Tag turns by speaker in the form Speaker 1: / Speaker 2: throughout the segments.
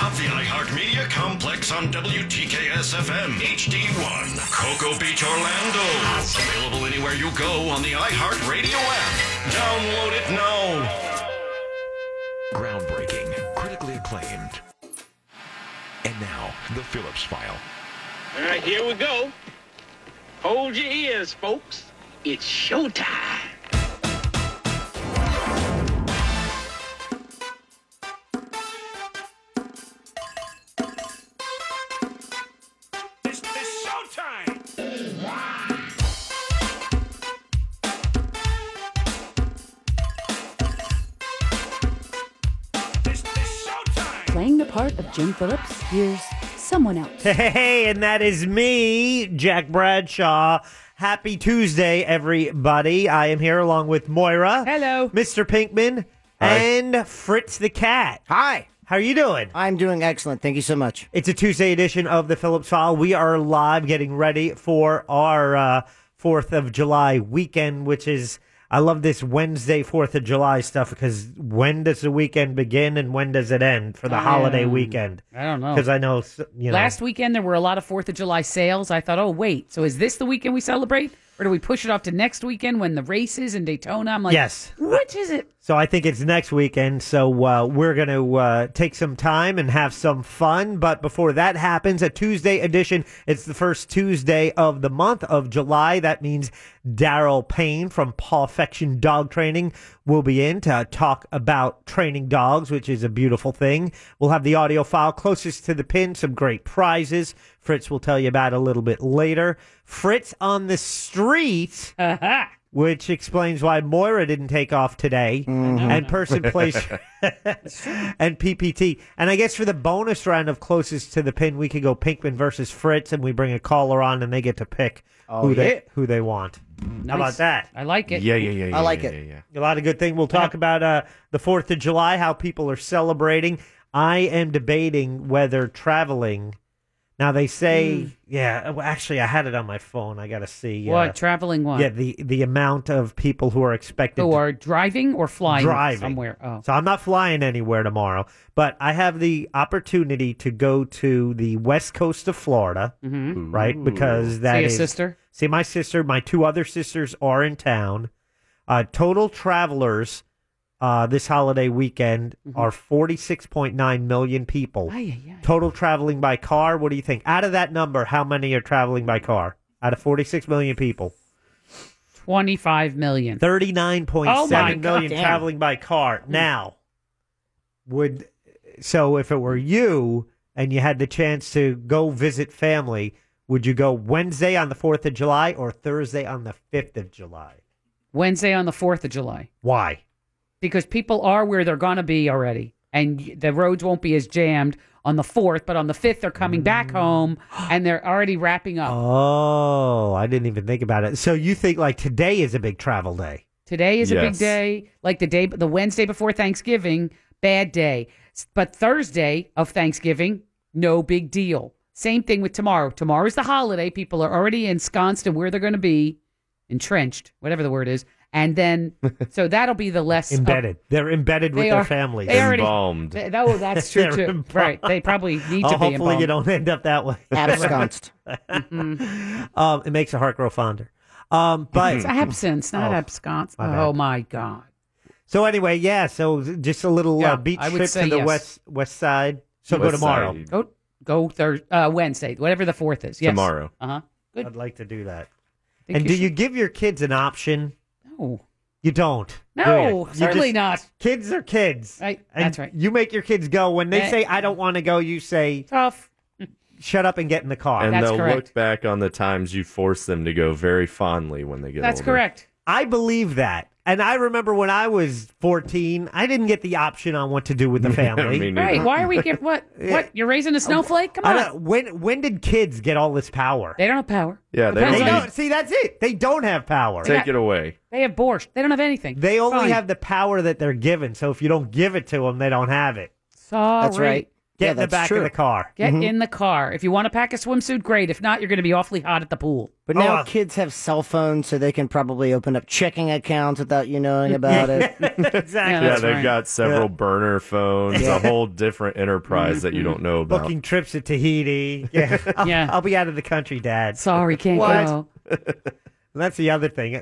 Speaker 1: Landmark Media Complex on WTKS FM HD1, Cocoa Beach, Orlando. Available anywhere you go on the iHeartRadio app. Download it now.
Speaker 2: Groundbreaking, critically acclaimed. And now, the Phillips File.
Speaker 3: All right, here we go. Hold your ears, folks. It's showtime.
Speaker 4: It's, it's showtime! It's, it's showtime!
Speaker 5: Playing the part of Jim Phillips, here's someone else.
Speaker 6: Hey, and that is me, Jack Bradshaw. Happy Tuesday, everybody. I am here along with Moira. Hello. Mr. Pinkman. And Fritz the Cat. Hi. How are you doing?
Speaker 7: I'm doing excellent. Thank you so much.
Speaker 6: It's a Tuesday edition of the Phillips File. We are live getting ready for our uh, 4th of July weekend, which is, I love this Wednesday, 4th of July stuff because when does the weekend begin and when does it end for the holiday
Speaker 8: Um,
Speaker 6: weekend?
Speaker 8: I don't know.
Speaker 6: Because I know, s- you know.
Speaker 8: Last weekend there were a lot of Fourth of July sales. I thought, oh wait, so is this the weekend we celebrate, or do we push it off to next weekend when the races in Daytona? I'm like,
Speaker 6: Yes.
Speaker 8: which is it?
Speaker 6: So I think it's next weekend. So uh, we're going to uh, take some time and have some fun. But before that happens, a Tuesday edition. It's the first Tuesday of the month of July. That means Daryl Payne from Pawfection Dog Training will be in to talk about training dogs, which is a beautiful thing. We'll have the audio file closest to the pin, some great prizes. Fritz will tell you about a little bit later. Fritz on the street which explains why Moira didn't take off today
Speaker 7: Mm-hmm.
Speaker 6: and person place and PPT. And I guess for the bonus round of closest to the pin, we could go Pinkman versus Fritz, and we bring a caller on, and they get to pick who
Speaker 7: Oh, yeah.
Speaker 6: they who they want. How about
Speaker 8: Nice.
Speaker 6: that?
Speaker 8: I like it.
Speaker 2: Yeah, yeah, yeah. yeah
Speaker 7: I like
Speaker 2: yeah,
Speaker 7: it.
Speaker 6: A
Speaker 2: Yeah,
Speaker 6: lot of good thing. We'll talk about uh, the Fourth of July, how people are celebrating. I am debating whether traveling. Now they
Speaker 7: Hmm.
Speaker 6: say, yeah. uh, well, Actually, I had it on my phone. I gotta see. uh,
Speaker 8: What traveling one?
Speaker 6: yeah, the the amount of people who are expected
Speaker 8: Who
Speaker 6: to
Speaker 8: oh, are driving or flying
Speaker 6: driving
Speaker 8: somewhere? Oh,
Speaker 6: So I'm not flying anywhere tomorrow, but I have the opportunity to go to the west coast of Florida,
Speaker 2: Ooh.
Speaker 6: right? Because
Speaker 8: Mm-hmm. see
Speaker 6: that
Speaker 8: your
Speaker 6: is
Speaker 8: sister.
Speaker 6: see my sister, my two other sisters are in town. Uh, total travelers uh, this holiday weekend are 46.9 million people.
Speaker 8: Mm-hmm. Ay, ay, ay.
Speaker 6: Total traveling by car. What do you think? Out of that number, how many are traveling by car? Out of 46 million people.
Speaker 8: Twenty-five million.
Speaker 6: Thirty-nine point
Speaker 8: Oh
Speaker 6: seven
Speaker 8: my Mm.
Speaker 6: million
Speaker 8: God, damn.
Speaker 6: traveling by car. Now, would so if it were you and you had the chance to go visit family, would you go Wednesday on the 4th of July or Thursday on the 5th of July?
Speaker 8: Wednesday on the Fourth of July,
Speaker 6: Why?
Speaker 8: because people are where they're gonna be already, and y- the roads won't be as jammed on the fourth, but on the fifth they're coming back
Speaker 6: Mm.
Speaker 8: home and they're already wrapping up.
Speaker 6: Oh, I didn't even think about it. So you think like today is a big travel day?
Speaker 8: Today is a big
Speaker 2: Yes.
Speaker 8: day, like the day, the Wednesday before Thanksgiving, bad day. S- But Thursday of Thanksgiving, no big deal. Same thing with tomorrow. Tomorrow is the holiday. People are already ensconced in where they're going to be, entrenched, whatever the word is. And then, so that'll be the less of-
Speaker 6: Embedded. They're embedded with
Speaker 8: They
Speaker 6: their
Speaker 8: are-
Speaker 6: families.
Speaker 8: they already-
Speaker 2: Embalmed.
Speaker 8: Th- that- oh, that's true
Speaker 6: They're
Speaker 8: too.
Speaker 6: embalmed.
Speaker 8: Right? They probably
Speaker 6: oh,
Speaker 8: need to be
Speaker 6: hopefully you
Speaker 8: embalmed.
Speaker 6: don't end up that way.
Speaker 7: Absconced.
Speaker 6: um, it makes a heart grow fonder. Um, but
Speaker 8: Mm-hmm. It's absence, not
Speaker 6: Oh,
Speaker 8: absconce.
Speaker 6: my bad.
Speaker 8: Oh my God!
Speaker 6: So anyway, yeah. So just a little
Speaker 8: Yeah,
Speaker 6: uh, beach
Speaker 8: I would
Speaker 6: trip
Speaker 8: say
Speaker 6: to the
Speaker 8: yes.
Speaker 6: west west side. So go
Speaker 2: West
Speaker 6: tomorrow.
Speaker 2: side.
Speaker 8: Go, go Thursday, uh, Wednesday, whatever the fourth is. Yes.
Speaker 2: Tomorrow.
Speaker 8: Uh huh. Good.
Speaker 6: I'd like to do that.
Speaker 8: I think
Speaker 6: And do you
Speaker 8: should-
Speaker 6: give your kids an option?
Speaker 8: No.
Speaker 6: You don't. do you?
Speaker 8: No,
Speaker 6: You
Speaker 8: certainly
Speaker 6: just-
Speaker 8: not.
Speaker 6: Kids are kids.
Speaker 8: Right,
Speaker 6: And
Speaker 8: that's right.
Speaker 6: You make your kids go when they
Speaker 8: Eh.
Speaker 6: say I don't want to go. You say
Speaker 8: Tough.
Speaker 6: shut up and get in the car.
Speaker 2: And
Speaker 8: That's
Speaker 2: they'll
Speaker 8: correct.
Speaker 2: look back on the times you forced them to go very fondly when they get
Speaker 8: That's
Speaker 2: older.
Speaker 8: correct.
Speaker 6: I believe that. And I remember when I was 14, I didn't get the option on what to do with the family.
Speaker 2: I mean,
Speaker 8: Right? Why are we give what? What? You're raising a snowflake? Come
Speaker 6: Um, I
Speaker 8: on.
Speaker 6: don't, when when did kids get all this power?
Speaker 8: they don't have power.
Speaker 2: Yeah,
Speaker 6: They
Speaker 2: they
Speaker 8: Depends
Speaker 2: don't
Speaker 8: on-
Speaker 6: don't. See, that's it. They don't have power.
Speaker 2: take it away.
Speaker 8: They have borscht. They don't have anything.
Speaker 6: They only
Speaker 8: Fine.
Speaker 6: have the power that they're given. So if you don't give it to them, they don't have it.
Speaker 8: Sorry.
Speaker 7: That's right.
Speaker 6: Get
Speaker 7: Yeah,
Speaker 6: in the
Speaker 7: that's
Speaker 6: back
Speaker 7: true.
Speaker 6: of the car. Mm-hmm.
Speaker 8: Get
Speaker 2: Mm-hmm.
Speaker 8: in the car. If you want to pack a swimsuit, great. If not, you're going to be awfully hot at the pool.
Speaker 7: But now
Speaker 6: Oh.
Speaker 7: kids have cell phones, so they can probably open up checking accounts without you knowing about it.
Speaker 6: exactly.
Speaker 9: Yeah,
Speaker 8: That's
Speaker 9: they've
Speaker 8: right.
Speaker 9: got several burner phones, a whole different enterprise that you don't know about.
Speaker 6: Booking trips to Tahiti. Yeah. I'll,
Speaker 8: Yeah.
Speaker 6: I'll be out of the country, Dad.
Speaker 8: Sorry, can't
Speaker 6: What?
Speaker 8: go.
Speaker 6: And that's the other thing.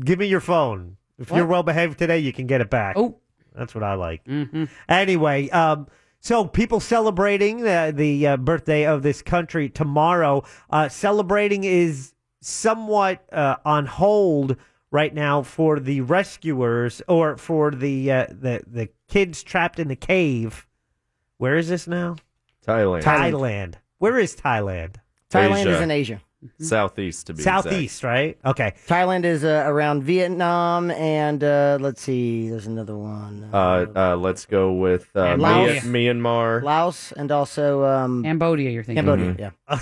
Speaker 6: Give me your phone. If you're well behaved today, you can get it back.
Speaker 8: Oh, Mm-hmm.
Speaker 6: That's what I like. Anyway, um, so people celebrating the, the uh, birthday of this country tomorrow. Uh, celebrating is somewhat uh, on hold right now for the rescuers or for the uh, the the kids trapped in the cave. Where is this now?
Speaker 9: Thailand,
Speaker 6: Thailand. Where is Thailand?
Speaker 7: Thailand
Speaker 9: Asia.
Speaker 7: is in Asia.
Speaker 9: southeast to be exact.
Speaker 6: Southeast, right? Okay.
Speaker 7: Thailand is uh, around Vietnam, and uh, let's see, there's another one.
Speaker 9: Uh, uh, let's go with uh,
Speaker 8: And
Speaker 9: Mya-
Speaker 8: Laos.
Speaker 9: Myanmar. Mm-hmm.
Speaker 7: Laos, and also um,
Speaker 8: Cambodia, you're thinking.
Speaker 7: Cambodia. Yeah.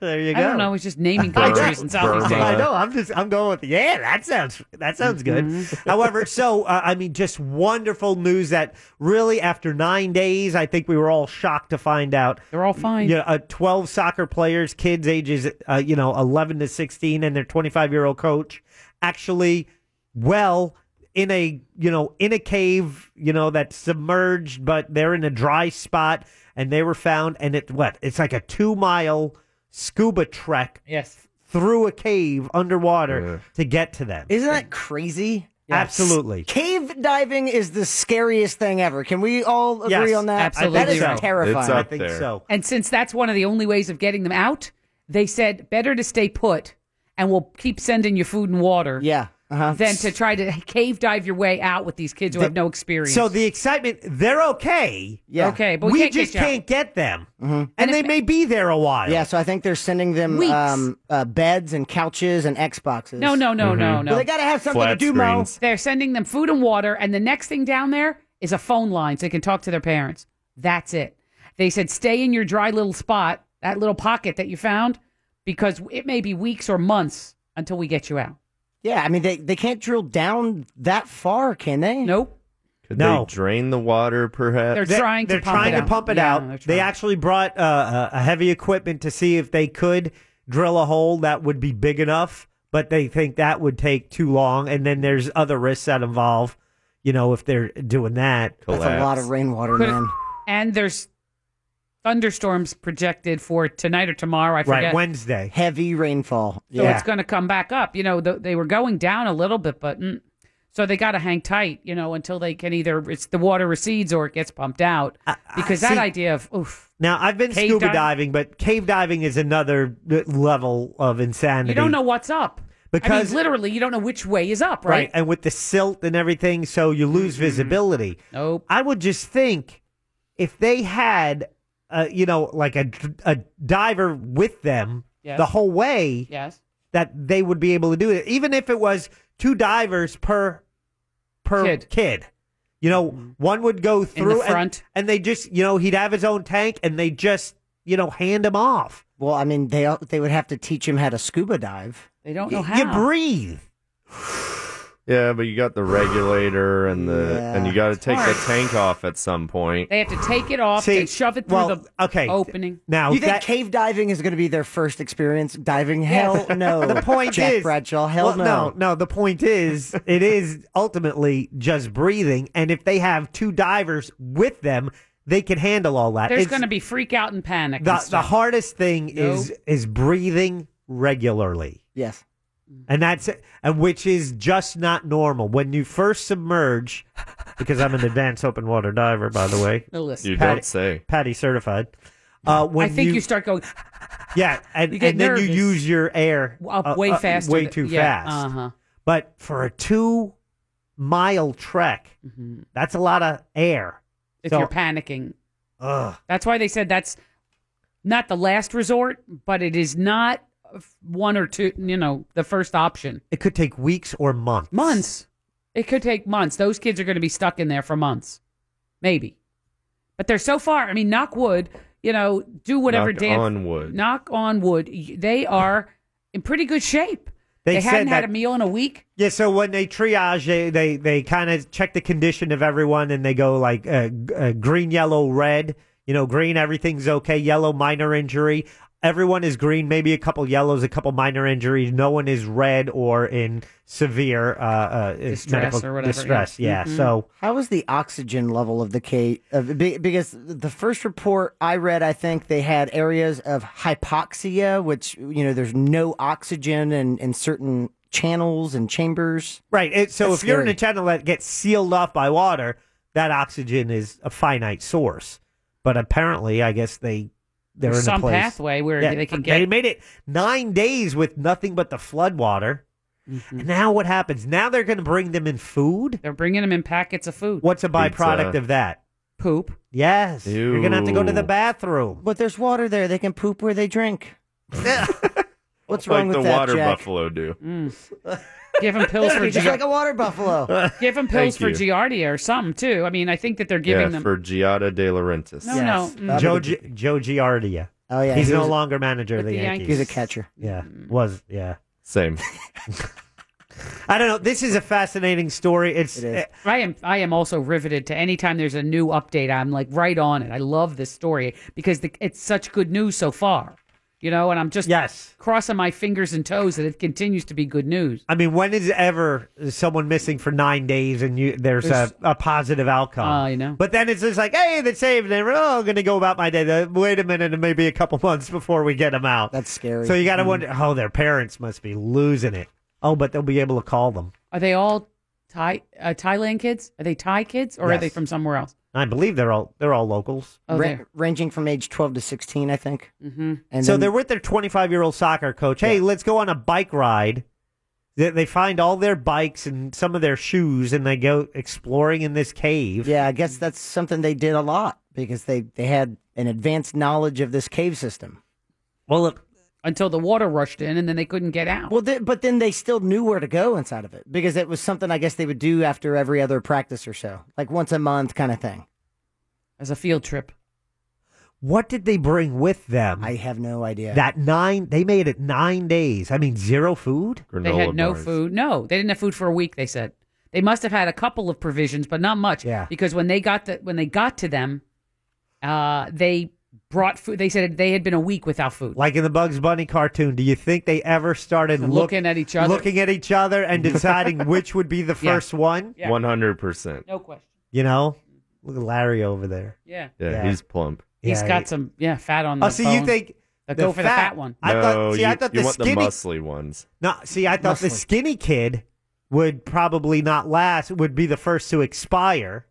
Speaker 6: there you go.
Speaker 8: I don't know. He's just naming
Speaker 9: Burma.
Speaker 8: countries in Southeast
Speaker 9: Burma.
Speaker 6: I
Speaker 8: Asia.
Speaker 6: know. I'm just. I'm going with. Yeah, that sounds. That sounds good.
Speaker 8: Mm-hmm.
Speaker 6: However, so uh, I mean, just wonderful news that really after nine days, I think we were all shocked to find out.
Speaker 8: They're all fine.
Speaker 6: You know, uh, twelve soccer players, kids ages, uh, you know, eleven to sixteen, and their twenty-five year old coach, actually, well, in a you know, in a cave, you know, that's submerged, but they're in a dry spot, and they were found, and it what? It's like a two-mile scuba trek
Speaker 8: Yes.
Speaker 6: through a cave underwater to get to them.
Speaker 7: Isn't that crazy?
Speaker 6: Absolutely.
Speaker 7: Cave diving is the scariest thing ever. Can we all agree
Speaker 6: Yes,
Speaker 7: on that?
Speaker 8: absolutely
Speaker 7: That is
Speaker 6: so.
Speaker 7: terrifying.
Speaker 9: It's up
Speaker 6: I think
Speaker 9: there.
Speaker 6: so.
Speaker 8: And since that's one of the only ways of getting them out, they said better to stay put and we'll keep sending you food and water
Speaker 7: Yeah. Uh-huh.
Speaker 8: than to try to cave dive your way out with these kids who have no experience.
Speaker 6: So the excitement, they're okay.
Speaker 7: yeah.
Speaker 8: Okay, but we,
Speaker 6: We,
Speaker 8: can't
Speaker 6: just
Speaker 8: get you out.
Speaker 6: can't get them. And, they may be there a while.
Speaker 7: Yeah, so I think they're sending them
Speaker 8: Weeks.
Speaker 7: um, uh, beds and couches and Xboxes.
Speaker 8: No, no,
Speaker 6: Mm-hmm.
Speaker 8: no, no, no.
Speaker 7: Well, they got to have something
Speaker 9: Flat
Speaker 7: to do, Mo.
Speaker 9: screens.
Speaker 8: They're sending them food and water, and the next thing down there is a phone line so they can talk to their parents. That's it. They said, stay in your dry little spot, that little pocket that you found, because it may be weeks or months until we get you out.
Speaker 7: Yeah, I mean, they, they can't drill down that far, can they?
Speaker 8: Nope.
Speaker 9: Could
Speaker 6: No.
Speaker 9: they drain the water, perhaps?
Speaker 8: They're trying to
Speaker 6: they're
Speaker 8: pump
Speaker 6: trying
Speaker 8: it
Speaker 6: to
Speaker 8: out.
Speaker 6: pump it
Speaker 8: Yeah, they're
Speaker 6: out. They
Speaker 8: trying.
Speaker 6: actually brought uh, a a heavy equipment to see if they could drill a hole that would be big enough, but they think that would take too long. And then there's other risks that involve, you know, if they're doing that.
Speaker 7: That's a lot of rainwater,
Speaker 8: Could-
Speaker 7: man.
Speaker 8: And there's thunderstorms projected for tonight or tomorrow. I forget.
Speaker 6: Right, Wednesday.
Speaker 7: Heavy rainfall.
Speaker 8: so
Speaker 7: Yeah.
Speaker 8: it's going to come back up. You know, th they were going down a little bit, but mm, so they got to hang tight. You know, until they can either it's the water recedes or it gets pumped out. Because that
Speaker 6: see-
Speaker 8: idea of oof,
Speaker 6: Now I've been
Speaker 8: Cave
Speaker 6: scuba
Speaker 8: dive-
Speaker 6: diving, but cave diving is another uh, level of insanity.
Speaker 8: you don't know what's up. I
Speaker 6: Because-
Speaker 8: mean, literally, you don't know which way is up,
Speaker 6: right?
Speaker 8: right? Mm-hmm.
Speaker 6: And with the silt and everything, so you lose visibility.
Speaker 8: Nope.
Speaker 6: I would just think if they had, uh, you know, like a a diver with them
Speaker 8: Yes.
Speaker 6: the whole way,
Speaker 8: Yes.
Speaker 6: that they would be able to do it, even if it was two divers per per
Speaker 8: Kid. Mm-hmm.
Speaker 6: kid. You know, one would go through and-
Speaker 8: front.
Speaker 6: and, they just, you know, he'd have his own tank, and they just, you know, hand him off.
Speaker 7: Well, I mean, they all- they would have to teach him how to scuba dive.
Speaker 8: They don't know
Speaker 6: Y-
Speaker 8: how.
Speaker 6: You breathe.
Speaker 9: Yeah, but you got the regulator and the and you got to take the
Speaker 8: hard.
Speaker 9: tank off at some point.
Speaker 8: They have to take it off
Speaker 6: See,
Speaker 8: and shove it through
Speaker 6: well,
Speaker 8: the
Speaker 6: okay.
Speaker 8: opening.
Speaker 6: Now
Speaker 7: you think
Speaker 6: that-
Speaker 7: cave diving is going to be their first experience diving? Hell no.
Speaker 6: the point
Speaker 7: Oh, Jack
Speaker 6: is
Speaker 7: Bradshaw. Hell
Speaker 6: Well, no, no. The point is, it is ultimately just breathing, and if they have two divers with them, they can handle all that.
Speaker 8: There's
Speaker 6: It's-
Speaker 8: going to be freak out and panic.
Speaker 6: the
Speaker 8: and
Speaker 6: the
Speaker 8: stuff.
Speaker 6: hardest thing
Speaker 8: No.
Speaker 6: is is breathing regularly,
Speaker 7: Yes.
Speaker 6: and that's and which is just not normal when you first submerge. Because I'm an advanced open water diver, by the way,
Speaker 8: No, listen.
Speaker 9: You
Speaker 6: Patty-
Speaker 9: don't say.
Speaker 6: Patty certified. Uh, when
Speaker 8: I think you,
Speaker 6: you
Speaker 8: start going
Speaker 6: yeah, and,
Speaker 8: you get
Speaker 6: and then you
Speaker 8: nervous.
Speaker 6: use your air
Speaker 8: up
Speaker 6: uh,
Speaker 8: way
Speaker 6: uh,
Speaker 8: faster.
Speaker 6: way
Speaker 8: than-
Speaker 6: too
Speaker 8: yeah,
Speaker 6: fast.
Speaker 8: Uh huh.
Speaker 6: But for a two mile trek, that's a lot of air.
Speaker 8: If
Speaker 6: So-
Speaker 8: you're panicking,
Speaker 6: Ugh.
Speaker 8: That's why they said that's not the last resort, but it is not one or two, you know, the first option.
Speaker 6: It could take weeks or months.
Speaker 8: Months. It could take months. Those kids are going to be stuck in there for months, maybe. But they're so far. I mean, knock wood, you know, do whatever
Speaker 9: Knock
Speaker 8: Dan.
Speaker 9: on wood.
Speaker 8: Knock on wood. Y- They are in pretty good shape.
Speaker 6: They said
Speaker 8: hadn't had
Speaker 6: that-
Speaker 8: a meal in a week.
Speaker 6: Yeah, so when they triage, they they, they kind of check the condition of everyone, and they go like uh, g- uh, green, yellow, red. You know, green, everything's okay. Yellow, minor injury. Everyone is green, maybe a couple yellows, a couple minor injuries. No one is red or in severe uh, uh,
Speaker 7: Distress
Speaker 6: medical
Speaker 7: or whatever, yeah.
Speaker 6: distress. Yeah. Mm-hmm.
Speaker 7: Mhm.
Speaker 6: So
Speaker 7: How was the oxygen level of the case? Of, be- because the first report I read, I think they had areas of hypoxia, which, you know, there's no oxygen in, in certain channels and chambers.
Speaker 6: Right. It, so
Speaker 7: That's
Speaker 6: if you're in a
Speaker 7: scary.
Speaker 6: channel that gets sealed off by water, that oxygen is a finite source. But apparently, I guess they they're in
Speaker 8: There's some
Speaker 6: a place,
Speaker 8: pathway where they can
Speaker 6: They
Speaker 8: get-
Speaker 6: made it nine days with nothing but the flood water. And now what happens? Now they're going to bring them in food.
Speaker 8: Mm-hmm. They're bringing them in packets of food.
Speaker 6: What's a byproduct
Speaker 8: Pizza.
Speaker 6: of that?
Speaker 8: Poop.
Speaker 6: Yes. You're going to have to go to the
Speaker 9: Ew.
Speaker 6: bathroom.
Speaker 7: But there's water there. They can poop where they drink.
Speaker 9: like
Speaker 7: What's wrong
Speaker 9: the
Speaker 7: with that,
Speaker 9: water
Speaker 7: Jack?
Speaker 9: buffalo do.
Speaker 8: Mm. Give them pills for
Speaker 7: just
Speaker 8: Giar-
Speaker 7: like a water buffalo.
Speaker 8: Give them pills for
Speaker 9: Thank you.
Speaker 8: Giardia or something too. I mean, I think that they're giving
Speaker 9: Yeah,
Speaker 8: them.
Speaker 9: for Giada De Laurentiis.
Speaker 8: No, no. Mm.
Speaker 6: Joe Gi- Joe Giardia.
Speaker 7: Oh yeah,
Speaker 6: He's
Speaker 7: he
Speaker 6: no
Speaker 7: was-
Speaker 6: longer manager of
Speaker 7: with
Speaker 6: the
Speaker 7: the
Speaker 6: Yankees.
Speaker 7: Yankees. He's a catcher.
Speaker 6: Yeah,
Speaker 8: Mm.
Speaker 6: was yeah.
Speaker 9: Same.
Speaker 6: I don't know. This is a fascinating story. It's
Speaker 8: I am I am also riveted to anytime there's a new update. I'm like right on it. I love this story because the, it's such good news so far. You know, and I'm just
Speaker 6: yes
Speaker 8: crossing my fingers and toes that it continues to be good news.
Speaker 6: I mean, when is ever someone missing for nine days and you there's
Speaker 8: There's-
Speaker 6: a,
Speaker 8: Ah,
Speaker 6: a positive outcome?
Speaker 8: I know.
Speaker 6: But then it's just like, hey, they saved them. Oh, I'm going to go about my day. The- Wait a minute, and maybe a couple months before we get them out.
Speaker 7: That's scary.
Speaker 6: So you got to
Speaker 7: Mhm.
Speaker 6: wonder, oh, their parents must be losing it. Oh, but they'll be able to call them.
Speaker 8: Are they all Thai uh, Thailand kids? Are they Thai kids or are
Speaker 6: Yes.
Speaker 8: they from somewhere else?
Speaker 6: I believe they're all they're all locals.
Speaker 8: Oh,
Speaker 7: Ra-
Speaker 8: there.
Speaker 7: ranging from age 12 to 16, I think.
Speaker 8: Mm-hmm.
Speaker 7: And
Speaker 6: so
Speaker 7: then-
Speaker 6: they're with their 25 year old soccer coach. Hey, let's go on a bike ride. They, they find all their bikes and some of their shoes, and they go exploring in this cave.
Speaker 7: Yeah, I guess that's something they did a lot because they, they had an advanced knowledge of this cave system.
Speaker 6: Well, look,
Speaker 8: uh, Until the water rushed in and then they couldn't get out.
Speaker 7: Well, th- but then they still knew where to go inside of it because it was something I guess they would do after every other practice or so, like once a month kind of thing.
Speaker 8: As a field trip.
Speaker 6: What did they bring with them?
Speaker 7: I have no idea.
Speaker 6: That nine, they made it nine days. I mean, zero food.
Speaker 8: They had no food. No, they didn't have food for a week. They said they must have had a couple of provisions, but not much.
Speaker 6: Yeah.
Speaker 8: Because when they got the when they got to them, uh, they brought food. They said they had been a week without food.
Speaker 6: Like in the Bugs Bunny cartoon, do you think they ever started look-
Speaker 8: Looking at each other.
Speaker 6: looking at each other, and deciding which would be the
Speaker 8: Yeah.
Speaker 6: first one?
Speaker 8: Yeah.
Speaker 9: One hundred percent.
Speaker 8: No question.
Speaker 6: You know, look at Larry over there.
Speaker 8: Yeah.
Speaker 9: Yeah, he's plump.
Speaker 8: He's
Speaker 6: Yeah,
Speaker 8: got
Speaker 6: he-
Speaker 8: some yeah fat on. The
Speaker 6: Oh, so you
Speaker 8: bone.
Speaker 6: think
Speaker 8: They go for the fat one?
Speaker 6: I
Speaker 9: no,
Speaker 6: thought. See,
Speaker 9: you,
Speaker 6: I thought
Speaker 9: you
Speaker 6: the
Speaker 9: want
Speaker 6: skinny.
Speaker 9: the muscly ones.
Speaker 6: no, see, I thought the
Speaker 7: Muscly.
Speaker 6: skinny kid would probably not last. Would be the first to expire,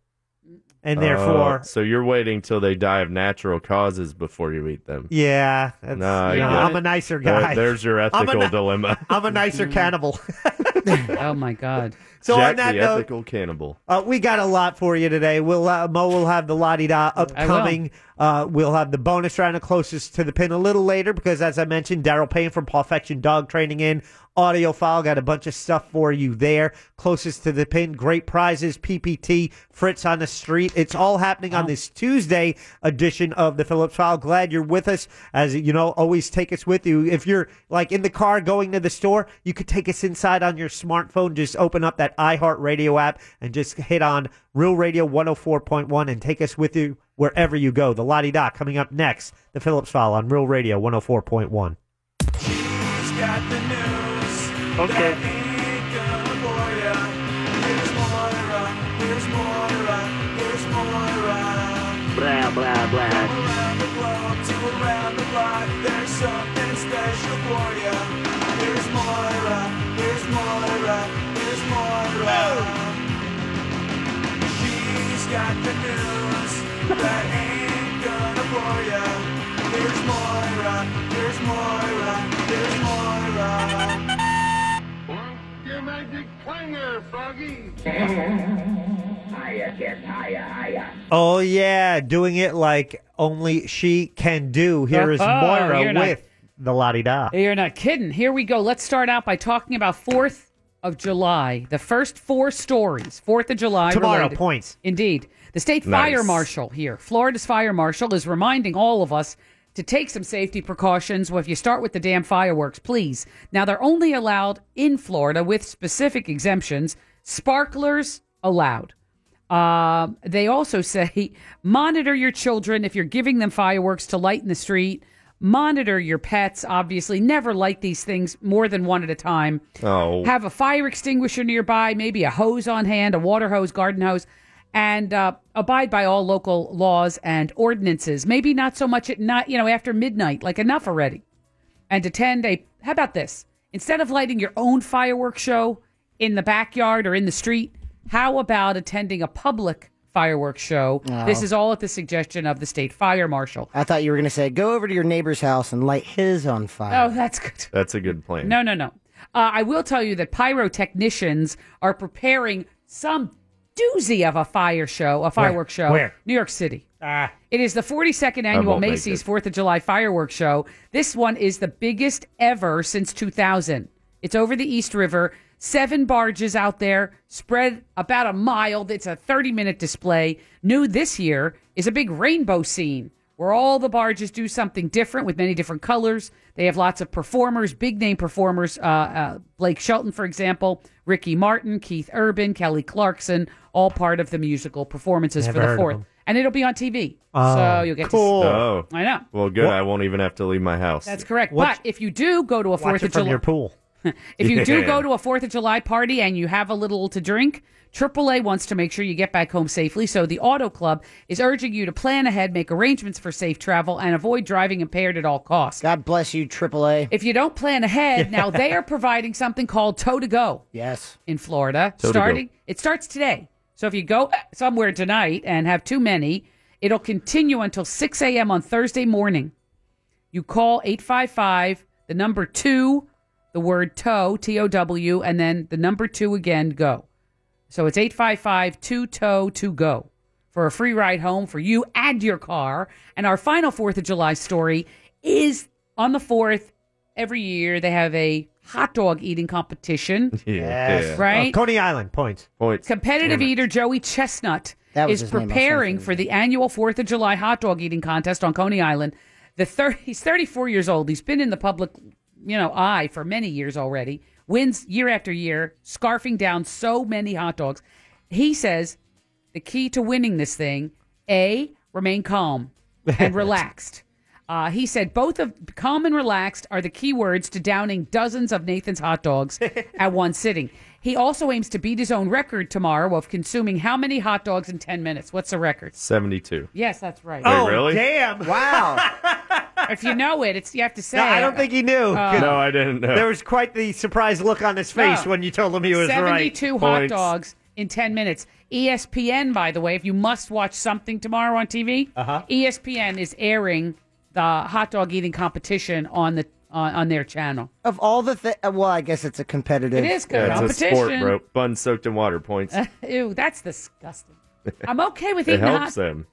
Speaker 6: and
Speaker 9: Oh,
Speaker 6: therefore,
Speaker 9: so you're waiting till they die of natural causes before you eat them.
Speaker 6: yeah. that's-
Speaker 9: No, I
Speaker 6: you know,
Speaker 9: get it.
Speaker 6: I'm a nicer
Speaker 9: There-
Speaker 6: guy.
Speaker 9: there's your
Speaker 6: I'm a
Speaker 9: ethical
Speaker 6: ni-
Speaker 9: dilemma.
Speaker 6: I'm a nicer cannibal.
Speaker 8: oh my god.
Speaker 6: So
Speaker 9: Jack
Speaker 6: on that
Speaker 9: the
Speaker 6: note,
Speaker 9: ethical cannibal.
Speaker 6: uh, we got a lot for you today. We'll uh, Mo will have the la di da upcoming. Uh, we'll have the bonus round of closest to the pin a little later because, as I mentioned, Daryl Payne from Perfection Dog Training in audio file got a bunch of stuff for you there. Closest to the pin, great prizes, PPT, Fritz on the street. It's all happening on this Tuesday edition of the Phillips File. Glad you're with us. As you know, always take us with you. If you're like in the car going to the store, you could take us inside on your smartphone. Just open up that iHeartRadio app and just hit on Real Radio 104.1 and take us with you wherever you go. The Lottie Doc coming up next. The Phillips File on Real Radio 104.1.
Speaker 4: He's got the news.
Speaker 10: Okay.
Speaker 4: That ain't gonna bore ya. Here's Moira. Here's Moira. Here's Moira.
Speaker 10: Blah, blah, blah.
Speaker 4: Around the globe, to around the block, there's something special for ya. Here's Moira. Here's Moira. Here's Moira. She's got the news. That ain't gonna bore ya. Here's Moira. Here's Moira. Here's Moira.
Speaker 10: Your magic clanger, Froggy.
Speaker 6: Oh, yeah. Doing it like only she can do. Here is
Speaker 8: Oh,
Speaker 6: Moira
Speaker 8: you're not-
Speaker 6: with the Lottie Da.
Speaker 8: You're not kidding. Here we go. Let's start out by talking about 4th of July. The first four stories, 4th of July.
Speaker 6: Tomorrow,
Speaker 8: related.
Speaker 6: points.
Speaker 8: Indeed. The state
Speaker 9: Nice.
Speaker 8: fire marshal here, Florida's fire marshal, is reminding all of us to take some safety precautions. Well, if you start with the damn fireworks, please. Now, they're only allowed in Florida with specific exemptions. Sparklers allowed. Um, they also say monitor your children if you're giving them fireworks to light in the street. Monitor your pets, obviously. Never light these things more than one at a time.
Speaker 9: Oh.
Speaker 8: Have a fire extinguisher nearby, maybe a hose on hand, a water hose, garden hose, and uh, abide by all local laws and ordinances. Maybe not so much at night, you know, after midnight, like enough already. And attend a, how about this? Instead of lighting your own fireworks show in the backyard or in the street, how about attending a public fireworks show?
Speaker 7: Oh.
Speaker 8: This is all at the suggestion of the state fire marshal.
Speaker 7: I thought you were going to say, go over to your neighbor's house and light his on fire.
Speaker 8: Oh, that's good.
Speaker 9: That's a good plan.
Speaker 8: No, no, no. Uh, I will tell you that pyrotechnicians are preparing some doozy of a fire show, a fireworks show.
Speaker 6: Where?
Speaker 8: New York City.
Speaker 6: Ah.
Speaker 8: It is the 42nd annual
Speaker 6: won't make
Speaker 8: Macy's
Speaker 6: it.
Speaker 8: 4th of July fireworks show. This one is the biggest ever since 2000. It's over the East River. Seven barges out there, spread about a mile. It's a 30 minute display. New this year is a big rainbow scene where all the barges do something different with many different colors. They have lots of performers, big name performers. Uh, uh, Blake Shelton, for example, Ricky Martin, Keith Urban, Kelly Clarkson, all part of the musical performances
Speaker 9: Never
Speaker 8: for the
Speaker 9: heard of
Speaker 8: 4th
Speaker 9: them.
Speaker 8: and it'll be on TV.
Speaker 9: Oh,
Speaker 8: so you'll get
Speaker 9: cool.
Speaker 8: To see.
Speaker 9: Oh.
Speaker 8: I know.
Speaker 9: Well, good. I won't even have to leave my house.
Speaker 8: That's correct.
Speaker 9: Watch-
Speaker 8: but if you do go to a Fourth of July,
Speaker 6: pool.
Speaker 8: if you do
Speaker 9: Yeah.
Speaker 8: go to a Fourth of July party and you have a little to drink, AAA wants to make sure you get back home safely. So the Auto Club is urging you to plan ahead, make arrangements for safe travel, and avoid driving impaired at all costs.
Speaker 7: God bless you, AAA.
Speaker 8: If you don't plan ahead, now they are providing something called tow to go.
Speaker 7: Yes.
Speaker 8: In Florida,
Speaker 7: Toe to go.
Speaker 8: starting it starts today. So if you go somewhere tonight and have too many, it'll continue until 6 a.m. on Thursday morning. You call 855, the number two, the word tow, T O W, and then the number two again, go. So it's 855 2 tow 2 go for a free ride home for you and your car. And our final 4th of July story is on the 4th every year. They have a hot dog eating competition. Right?
Speaker 6: Uh, Coney Island points.
Speaker 9: Points.
Speaker 8: Competitive eater Joey Chestnut
Speaker 6: That was
Speaker 8: is
Speaker 6: his name, I was
Speaker 8: preparing for the annual Fourth of July hot dog eating contest on Coney Island. The thir- he's 34 years old. He's been in the public, you know, eye for many years already. Wins year after year, scarfing down so many hot dogs. He says the key to winning this thing: a remain calm and relaxed. Uh, he said both of calm and relaxed are the key words to downing dozens of Nathan's hot dogs at one sitting. He also aims to beat his own record tomorrow of consuming how many hot dogs in 10 minutes? What's the record?
Speaker 9: 72.
Speaker 8: Yes, that's right.
Speaker 9: Wait, Oh, really?
Speaker 6: damn.
Speaker 7: Wow.
Speaker 8: if you know it, it's you have to say.
Speaker 6: No, I don't think he knew.
Speaker 8: Uh,
Speaker 9: no, I didn't know.
Speaker 6: There was quite the surprised look on his face
Speaker 8: No.
Speaker 6: when you told him he was right.
Speaker 8: 72 hot dogs in 10 minutes. E ESPN, by the way, if you must watch something tomorrow on E TV,
Speaker 6: Uh-huh.
Speaker 8: ESPN is airing the hot dog eating competition on the on, on their channel.
Speaker 7: Of all the thi- uh, well, I guess it's a competitive.
Speaker 8: It is
Speaker 9: Yeah, it's a sport,
Speaker 8: Competition.
Speaker 9: bro. Bun soaked in water points.
Speaker 8: Ew, that's disgusting. I'm okay with
Speaker 9: it
Speaker 8: eating
Speaker 9: helps
Speaker 8: hot.
Speaker 9: them.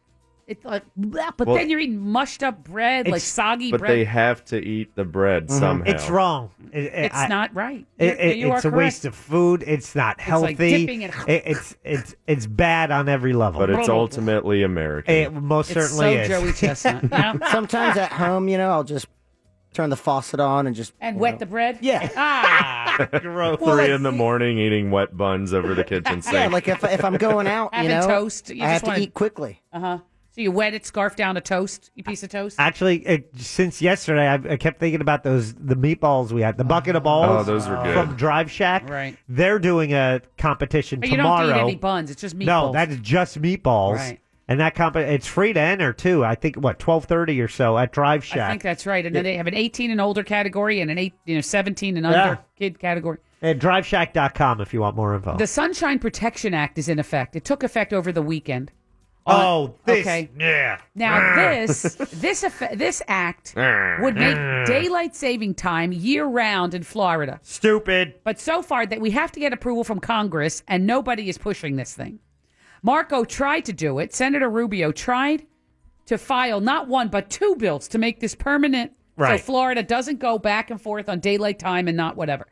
Speaker 8: It's like, bleh, but
Speaker 9: Well-
Speaker 8: then you're eating mushed up bread, like
Speaker 9: It's-
Speaker 8: soggy
Speaker 9: But
Speaker 8: bread.
Speaker 9: they have to eat the bread
Speaker 6: Mhm.
Speaker 9: somehow.
Speaker 6: It's wrong.
Speaker 8: It's not right.
Speaker 6: It,
Speaker 8: You're-
Speaker 6: it-
Speaker 8: you are
Speaker 6: it's a waste of
Speaker 8: correct.
Speaker 6: food. It's not healthy.
Speaker 8: like dipping it-
Speaker 6: It- it's it's it's bad on every level.
Speaker 9: But it's ultimately American.
Speaker 6: It most certainly is.
Speaker 7: Sometimes at home, you know, I'll just turn the faucet on and just
Speaker 8: and wet the bread.
Speaker 7: Yeah.
Speaker 8: Ah.
Speaker 9: Three in the morning eating wet buns over the kitchen sink.
Speaker 7: yeah, like if if I'm going out, you
Speaker 8: Having
Speaker 7: know,
Speaker 8: toast, you
Speaker 7: I have
Speaker 8: just
Speaker 7: to
Speaker 8: wanna-
Speaker 7: eat quickly.
Speaker 8: Uh huh. So you wet it, scarf down a toast, a piece of toast.
Speaker 6: Actually, it, since yesterday, I've, I kept thinking about those the meatballs we had, the bucket of balls.
Speaker 9: Oh, those were good.
Speaker 6: from Drive Shack.
Speaker 8: Right.
Speaker 6: They're doing a competition
Speaker 8: But you don't have
Speaker 6: Uh, tomorrow.
Speaker 8: to eat any buns, it's just
Speaker 6: No,
Speaker 8: meatballs.
Speaker 6: that is just meatballs.
Speaker 8: Right.
Speaker 6: And that comp it's free to enter too. I think what twelve thirty or so at Drive Shack.
Speaker 8: I think that's right. And then they have an 18 and older category and an eight, you know, 17 and
Speaker 6: Yeah.
Speaker 8: under kid category.
Speaker 6: At driveshack.com if you want more info.
Speaker 8: The Sunshine Protection Act is in effect. It took effect over the weekend. Uh,
Speaker 6: oh, this.
Speaker 8: okay.
Speaker 6: Yeah.
Speaker 8: Now this this effe- this act would make
Speaker 4: Mm-hmm.
Speaker 8: daylight saving time year round in Florida.
Speaker 6: Stupid.
Speaker 8: But so far that we have to get approval from Congress and nobody is pushing this thing. Marco tried to do it. Senator Rubio tried to file not one but two bills to make this permanent
Speaker 11: Right.
Speaker 8: so Florida doesn't go back and forth on daylight time and not whatever.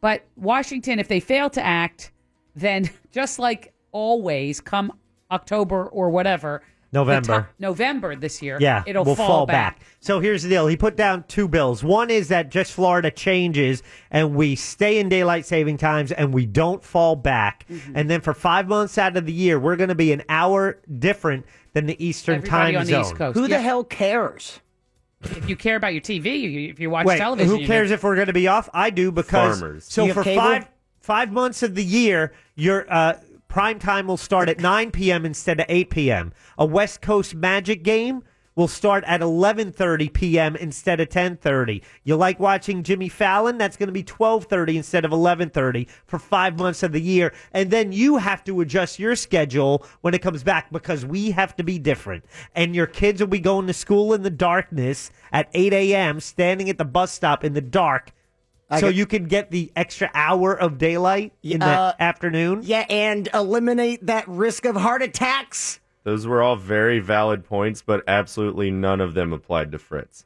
Speaker 8: But Washington, if they fail to act, then just like always, come October or whatever,
Speaker 6: November.
Speaker 8: the top- November this year.
Speaker 6: Yeah,
Speaker 8: it'll
Speaker 6: will
Speaker 8: fall, back.
Speaker 6: So here's the deal. He put down two bills. One is that just Florida changes and we stay in daylight saving times and we don't fall back.
Speaker 8: Mm-hmm.
Speaker 6: And then for five months out of the year, we're going to be an hour different than the Eastern
Speaker 8: Everybody
Speaker 6: time
Speaker 8: on the
Speaker 6: zone.
Speaker 8: East Coast,
Speaker 7: Who
Speaker 8: yeah.
Speaker 7: the hell cares?
Speaker 8: If you care about your TV, you- if you watch
Speaker 6: Wait,
Speaker 8: television,
Speaker 6: who
Speaker 8: you
Speaker 6: cares
Speaker 8: know.
Speaker 6: if we're going to be off? I do because
Speaker 8: Farmers.
Speaker 6: so
Speaker 8: You have
Speaker 6: for
Speaker 8: cable?
Speaker 6: five five months of the year, your uh, prime time will start at 9 p.m. instead of 8 p.m. A West Coast Magic game will start at 11:30 p.m. instead of 10:30. You like watching Jimmy Fallon? That's going to be 12:30 instead of 11:30 for 5 months of the year. And then you have to adjust your schedule when it comes back because we have to be different. And your kids will be going to school in the darkness at 8 a.m. standing at the bus stop in the dark.
Speaker 7: I
Speaker 6: so
Speaker 7: get-
Speaker 6: you can get the extra hour of daylight in the
Speaker 7: Uh,
Speaker 6: afternoon.
Speaker 7: Yeah, and eliminate that risk of heart attacks.
Speaker 9: Those were all very valid points, but absolutely none of them applied to Fritz.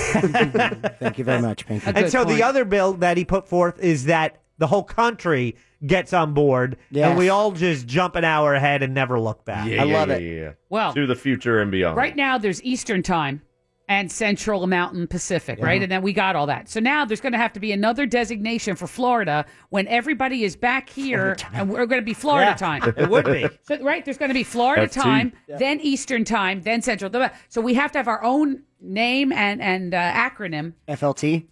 Speaker 7: Thank you very much, Pinky.
Speaker 6: and so the other bill that he put forth is that the whole country gets on board
Speaker 7: Yes.
Speaker 6: and we all just jump an hour ahead and never look back.
Speaker 9: Yeah, yeah, yeah, Yeah, yeah.
Speaker 8: Well-
Speaker 9: to the future and beyond.
Speaker 8: Right now, there's Eastern time and Central Mountain Pacific, right?
Speaker 9: Yeah.
Speaker 8: And then we got all that. So now there's going to have to be another designation for Florida when everybody is back here and we're going to be Florida
Speaker 6: Yeah,
Speaker 8: time.
Speaker 6: it would be.
Speaker 8: So, right? There's going to be Florida
Speaker 6: FT.
Speaker 8: time,
Speaker 6: Yeah.
Speaker 8: then Eastern time, then Central. So we have to have our own name and, and uh, acronym.
Speaker 7: FLT.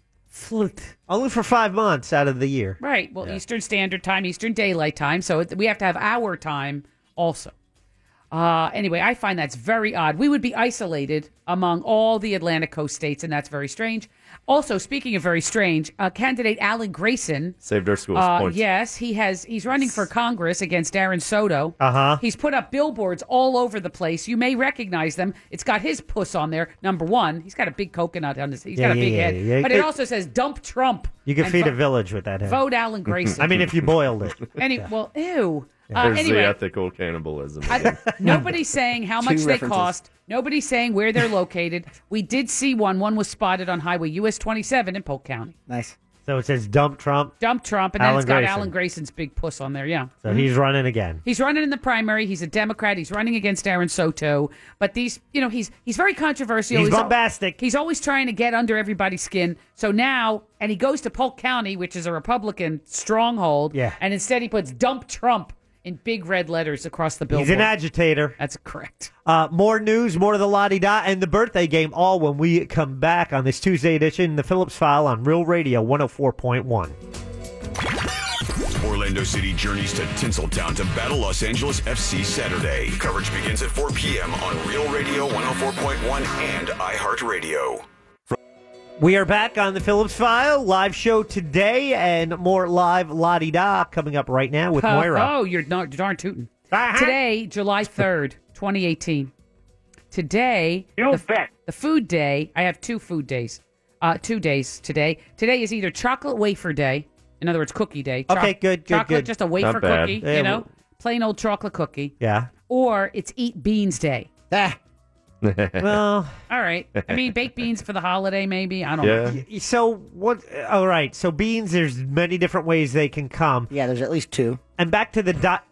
Speaker 6: Only for five months out of the year.
Speaker 8: Right. Well, Eastern Standard Time, Eastern Daylight Time. So it- we have to have our time also. Uh, anyway, I find that's very odd. We would be isolated among all the Atlantic coast states, and that's very strange. Also, speaking of very strange, uh, candidate Alan Grayson.
Speaker 9: Saved our schools
Speaker 8: uh,
Speaker 9: points.
Speaker 8: yes, he has. He's running for Congress against Aaron Soto.
Speaker 9: Uh
Speaker 6: Uh-huh.
Speaker 9: huh.
Speaker 8: He's put up billboards all over the place. You may recognize them. It's got his puss on there. Number one, he's got a big coconut on his. He's
Speaker 6: Yeah,
Speaker 8: got a
Speaker 6: yeah,
Speaker 8: big
Speaker 6: yeah,
Speaker 8: head,
Speaker 6: yeah, yeah.
Speaker 8: but it,
Speaker 6: It-
Speaker 8: also says "Dump Trump."
Speaker 6: You could
Speaker 8: and
Speaker 6: feed
Speaker 8: vo-
Speaker 6: a village with that. Head.
Speaker 8: Vote Alan Grayson.
Speaker 6: I mean, if you boiled it.
Speaker 8: Any well, ew.
Speaker 9: There's
Speaker 8: Uh,
Speaker 9: the
Speaker 8: anyway,
Speaker 9: ethical cannibalism.
Speaker 8: I, nobody's saying how
Speaker 9: Two
Speaker 8: much they
Speaker 9: references.
Speaker 8: cost. Nobody's saying where they're located. We did see one. One was spotted on Highway US 27 in Polk County.
Speaker 7: Nice.
Speaker 6: So it says dump Trump.
Speaker 8: Dump Trump, and then
Speaker 6: Alan
Speaker 8: it's got
Speaker 6: Grayson.
Speaker 8: Alan Grayson's big puss on there. Yeah.
Speaker 6: So
Speaker 7: Mm-hmm.
Speaker 6: he's running again.
Speaker 8: He's running in the primary. He's a Democrat. He's running against Aaron Soto. But these, you know, he's he's very controversial.
Speaker 6: He's
Speaker 8: al-
Speaker 6: bombastic.
Speaker 8: he's always trying to get under everybody's skin. So now, and he goes to Polk County, which is a Republican stronghold.
Speaker 6: Yeah.
Speaker 8: And instead, he puts "Dump Trump" in big red letters across the billboard.
Speaker 6: He's an agitator.
Speaker 8: That's correct.
Speaker 6: Uh, more news, more of the la di da, and the birthday game all when we come back on this Tuesday edition, the Phillips File on Real Radio 104.1.
Speaker 1: Orlando City journeys to Tinseltown to battle Los Angeles FC Saturday. Coverage begins at 4 p.m. on Real Radio 104.1 and iHeartRadio.
Speaker 6: We are back on the Phillips File live show today, and more live la di da coming up right now with
Speaker 8: Oh,
Speaker 6: Moira.
Speaker 8: Oh, you're darn, darn tootin'. Today, July 3rd, 2018. Today, the, the food day, I have two food days, uh, two days today. Today is either chocolate wafer day, in other words, cookie day. Choc-
Speaker 6: Okay, good, good,
Speaker 8: Chocolate,
Speaker 6: good.
Speaker 8: just a
Speaker 6: Not
Speaker 8: wafer
Speaker 6: bad.
Speaker 8: cookie,
Speaker 6: Yeah,
Speaker 8: you know,
Speaker 6: well-
Speaker 8: plain old chocolate cookie.
Speaker 6: Yeah.
Speaker 8: Or it's eat beans day.
Speaker 6: Ah, Well,
Speaker 8: All right. I mean, baked beans for the holiday, maybe. I don't know.
Speaker 6: Y- So what? All right. So beans. There's many different ways they can come.
Speaker 7: Yeah, there's at least two.
Speaker 6: And back to the dot.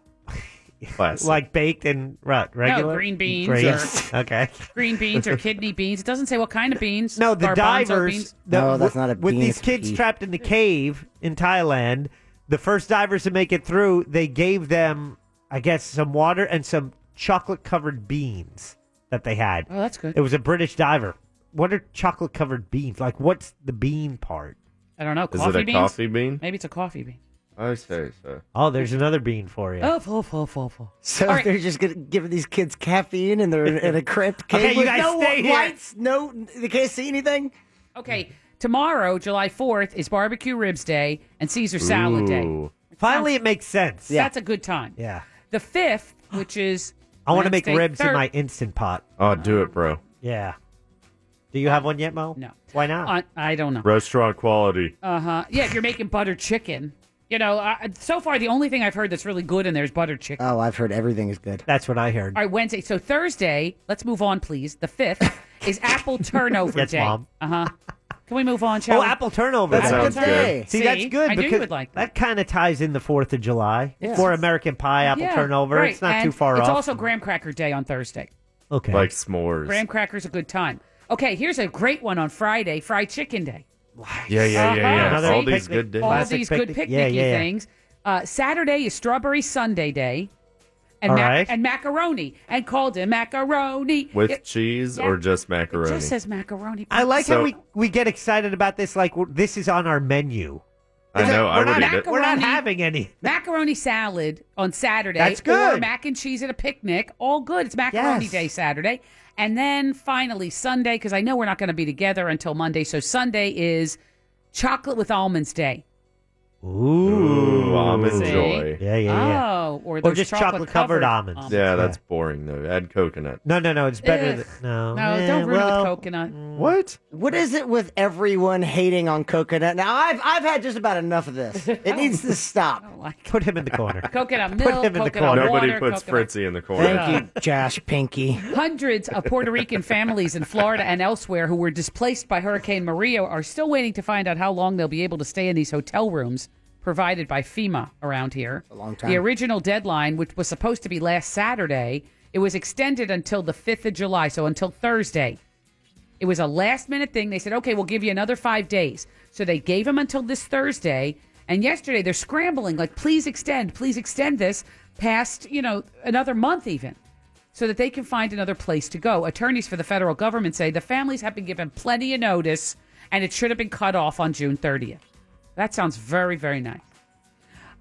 Speaker 6: like baked and right, regular
Speaker 8: green beans
Speaker 6: Green.
Speaker 8: or-
Speaker 6: okay.
Speaker 8: Green beans or kidney beans. It doesn't say what kind of beans.
Speaker 6: No, Oh, the
Speaker 8: Garbanzo
Speaker 6: divers.
Speaker 8: beans.
Speaker 6: the-
Speaker 7: No, that's
Speaker 6: with-
Speaker 7: not a
Speaker 6: With
Speaker 7: bean,
Speaker 6: these
Speaker 7: it's a
Speaker 6: kids
Speaker 7: pea.
Speaker 6: trapped in the cave in Thailand, the first divers to make it through, they gave them, I guess, some water and some chocolate covered beans that they had.
Speaker 8: Oh, that's good.
Speaker 6: It was a British diver. What are chocolate covered beans? Like, what's the bean part?
Speaker 8: I don't know.
Speaker 9: Is it
Speaker 8: Coffee
Speaker 9: a
Speaker 8: beans?
Speaker 9: coffee bean?
Speaker 8: Maybe it's a coffee bean.
Speaker 9: I say so.
Speaker 6: Oh, there's another bean for you.
Speaker 8: Oh, full, full, full, full.
Speaker 7: So
Speaker 8: All right.
Speaker 7: they're just gonna giving these kids caffeine and they're in, in a cramped cave
Speaker 6: Okay, you
Speaker 7: with
Speaker 6: guys
Speaker 7: no
Speaker 6: stay here.
Speaker 7: lights, no they can't see anything.
Speaker 8: Okay, tomorrow, July 4th, is Barbecue Ribs Day and Caesar Salad Day.
Speaker 6: Ooh. Finally, it makes sense.
Speaker 8: That's a good time.
Speaker 6: Yeah.
Speaker 8: The 5th, which is.
Speaker 6: I want to make
Speaker 8: Wednesday,
Speaker 6: ribs in
Speaker 8: thir-
Speaker 6: my instant pot.
Speaker 9: Oh, do it, bro.
Speaker 6: Yeah. Do you have one yet, Mo? No. Why not?
Speaker 8: on- I don't know.
Speaker 9: Restaurant quality.
Speaker 8: Uh huh. Yeah, if you're making butter chicken. You know, I, so far, the only thing I've heard that's really good in there is butter chicken.
Speaker 7: Oh, I've heard everything is good.
Speaker 6: That's what I heard.
Speaker 8: All right, Wednesday. So Thursday, let's move on, please. The 5th is Apple Turnover
Speaker 6: Yes,
Speaker 8: Day.
Speaker 6: Mom.
Speaker 8: Uh huh. Can we move on, shall
Speaker 6: Oh,
Speaker 8: we?
Speaker 6: apple turnover.
Speaker 8: That's
Speaker 6: Day.
Speaker 8: a good Sounds day. good.
Speaker 6: See,
Speaker 8: See,
Speaker 6: that's good
Speaker 8: I knew you
Speaker 6: because
Speaker 8: would like
Speaker 6: that kind of ties in the Fourth of July
Speaker 8: Yeah.
Speaker 6: for American Pie, apple
Speaker 8: Yeah,
Speaker 6: turnover. It's
Speaker 8: right.
Speaker 6: not too
Speaker 8: And
Speaker 6: far
Speaker 8: it's
Speaker 6: off.
Speaker 8: also Graham Cracker Day on Thursday.
Speaker 6: Okay.
Speaker 9: Like s'mores.
Speaker 8: Graham cracker's a good time. Okay, here's a great one on Friday, fried chicken day.
Speaker 9: Yeah, yeah, yeah, yeah.
Speaker 8: Uh-huh.
Speaker 9: All
Speaker 8: See?
Speaker 9: these good days.
Speaker 8: All these good picnicky things. Uh, Saturday is Strawberry Sunday day, and
Speaker 9: All
Speaker 8: mac-
Speaker 9: right.
Speaker 8: and macaroni, and called it macaroni
Speaker 9: With
Speaker 8: It-
Speaker 9: cheese or just macaroni?
Speaker 8: just says macaroni.
Speaker 6: I like how
Speaker 9: So-
Speaker 6: we, we get excited about this. Like we're- this is on our menu.
Speaker 9: I know, I
Speaker 6: We're
Speaker 9: would
Speaker 6: not,
Speaker 9: eat it.
Speaker 6: We're not having any.
Speaker 8: macaroni salad on Saturday.
Speaker 6: That's
Speaker 8: Or
Speaker 6: good.
Speaker 8: mac and cheese at a picnic. All good. It's macaroni
Speaker 6: Yes.
Speaker 8: day Saturday. And then finally Sunday, because I know we're not going to be together until Monday. So Sunday is chocolate with almonds day.
Speaker 6: Ooh,
Speaker 9: almond
Speaker 8: See?
Speaker 9: joy.
Speaker 6: Yeah, yeah, yeah.
Speaker 8: Oh, or,
Speaker 6: Or
Speaker 8: there's
Speaker 6: just
Speaker 8: chocolate
Speaker 6: chocolate-covered almonds.
Speaker 9: Yeah, that's boring though. Add coconut.
Speaker 6: No, no, no. It's
Speaker 7: better
Speaker 8: Ugh.
Speaker 7: than-
Speaker 6: no.
Speaker 8: No, don't ruin it
Speaker 7: well,
Speaker 8: with coconut.
Speaker 9: What?
Speaker 7: Mm. What is it with everyone hating on coconut? Now I've I've had just about enough of this. It needs to stop.
Speaker 6: Put him in the corner.
Speaker 8: Coconut milk,
Speaker 7: Put him in the
Speaker 8: coconut
Speaker 7: corner.
Speaker 8: water,
Speaker 9: Nobody puts
Speaker 8: coconut.
Speaker 9: Fritzy in the corner.
Speaker 7: Thank you, Josh Pinky.
Speaker 8: Hundreds of Puerto Rican families in Florida and elsewhere who were displaced by Hurricane Maria are still waiting to find out how long they'll be able to stay in these hotel rooms provided by FEMA around here. A long
Speaker 7: time.
Speaker 8: The original deadline, which was supposed to be last Saturday, it was extended until the 5th of July, so until Thursday. It was a last minute thing. They said, okay, we'll give you another five days. So they gave them until this Thursday. And yesterday they're scrambling, like, please extend, please extend this past, you know, another month even, so that they can find another place to go. Attorneys for the federal government say the families have been given plenty of notice and it should have been cut off on June 30th. That sounds very, very nice.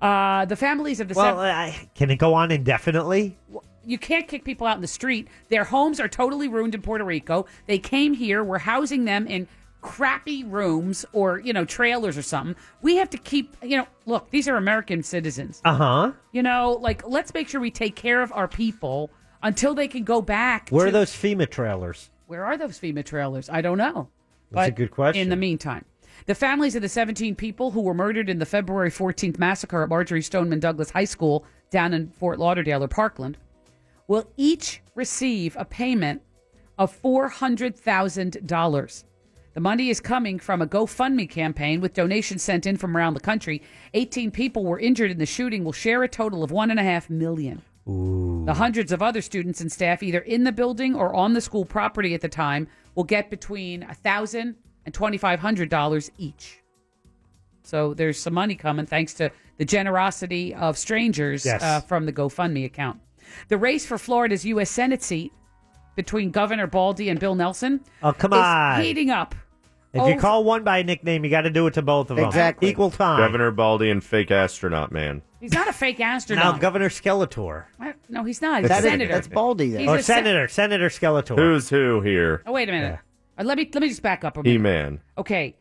Speaker 8: Uh, the families of the
Speaker 6: Well,
Speaker 8: sev-
Speaker 6: I, can it go on indefinitely?
Speaker 8: you can't kick people out in the street. Their homes are totally ruined in Puerto Rico. They came here. We're housing them in crappy rooms or, you know, trailers or something. We have to keep, you know, look, these are American citizens.
Speaker 6: Uh huh.
Speaker 8: You know, like, let's make sure we take care of our people until they can go back.
Speaker 6: Where
Speaker 8: to-
Speaker 6: are those FEMA trailers?
Speaker 8: Where are those FEMA trailers? I don't know.
Speaker 6: That's a
Speaker 8: But
Speaker 6: good question.
Speaker 8: In the meantime, the families of the 17 people who were murdered in the February 14th massacre at Marjorie Stoneman Douglas High School down in Fort Lauderdale or Parkland will each receive a payment of $400,000. The money is coming from a GoFundMe campaign with donations sent in from around the country. 18 people were injured in the shooting will share a total of $1.5 million. The hundreds of other students and staff, either in the building or on the school property at the time, will get between a thousand and twenty five hundred dollars each. So there's some money coming thanks to the generosity of strangers
Speaker 11: Yes.
Speaker 8: uh, from the GoFundMe account. The race for Florida's U.S. Senate seat between Governor Baldy and Bill Nelson
Speaker 6: Oh, come
Speaker 8: is
Speaker 6: on.
Speaker 8: heating up.
Speaker 6: If
Speaker 8: Oh,
Speaker 6: you call one by a nickname, you got to do it to both of them.
Speaker 8: Exactly.
Speaker 6: Equal time.
Speaker 9: Governor Baldy and fake astronaut man.
Speaker 8: he's not a fake
Speaker 6: now,
Speaker 8: astronaut.
Speaker 6: Governor Skeletor.
Speaker 8: I- no, he's not. He's
Speaker 6: That
Speaker 8: a
Speaker 6: is-
Speaker 8: senator.
Speaker 6: that's
Speaker 7: Baldy,
Speaker 8: He's
Speaker 6: or
Speaker 8: a sen-
Speaker 6: Senator. Senator Skeletor.
Speaker 9: Who's who here?
Speaker 8: oh, wait a minute. Uh, let me let me just back up a minute.
Speaker 9: He man.
Speaker 8: Okay.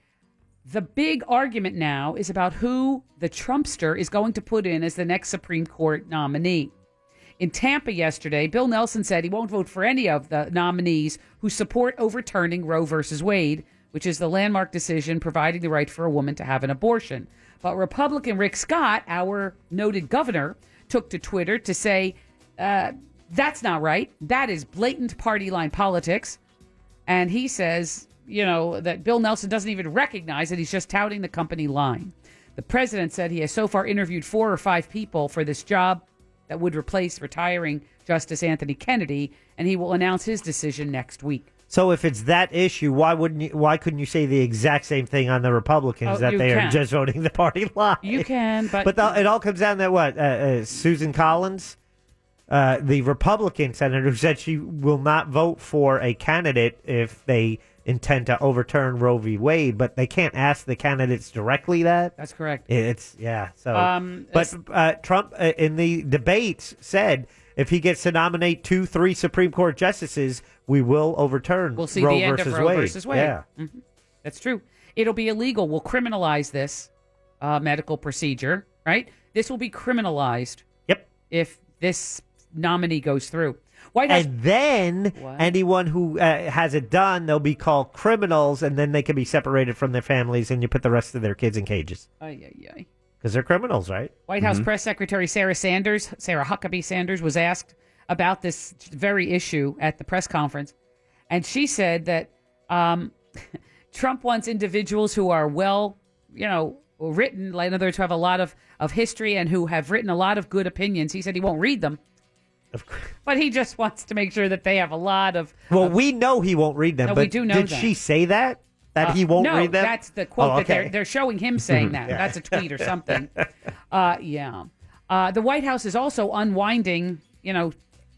Speaker 8: The big argument now is about who the Trumpster is going to put in as the next Supreme Court nominee. In Tampa yesterday, Bill Nelson said he won't vote for any of the nominees who support overturning Roe versus Wade, which is the landmark decision providing the right for a woman to have an abortion. But Republican Rick Scott, our noted governor, took to Twitter to say, uh, that's not right. That is blatant party line politics. And he says, you know, that Bill Nelson doesn't even recognize that he's just touting the company line. The president said he has so far interviewed four or five people for this job that would replace retiring Justice Anthony Kennedy, and he will announce his decision next week.
Speaker 6: So if it's that issue, why wouldn't you, why couldn't you say the exact same thing on the Republicans
Speaker 8: Oh,
Speaker 6: that
Speaker 8: you
Speaker 6: they
Speaker 8: can.
Speaker 6: are just voting the party line?
Speaker 8: You can, but,
Speaker 6: But the, it all comes down to what uh, uh, Susan Collins, uh, the Republican senator, who said she will not vote for a candidate if they intend to overturn Roe v. Wade, but they can't ask the candidates directly that.
Speaker 8: That's correct.
Speaker 6: It's yeah. So,
Speaker 8: Um,
Speaker 6: but uh, Trump uh, in the debates said if he gets to nominate two, three Supreme Court justices, we will overturn
Speaker 8: we'll see
Speaker 6: Roe
Speaker 8: the end
Speaker 6: versus
Speaker 8: of Roe
Speaker 6: Wade.
Speaker 8: versus Wade.
Speaker 6: Yeah.
Speaker 8: Mhm. That's true. It'll be illegal. We'll criminalize this uh, medical procedure, right? This will be criminalized.
Speaker 6: Yep.
Speaker 8: If this nominee goes through, White House
Speaker 6: And then anyone who uh, has it done, they'll be called criminals, and then they can be separated from their families, and you put the rest of their kids in cages
Speaker 8: Ay, ay, ay.
Speaker 6: because they're criminals, right?
Speaker 8: White House Press Secretary Sarah Sanders, Sarah Huckabee Sanders, was asked about this very issue at the press conference, and she said that um, Trump wants individuals who are well, you know, written, like in other words, who have a lot of of history and who have written a lot of good opinions. He said he won't read them. But he just wants to make sure that they have a lot of.
Speaker 6: Well, we know he won't read them.
Speaker 8: Uh, No,
Speaker 6: but
Speaker 8: we do know
Speaker 6: Did
Speaker 8: that.
Speaker 6: she say that? That
Speaker 8: Uh,
Speaker 6: he won't
Speaker 8: no,
Speaker 6: read them?
Speaker 8: that's the quote
Speaker 6: Oh,
Speaker 8: that they're,
Speaker 6: okay.
Speaker 8: they're showing him saying that.
Speaker 6: Yeah.
Speaker 8: That's a tweet or something. uh, yeah. Uh, the White House is also unwinding, you know,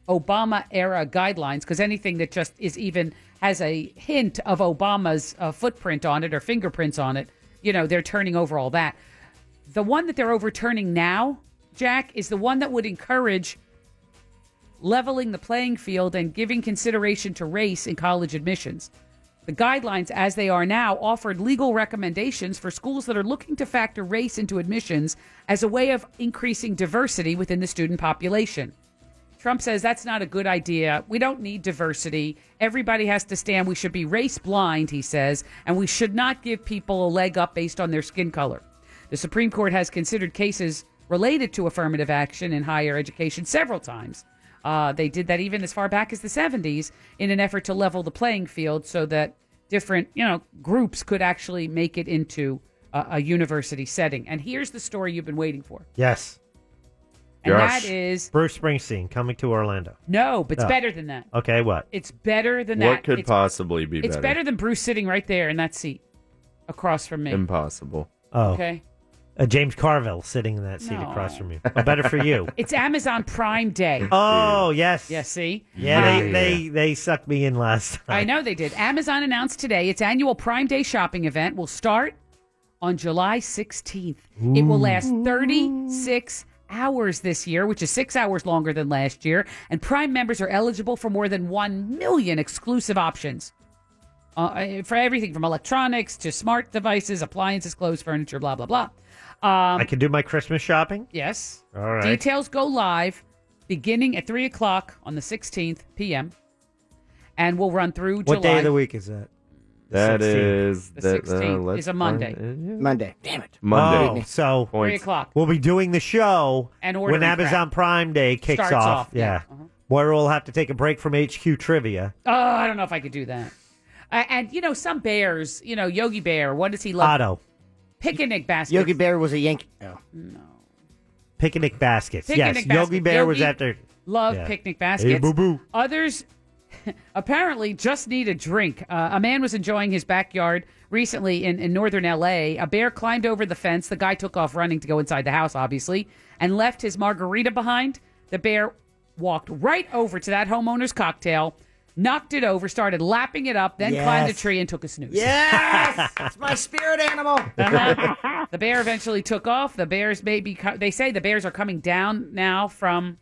Speaker 8: Obama era guidelines because anything that just is even has a hint of Obama's uh, footprint on it or fingerprints on it, you know, they're turning over all that. The one that they're overturning now, Jack, is the one that would encourage leveling the playing field and giving consideration to race in college admissions. The guidelines, as they are now, offered legal recommendations for schools that are looking to factor race into admissions as a way of increasing diversity within the student population. Trump says that's not a good idea. We don't need diversity. Everybody has to stand. We should be race blind, he says, and we should not give people a leg up based on their skin color. The Supreme Court has considered cases related to affirmative action in higher education several times. Uh, they did that even as far back as the 70s in an effort to level the playing field so that different, you know, groups could actually make it into a, a university setting. And here's the story you've been waiting for.
Speaker 6: Yes.
Speaker 8: And Yes. that is-
Speaker 6: Bruce Springsteen coming to Orlando.
Speaker 8: No, but it's
Speaker 6: No.
Speaker 8: better than that.
Speaker 6: Okay, what?
Speaker 8: It's better than that.
Speaker 9: What could
Speaker 8: It's-
Speaker 9: possibly be
Speaker 8: It's better than Bruce sitting right there in that seat across from me.
Speaker 9: Impossible.
Speaker 6: Oh.
Speaker 8: Okay.
Speaker 6: Uh, James Carville sitting in that seat across from you. Oh, better for you.
Speaker 8: It's Amazon Prime Day.
Speaker 6: Oh, yes.
Speaker 8: Yeah, see?
Speaker 6: Yeah, they,
Speaker 8: Uh,
Speaker 6: they they sucked me in last time.
Speaker 8: I know they did. Amazon announced today its annual Prime Day shopping event will start on July 16th. It will
Speaker 11: Ooh.
Speaker 8: last 36 hours this year, which is six hours longer than last year. And Prime members are eligible for more than 1 million exclusive options uh, for everything from electronics to smart devices, appliances, clothes, furniture, blah, blah, blah. Um,
Speaker 6: I can do my Christmas shopping.
Speaker 8: Yes.
Speaker 6: All right.
Speaker 8: Details go live beginning at 3 o'clock on the 16th p.m. and will run through
Speaker 6: What
Speaker 8: July.
Speaker 6: day of the week is that?
Speaker 9: That
Speaker 6: 16th.
Speaker 9: is
Speaker 8: The
Speaker 9: that,
Speaker 8: 16th
Speaker 9: let's
Speaker 8: is a Monday.
Speaker 9: find it.
Speaker 7: Monday. Damn it.
Speaker 9: Monday.
Speaker 6: Oh, so
Speaker 9: Points.
Speaker 8: o'clock.
Speaker 6: We'll be doing the show
Speaker 8: And ordering
Speaker 6: when Amazon
Speaker 8: crap.
Speaker 6: Prime Day kicks
Speaker 8: Starts off, Uh-huh.
Speaker 6: Yeah. Moira will have to take a break from HQ trivia.
Speaker 8: Oh, I don't know if I could do that. Uh, and, you know, some bears, you know, Yogi Bear, what does he love?
Speaker 6: Otto,
Speaker 8: Picnic basket.
Speaker 7: Yogi Bear was a Yankee. Oh.
Speaker 6: picnic baskets.
Speaker 8: Picnic
Speaker 6: yes,
Speaker 8: basket.
Speaker 6: Yogi Bear was
Speaker 8: Yogi
Speaker 6: after.
Speaker 8: Love
Speaker 6: Yeah.
Speaker 8: picnic baskets.
Speaker 6: Hey, boo boo.
Speaker 8: Others apparently just need a drink. Uh, a man was enjoying his backyard recently in, in northern LA. A bear climbed over the fence. The guy took off running to go inside the house, obviously, and left his margarita behind. The bear walked right over to that homeowner's cocktail, knocked it over, started lapping it up, then
Speaker 7: Yes.
Speaker 8: climbed a tree and took a snooze.
Speaker 7: Yes! it's my spirit animal.
Speaker 8: Uh-huh. the bear eventually took off. The bears may be. Co- they say the bears are coming down now from.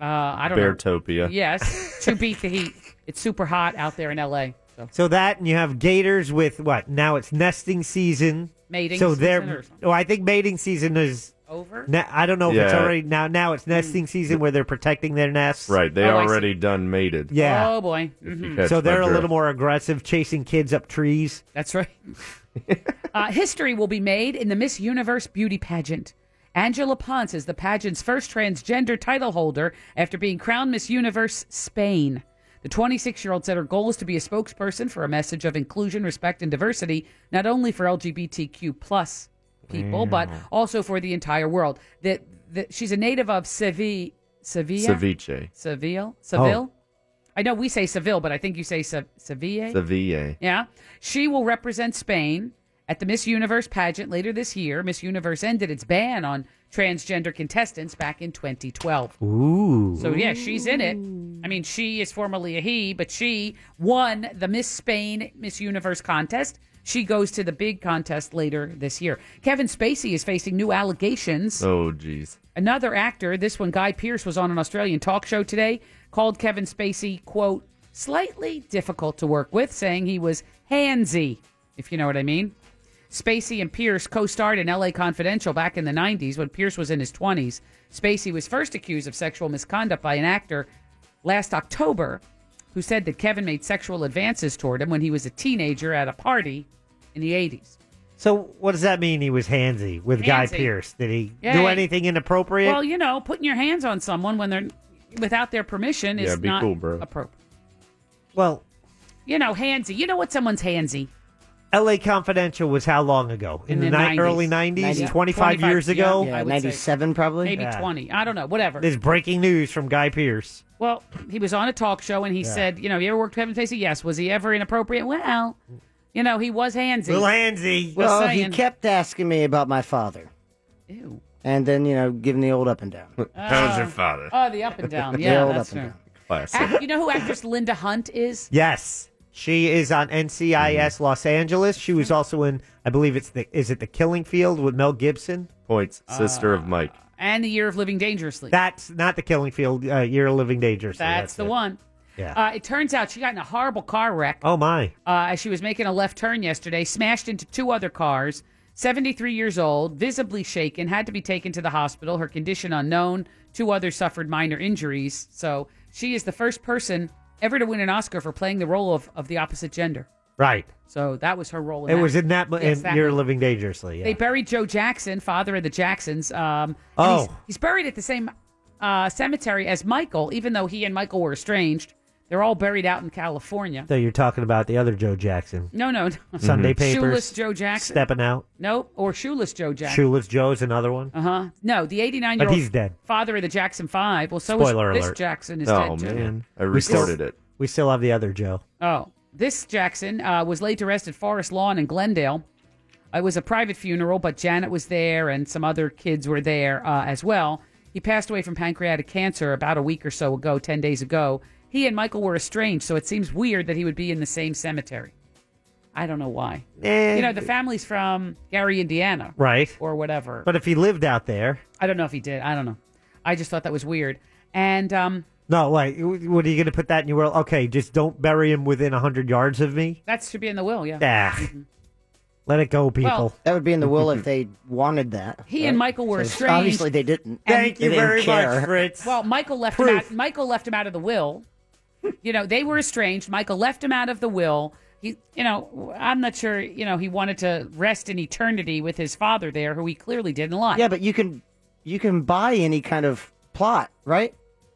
Speaker 8: Uh, I don't know.
Speaker 9: Beartopia.
Speaker 8: Yes, to beat the heat. It's super hot out there in L.A. So
Speaker 6: So that, and you have gators with what? Now it's nesting season.
Speaker 8: Mating
Speaker 6: So
Speaker 8: season or
Speaker 6: they're.
Speaker 8: something.
Speaker 6: Well, I think mating season is.
Speaker 8: Over? Hmm.
Speaker 6: Ne- I don't know if it's
Speaker 9: Yeah.
Speaker 6: already now. Now it's nesting season where they're protecting their nests.
Speaker 9: Right. They already done mated.
Speaker 6: Yeah.
Speaker 8: Oh boy.
Speaker 9: you
Speaker 8: Mhm.
Speaker 9: catch
Speaker 6: so
Speaker 9: my
Speaker 6: they're a
Speaker 9: drift.
Speaker 6: little more aggressive, chasing kids up trees.
Speaker 8: That's right. Uh, history will be made in the Miss Universe beauty pageant. Angela Ponce is the pageant's first transgender title holder after being crowned Miss Universe Spain. The 26 year old said her goal is to be a spokesperson for a message of inclusion, respect, and diversity, not only for LGBTQ plus people, but
Speaker 9: Wow.
Speaker 8: also for the entire world. That that she's a native of Seville, Sevilla,
Speaker 9: Ceviche. Oh.
Speaker 8: Seville, Seville. I know we say Seville, but I think you say Se- Seville.
Speaker 9: The VA.
Speaker 8: Yeah. She will represent Spain at the Miss Universe pageant later this year. Miss Universe ended its ban on transgender contestants back in 2012.
Speaker 6: Ooh.
Speaker 8: So, yeah, she's in it. I mean, she is formerly a he, but she won the Miss Spain Miss Universe contest. She goes to the big contest later this year. Kevin Spacey is facing new allegations
Speaker 9: Oh jeez.
Speaker 8: Another actor, this one, Guy Pearce, was on an Australian talk show today, called Kevin Spacey, quote, slightly difficult to work with, saying he was handsy, if you know what I mean. Spacey and Pierce co starred in LA Confidential back in the 90s when Pierce was in his 20s. Spacey was first accused of sexual misconduct by an actor last October who said that Kevin made sexual advances toward him when he was a teenager at a party in the 80s.
Speaker 6: So what does that mean? He was handsy with Guy
Speaker 8: Handsy.
Speaker 6: Pierce. Did he
Speaker 8: Yeah,
Speaker 6: do
Speaker 8: he-
Speaker 6: anything inappropriate?
Speaker 8: Well, you know, putting your hands on someone when they're without their permission is
Speaker 6: Yeah, be
Speaker 8: not
Speaker 6: cool, bro.
Speaker 8: appropriate.
Speaker 6: Well,
Speaker 8: you know, handsy. You know what someone's handsy?
Speaker 6: LA Confidential was how long ago? In,
Speaker 8: In
Speaker 6: the,
Speaker 8: the
Speaker 6: ni-
Speaker 8: 90s.
Speaker 6: early 90s,
Speaker 8: 90s.
Speaker 6: 25, years
Speaker 8: yeah,
Speaker 6: ago?
Speaker 8: I would say.
Speaker 7: probably.
Speaker 8: Maybe
Speaker 6: Yeah.
Speaker 8: 20. I don't know. Whatever.
Speaker 6: There's breaking news from Guy Pierce.
Speaker 8: Well, he was on a talk show and he
Speaker 6: Yeah.
Speaker 8: said, you know, you ever worked with Kevin Spacey? Yes. Was he ever inappropriate? Well, you know, he was handsy.
Speaker 7: Little
Speaker 6: handsy. Oh,
Speaker 7: Well,
Speaker 8: Just
Speaker 7: he
Speaker 8: saying.
Speaker 7: kept asking me about my father.
Speaker 8: Ew.
Speaker 7: And then, you know, giving the old up and down.
Speaker 8: How's your father? oh, uh, the up and down.
Speaker 7: The
Speaker 8: Yeah,
Speaker 7: old
Speaker 8: that's
Speaker 7: up and
Speaker 8: true.
Speaker 6: Classic.
Speaker 8: Act- you know who actress Linda Hunt is?
Speaker 6: Yes. She is on NCIS Los Angeles. She was also in, I believe it's the, is it the Killing Field with Mel Gibson?
Speaker 9: Points.
Speaker 8: Uh,
Speaker 9: Sister
Speaker 8: Ah.
Speaker 9: of Mike.
Speaker 8: And the Year of Living Dangerously.
Speaker 6: That's not the Killing Field. Uh, Year of Living Dangerously.
Speaker 8: That's, the
Speaker 6: it.
Speaker 8: one.
Speaker 6: Yeah.
Speaker 8: Uh, it turns out she got in a horrible car wreck
Speaker 6: oh my.
Speaker 8: uh, as she was making a left turn yesterday, smashed into two other cars. 73 years old, visibly shaken, had to be taken to the hospital. Her condition unknown. Two others suffered minor injuries. So she is the first person ever to win an Oscar for playing the role of, of the opposite gender.
Speaker 6: Right.
Speaker 8: So that was her role. In
Speaker 6: It
Speaker 8: that.
Speaker 6: was in that, mo-
Speaker 8: Yes,
Speaker 6: in
Speaker 8: that
Speaker 6: Year of
Speaker 8: movie.
Speaker 6: Living Dangerously. Yeah.
Speaker 8: They buried Joe Jackson, father of the Jacksons. Um, and
Speaker 6: Oh.
Speaker 8: he's, he's buried at the same uh, cemetery as Michael, even though he and Michael were estranged. They're all buried out in California.
Speaker 6: so you're talking about the other Joe Jackson.
Speaker 8: No, no, no.
Speaker 6: Sunday Papers.
Speaker 8: Shoeless Joe Jackson.
Speaker 6: Stepping out.
Speaker 8: Nope, or shoeless Joe Jackson.
Speaker 6: Shoeless Joe's another one.
Speaker 8: Uh huh. No, the 89 year
Speaker 6: But
Speaker 8: old
Speaker 6: he's dead.
Speaker 8: father of the Jackson Five. Well, so
Speaker 6: Spoiler
Speaker 8: is this
Speaker 6: alert.
Speaker 8: Jackson is
Speaker 9: Oh,
Speaker 8: dead too.
Speaker 9: man. I
Speaker 6: We still-
Speaker 9: recorded it.
Speaker 6: We still have the other Joe.
Speaker 8: Oh, this Jackson uh, was laid to rest at Forest Lawn in Glendale. It was a private funeral, but Janet was there and some other kids were there uh, as well. He passed away from pancreatic cancer about a week or so ago, 10 days ago. He and Michael were estranged, so it seems weird that he would be in the same cemetery. I don't know why.
Speaker 6: Eh.
Speaker 8: you know, the family's from Gary, Indiana.
Speaker 6: Right.
Speaker 8: Or whatever.
Speaker 6: But if he lived out there,
Speaker 8: I don't know if he did. I don't know. I just thought that was weird. And um,
Speaker 6: no, like, w- what are you going to put that in your world? Okay, just don't bury him within 100 yards of me.
Speaker 8: that should be in the will, yeah. Mm-hmm.
Speaker 6: Ah. Let it go, people.
Speaker 8: Well-
Speaker 7: That would be in the will if they wanted that.
Speaker 8: He and Michael were
Speaker 7: So
Speaker 8: estranged.
Speaker 7: Obviously, they didn't.
Speaker 8: Thank
Speaker 7: They
Speaker 8: you
Speaker 7: didn't
Speaker 8: very
Speaker 7: care.
Speaker 6: much, Fritz.
Speaker 8: Well, Michael left him out. Michael left him out of the will. You know, they were estranged. Michael left him out of the will. He, you know, I'm not sure. You know, he wanted to rest in eternity with his father there, who he clearly didn't like.
Speaker 7: Yeah, but you can you can buy any kind of plot, right?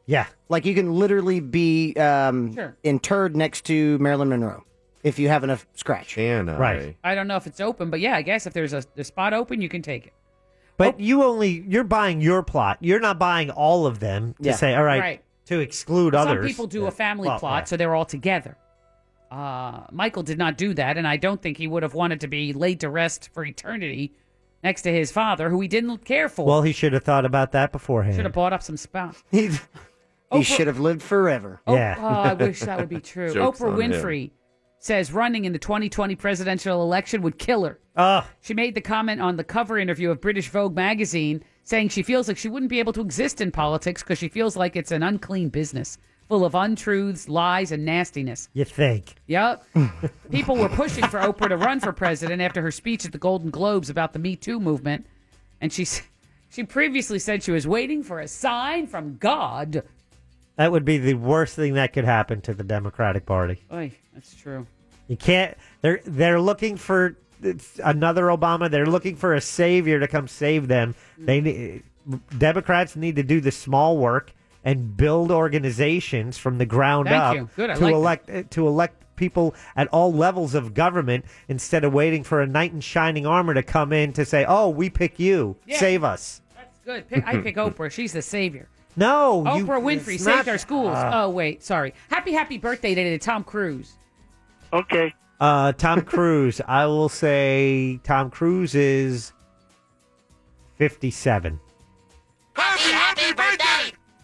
Speaker 6: Yeah.
Speaker 7: Like you can literally be um, interred next to Marilyn Monroe if you have enough scratch.
Speaker 9: Can
Speaker 6: Right.
Speaker 8: I don't know if it's open, but yeah, I guess if there's a, a spot open, you can take it.
Speaker 7: oh.
Speaker 6: But you only you're buying your plot. You're not buying all of them to
Speaker 8: Yeah.
Speaker 6: say, all right,
Speaker 8: Right.
Speaker 6: to exclude
Speaker 8: Some
Speaker 6: others.
Speaker 8: people do
Speaker 6: Yeah.
Speaker 8: a family
Speaker 6: Well,
Speaker 8: plot,
Speaker 6: yeah.
Speaker 8: so they're all together. Uh, Michael did not do that, and I don't think he would have wanted to be laid to rest for eternity next to his father, who he didn't care for.
Speaker 6: Well, he should have thought about that beforehand.
Speaker 8: should have bought up some spots.
Speaker 7: He should have lived forever.
Speaker 8: Oh,
Speaker 6: Yeah.
Speaker 8: oh, I wish that would be true.
Speaker 6: Joke's
Speaker 8: Oprah
Speaker 6: on him.
Speaker 8: Winfrey says running in the 2020 presidential election would kill her.
Speaker 6: Ugh.
Speaker 8: She made the comment on the cover interview of British Vogue magazine, saying she feels like she wouldn't be able to exist in politics because she feels like it's an unclean business full of untruths, lies, and nastiness.
Speaker 6: You think?
Speaker 8: Yep. People were pushing for Oprah to run for president after her speech at the Golden Globes about the Me Too movement. And she, s- she previously said she was waiting for a sign from God.
Speaker 6: That would be the worst thing that could happen to the Democratic Party.
Speaker 8: Oy, that's true.
Speaker 6: You can't. They're they're looking for it's another Obama. They're looking for a savior to come save them. They ne- Democrats need to do the small work and build organizations from the ground
Speaker 8: Thank
Speaker 6: up
Speaker 8: you. Good, I
Speaker 6: to
Speaker 8: like
Speaker 6: elect
Speaker 8: that.
Speaker 6: eh, to elect people at all levels of government instead of waiting for a knight in shining armor to come in to say, "Oh, we pick you,
Speaker 8: Yeah.
Speaker 6: save us."
Speaker 8: That's good. Pick, I pick Oprah. She's the savior.
Speaker 6: No,
Speaker 8: Oprah
Speaker 6: Oh, you-
Speaker 8: Winfrey
Speaker 6: it's
Speaker 8: saved
Speaker 6: not-
Speaker 8: our schools.
Speaker 6: Uh,
Speaker 8: oh wait, sorry. Happy happy birthday today to Tom Cruise.
Speaker 10: Okay.
Speaker 6: Uh, Tom Cruise. I will say Tom Cruise is fifty-seven.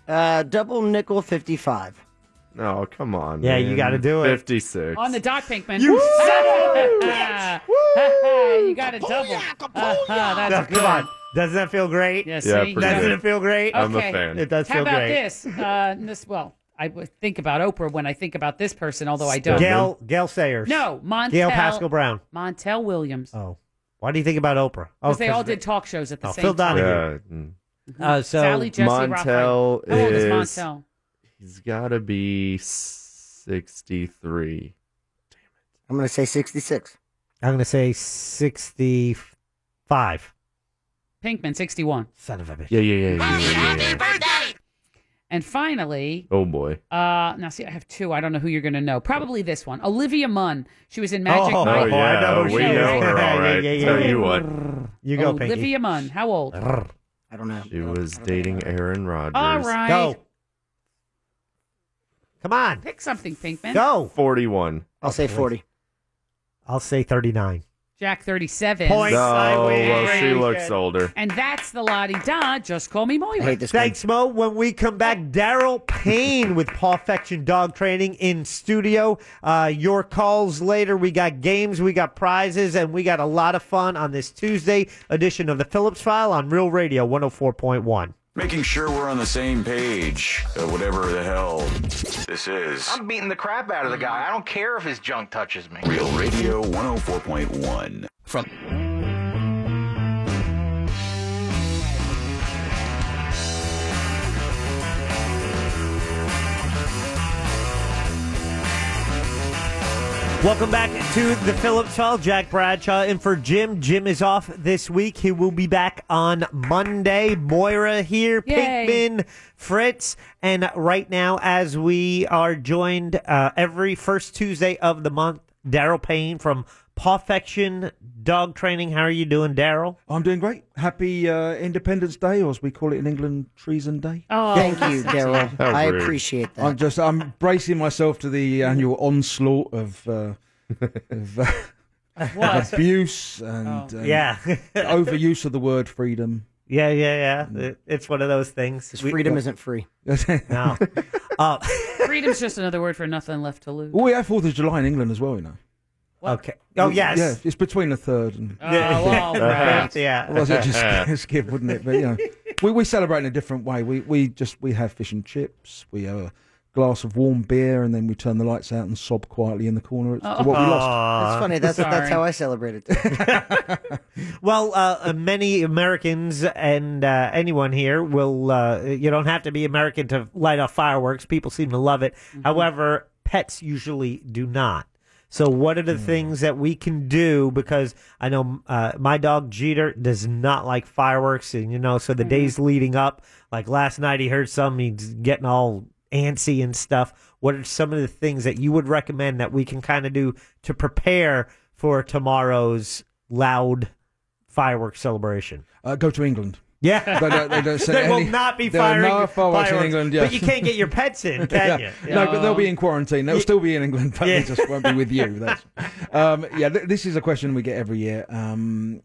Speaker 7: Uh, double nickel fifty-five.
Speaker 9: No, come on.
Speaker 6: Yeah, you
Speaker 9: man.
Speaker 6: gotta do it.
Speaker 9: 56.
Speaker 8: On the dot, Pinkman.
Speaker 9: You
Speaker 8: you got a double. Ah,
Speaker 6: No,
Speaker 8: that's
Speaker 6: come
Speaker 8: good.
Speaker 6: on. Doesn't that feel great?
Speaker 8: Yes,
Speaker 9: Yeah, see? pretty
Speaker 6: Doesn't
Speaker 9: good.
Speaker 6: it feel great?
Speaker 9: I'm a Okay. fan.
Speaker 6: It does
Speaker 8: How
Speaker 6: feel
Speaker 8: about
Speaker 6: great.
Speaker 8: this? Uh, this? Well, I would think about Oprah when I think about this person, although I don't.
Speaker 6: Gail, Gail Sayers.
Speaker 8: No, Montel.
Speaker 6: Gail Pascal Brown.
Speaker 8: Montel Williams.
Speaker 6: Oh. Why do you think about Oprah? Oh,
Speaker 8: Because they all did talk shows at the
Speaker 6: Oh,
Speaker 8: same
Speaker 6: Phil
Speaker 8: time.
Speaker 9: mm.
Speaker 8: Mm-hmm.
Speaker 6: Donahue. Uh, so
Speaker 8: Sally Jesse
Speaker 9: Montel
Speaker 8: Rothright. How old is
Speaker 9: is-
Speaker 8: Montel?
Speaker 9: He's got to be 63.
Speaker 7: I'm gonna say sixty-six.
Speaker 6: I'm going to say 65.
Speaker 8: Pinkman, sixty-one.
Speaker 6: Son of a bitch.
Speaker 9: Yeah, yeah, yeah. yeah, yeah, yeah, yeah.
Speaker 8: And finally,
Speaker 9: Oh boy.
Speaker 8: uh, now see, I have two. I don't know who you're going to know. Probably this one, Olivia Munn. She was in Magic.
Speaker 9: oh,
Speaker 8: Mike.
Speaker 9: yeah, we
Speaker 8: Yeah,
Speaker 9: know her
Speaker 8: right.
Speaker 9: all right.
Speaker 8: yeah, yeah,
Speaker 9: Tell
Speaker 8: yeah.
Speaker 9: you what,
Speaker 6: You
Speaker 8: Olivia Munn. How old?
Speaker 7: I don't know.
Speaker 9: She was dating Aaron Rodgers.
Speaker 8: All right. Go.
Speaker 6: Come on.
Speaker 8: Pick something, Pinkman.
Speaker 6: Go.
Speaker 9: 41.
Speaker 7: I'll say 40.
Speaker 6: I'll say 39.
Speaker 8: Jack 37.
Speaker 9: No, well, she looks older.
Speaker 8: And that's the Lottie Da. Just call me Moira.
Speaker 6: Thanks, Mo. When we come back, Daryl Payne with Pawfection Dog Training in studio. Uh, your calls later. We got games, we got prizes, and we got a lot of fun on this Tuesday edition of the Phillips File on Real Radio 104.1.
Speaker 11: Making sure we're on the same page, uh, whatever the hell this is.
Speaker 12: I'm beating the crap out of the
Speaker 2: Mm-hmm.
Speaker 12: guy. I don't care if his junk touches me.
Speaker 11: Real Radio 104.1. From
Speaker 6: Welcome back to the Phillips Hall. Jack Bradshaw in for Jim. Jim is off this week. He will be back on Monday. Moira here,
Speaker 4: Yay.
Speaker 6: Pinkman, Fritz, and right now, as we are joined uh, every first Tuesday of the month, Daryl Payne from Pawfection Dog Training. How are you doing, Daryl?
Speaker 13: I'm doing great. Happy uh, Independence Day, or as we call it in England, Treason Day.
Speaker 8: Oh,
Speaker 7: Thank you, Daryl.
Speaker 13: How
Speaker 7: I
Speaker 13: rude.
Speaker 7: appreciate that.
Speaker 13: I'm just I'm bracing myself to the annual onslaught of, uh, of, uh,
Speaker 6: What? Oh.
Speaker 13: abuse and um,
Speaker 6: Yeah.
Speaker 13: overuse of the word freedom.
Speaker 6: Yeah, yeah, yeah. It- It's one of those things.
Speaker 13: freedom isn't
Speaker 7: free.
Speaker 6: no. Uh,
Speaker 8: Freedom's just another word for nothing left to lose.
Speaker 13: Well, we have Oh, Fourth of July in England as well, you know.
Speaker 6: Okay. Oh, yes.
Speaker 13: Yeah, it's between the third and
Speaker 6: Oh, all right. Yeah.
Speaker 13: Otherwise it'd just skip, wouldn't it? But you know, we we celebrate in a different way. We we just we have fish and chips. We have a glass of warm beer, and then we turn the lights out and sob quietly in the corner. It's
Speaker 6: Oh.
Speaker 13: what we lost.
Speaker 7: That's funny. That's that's how I celebrated.
Speaker 6: Well, uh, uh, many Americans and uh, anyone here will. Uh, you don't have to be American to light off fireworks. People seem to love it. However, pets usually do not. So, what are the things that we can do? Because I know uh, my dog Jeter does not like fireworks, and you know, so the days leading up, like last night, he heard some. He's getting all antsy and stuff. What are some of the things that you would recommend that we can kind of do to prepare for tomorrow's loud fireworks celebration?
Speaker 13: Uh, go to England.
Speaker 6: Yeah,
Speaker 13: They don't- they don't send
Speaker 6: There will
Speaker 13: any-
Speaker 6: not be
Speaker 13: there are
Speaker 6: firing
Speaker 13: no fireworks in
Speaker 6: fireworks,
Speaker 13: England,
Speaker 6: but
Speaker 13: yes.
Speaker 6: you can't get your pets in, can
Speaker 13: Yeah.
Speaker 6: you? Um,
Speaker 13: No, but they'll be in quarantine. They'll still be in England, but
Speaker 6: Yeah.
Speaker 13: they just won't be with you. That's, um, yeah, th- this is a question we get every year um,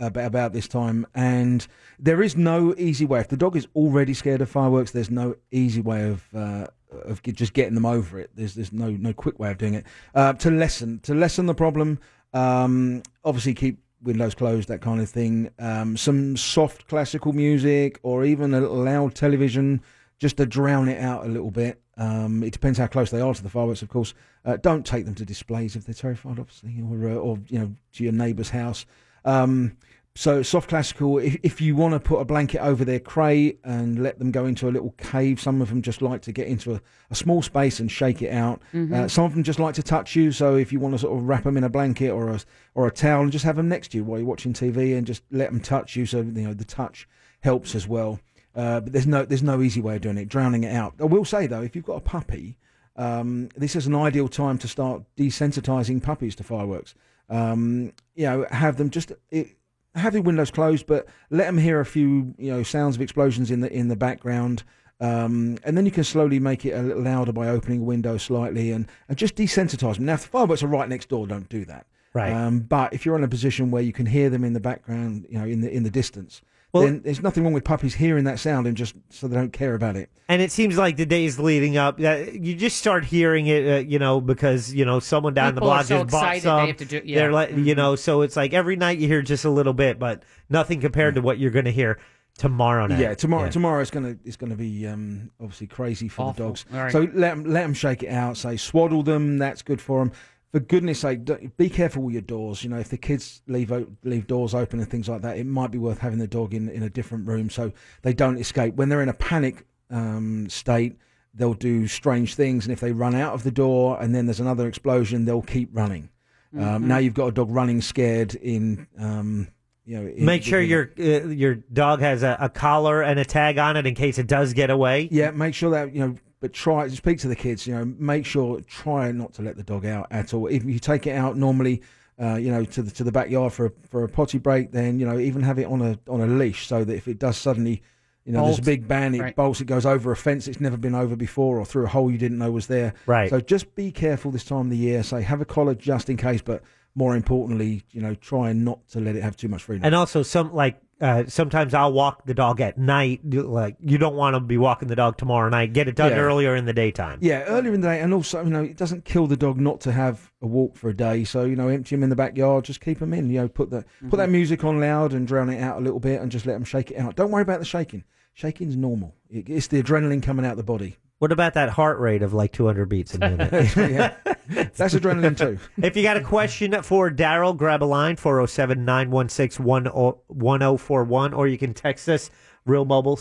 Speaker 13: about, about this time, and there is no easy way. If the dog is already scared of fireworks, there's no easy way of uh, of ge- just getting them over it. There's there's no no quick way of doing it. Uh, to lessen to lessen the problem, um, obviously keep windows closed, that kind of thing. Um, some soft classical music, or even a little loud television just to drown it out a little bit. Um, it depends how close they are to the fireworks, of course. Uh, don't take them to displays if they're terrified, obviously, or uh, or you know to your neighbour's house. Um, so soft classical. If, if you want to put a blanket over their crate and let them go into a little cave, some of them just like to get into a, a small space and shake it out.
Speaker 14: Mhm.
Speaker 13: Uh, some of them just like to touch you. So if you want to sort of wrap them in a blanket or a or a towel and just have them next to you while you're watching TV and just let them touch you. So you know the touch helps as well. Uh, but there's no there's no easy way of doing it. Drowning it out. I will say though, if you've got a puppy, um, this is an ideal time to start desensitizing puppies to fireworks. Um, you know, have them just it, have the windows closed, but let them hear a few you know sounds of explosions in the in the background. Um, and then you can slowly make it a little louder by opening a window slightly and, and just desensitize them. Now, if the fireworks are right next door, don't do that.
Speaker 6: Right.
Speaker 13: Um, but if you're in a position where you can hear them in the background, you know, in the in the distance,
Speaker 6: Well-
Speaker 13: then there's nothing wrong with puppies hearing that sound and just so they don't care about it.
Speaker 6: And it seems like the days leading up, uh, you just start hearing it, uh, you know, because you know someone down
Speaker 8: People
Speaker 6: the
Speaker 8: are
Speaker 6: block
Speaker 8: so
Speaker 6: just bought
Speaker 8: excited, they
Speaker 6: some.
Speaker 8: have to do- yeah.
Speaker 6: They're like, you
Speaker 13: Mm-hmm.
Speaker 6: know, so it's like every night you hear just a little bit, but nothing compared to what you're going to hear tomorrow night.
Speaker 13: Mm. Yeah, tomorrow tomorrow it's gonna it's gonna be um, obviously crazy for
Speaker 6: Awful.
Speaker 13: the dogs.
Speaker 6: All right.
Speaker 13: So let them let them shake it out. Say swaddle them. That's good for them. For goodness' sake, don't, be careful with your doors. You know, if the kids leave o- leave doors open and things like that, it might be worth having the dog in in a different room so they don't escape. When they're in a panic um, state, they'll do strange things, and if they run out of the door and then there's another
Speaker 6: Mm-hmm.
Speaker 13: explosion, they'll keep running. Um,
Speaker 14: Mhm.
Speaker 13: Now you've got a dog running scared in um, you know, it-
Speaker 6: Make sure
Speaker 13: it-
Speaker 6: your uh, your dog has a, a collar and a tag on it in case it does get away.
Speaker 13: Yeah, make sure that you know. But try speak to the kids. You know, make sure try not to let the dog out at all. If you take it out normally, uh, you know, to the to the backyard for a, for a potty break, then you know even have it on a on a leash so that if it does suddenly, you know, there's a
Speaker 6: Bolt.
Speaker 13: big ban, it
Speaker 6: Right.
Speaker 13: bolts, it goes over a fence it's never been over before, or through a hole you didn't know was there.
Speaker 6: Right.
Speaker 13: So just be careful this time of the year. Say have a collar just in case, but more importantly, you know, try not to let it have too much freedom.
Speaker 6: And also some like uh, sometimes I'll walk the dog at night. You- Like you don't want to be walking the dog tomorrow night. Get it done
Speaker 13: Yeah.
Speaker 6: earlier in the daytime.
Speaker 13: Yeah, earlier in the day, and also you know it doesn't kill the dog not to have a walk for a day. So you know, empty him in the backyard, just keep him in. You know, put that put
Speaker 6: Mm-hmm.
Speaker 13: that music on loud and drown it out a little bit, and just let him shake it out. Don't worry about the shaking. Shaking's normal. It, it's the adrenaline coming out the body.
Speaker 6: What about that heart rate of like 200 beats a minute?
Speaker 13: That's adrenaline too.
Speaker 6: if you got a question for Daryl, grab a line 407 916 oh, 1041, or you can text us real mobile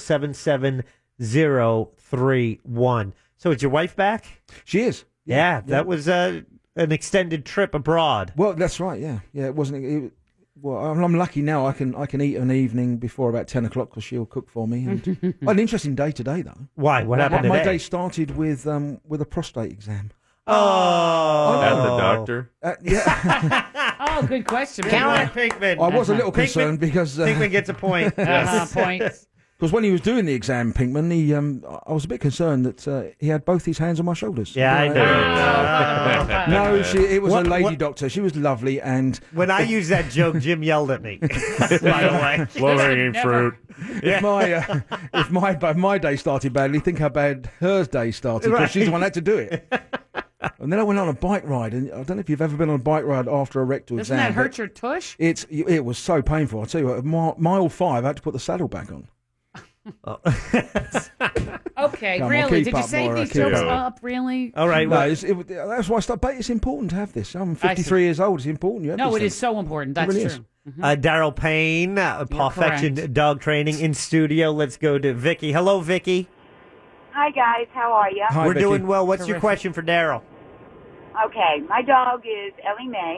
Speaker 6: 77031. So, is your wife back?
Speaker 13: She is.
Speaker 6: Yeah,
Speaker 13: Yeah.
Speaker 6: that was uh, an extended trip abroad.
Speaker 13: Well, that's right. Yeah, yeah. It wasn't. It, well, I'm, I'm lucky now. I can I can eat an evening before about ten o'clock because she'll cook for me. And, an interesting day today though.
Speaker 6: Why? What happened
Speaker 13: My, my
Speaker 6: today?
Speaker 13: day started with um with a prostate exam.
Speaker 6: Oh,
Speaker 9: At the doctor.
Speaker 13: Uh, yeah.
Speaker 8: Oh, good question.
Speaker 6: Caroline Pinkman.
Speaker 13: I was a little concerned because uh,
Speaker 6: Pinkman gets a point.
Speaker 8: Yes. Uh-huh, point.
Speaker 13: Because when he was doing the exam, Pinkman, he um, I- I was a bit concerned that uh, he had both his hands on my shoulders.
Speaker 6: Yeah, I
Speaker 13: Uh,
Speaker 6: know.
Speaker 13: no, she, it was
Speaker 6: What-
Speaker 13: a lady
Speaker 6: what-
Speaker 13: doctor. She was lovely, and
Speaker 6: When I used that joke, Jim yelled at me. By the way,
Speaker 13: Low-hanging fruit.
Speaker 6: Yeah.
Speaker 13: If my uh, if my but my day started badly, think how bad her day started because she's the one that had to do it. And then I went on a bike ride, and I don't know if you've ever been on a bike ride after a rectal
Speaker 8: Doesn't
Speaker 13: exam.
Speaker 8: that
Speaker 13: but
Speaker 8: hurt your tush?
Speaker 13: It's it was so painful. I tell you what, at mi- mile five, I had to put the saddle back on.
Speaker 8: Okay,
Speaker 13: Come on,
Speaker 8: really?
Speaker 13: keep
Speaker 8: Did you
Speaker 13: up,
Speaker 8: save
Speaker 13: Maura,
Speaker 8: these
Speaker 13: keep
Speaker 8: jokes
Speaker 13: up.
Speaker 8: up? Really?
Speaker 13: No, it's, it, that's why I stopped. But it's important to have this. I'm
Speaker 8: see.
Speaker 13: 53 years old. It's important. You have
Speaker 8: No,
Speaker 13: these
Speaker 8: it
Speaker 13: things.
Speaker 8: is so important.
Speaker 13: It
Speaker 8: That's
Speaker 13: really is.
Speaker 8: true. Mm-hmm.
Speaker 6: Uh, Daryl Payne, uh, Perfection Dog Training in studio. Let's go to Vicky. Hello, Vicky.
Speaker 14: Hi guys, how are you?
Speaker 6: We're doing well. What's your question for Daryl?
Speaker 14: Okay, my dog is Ellie Mae.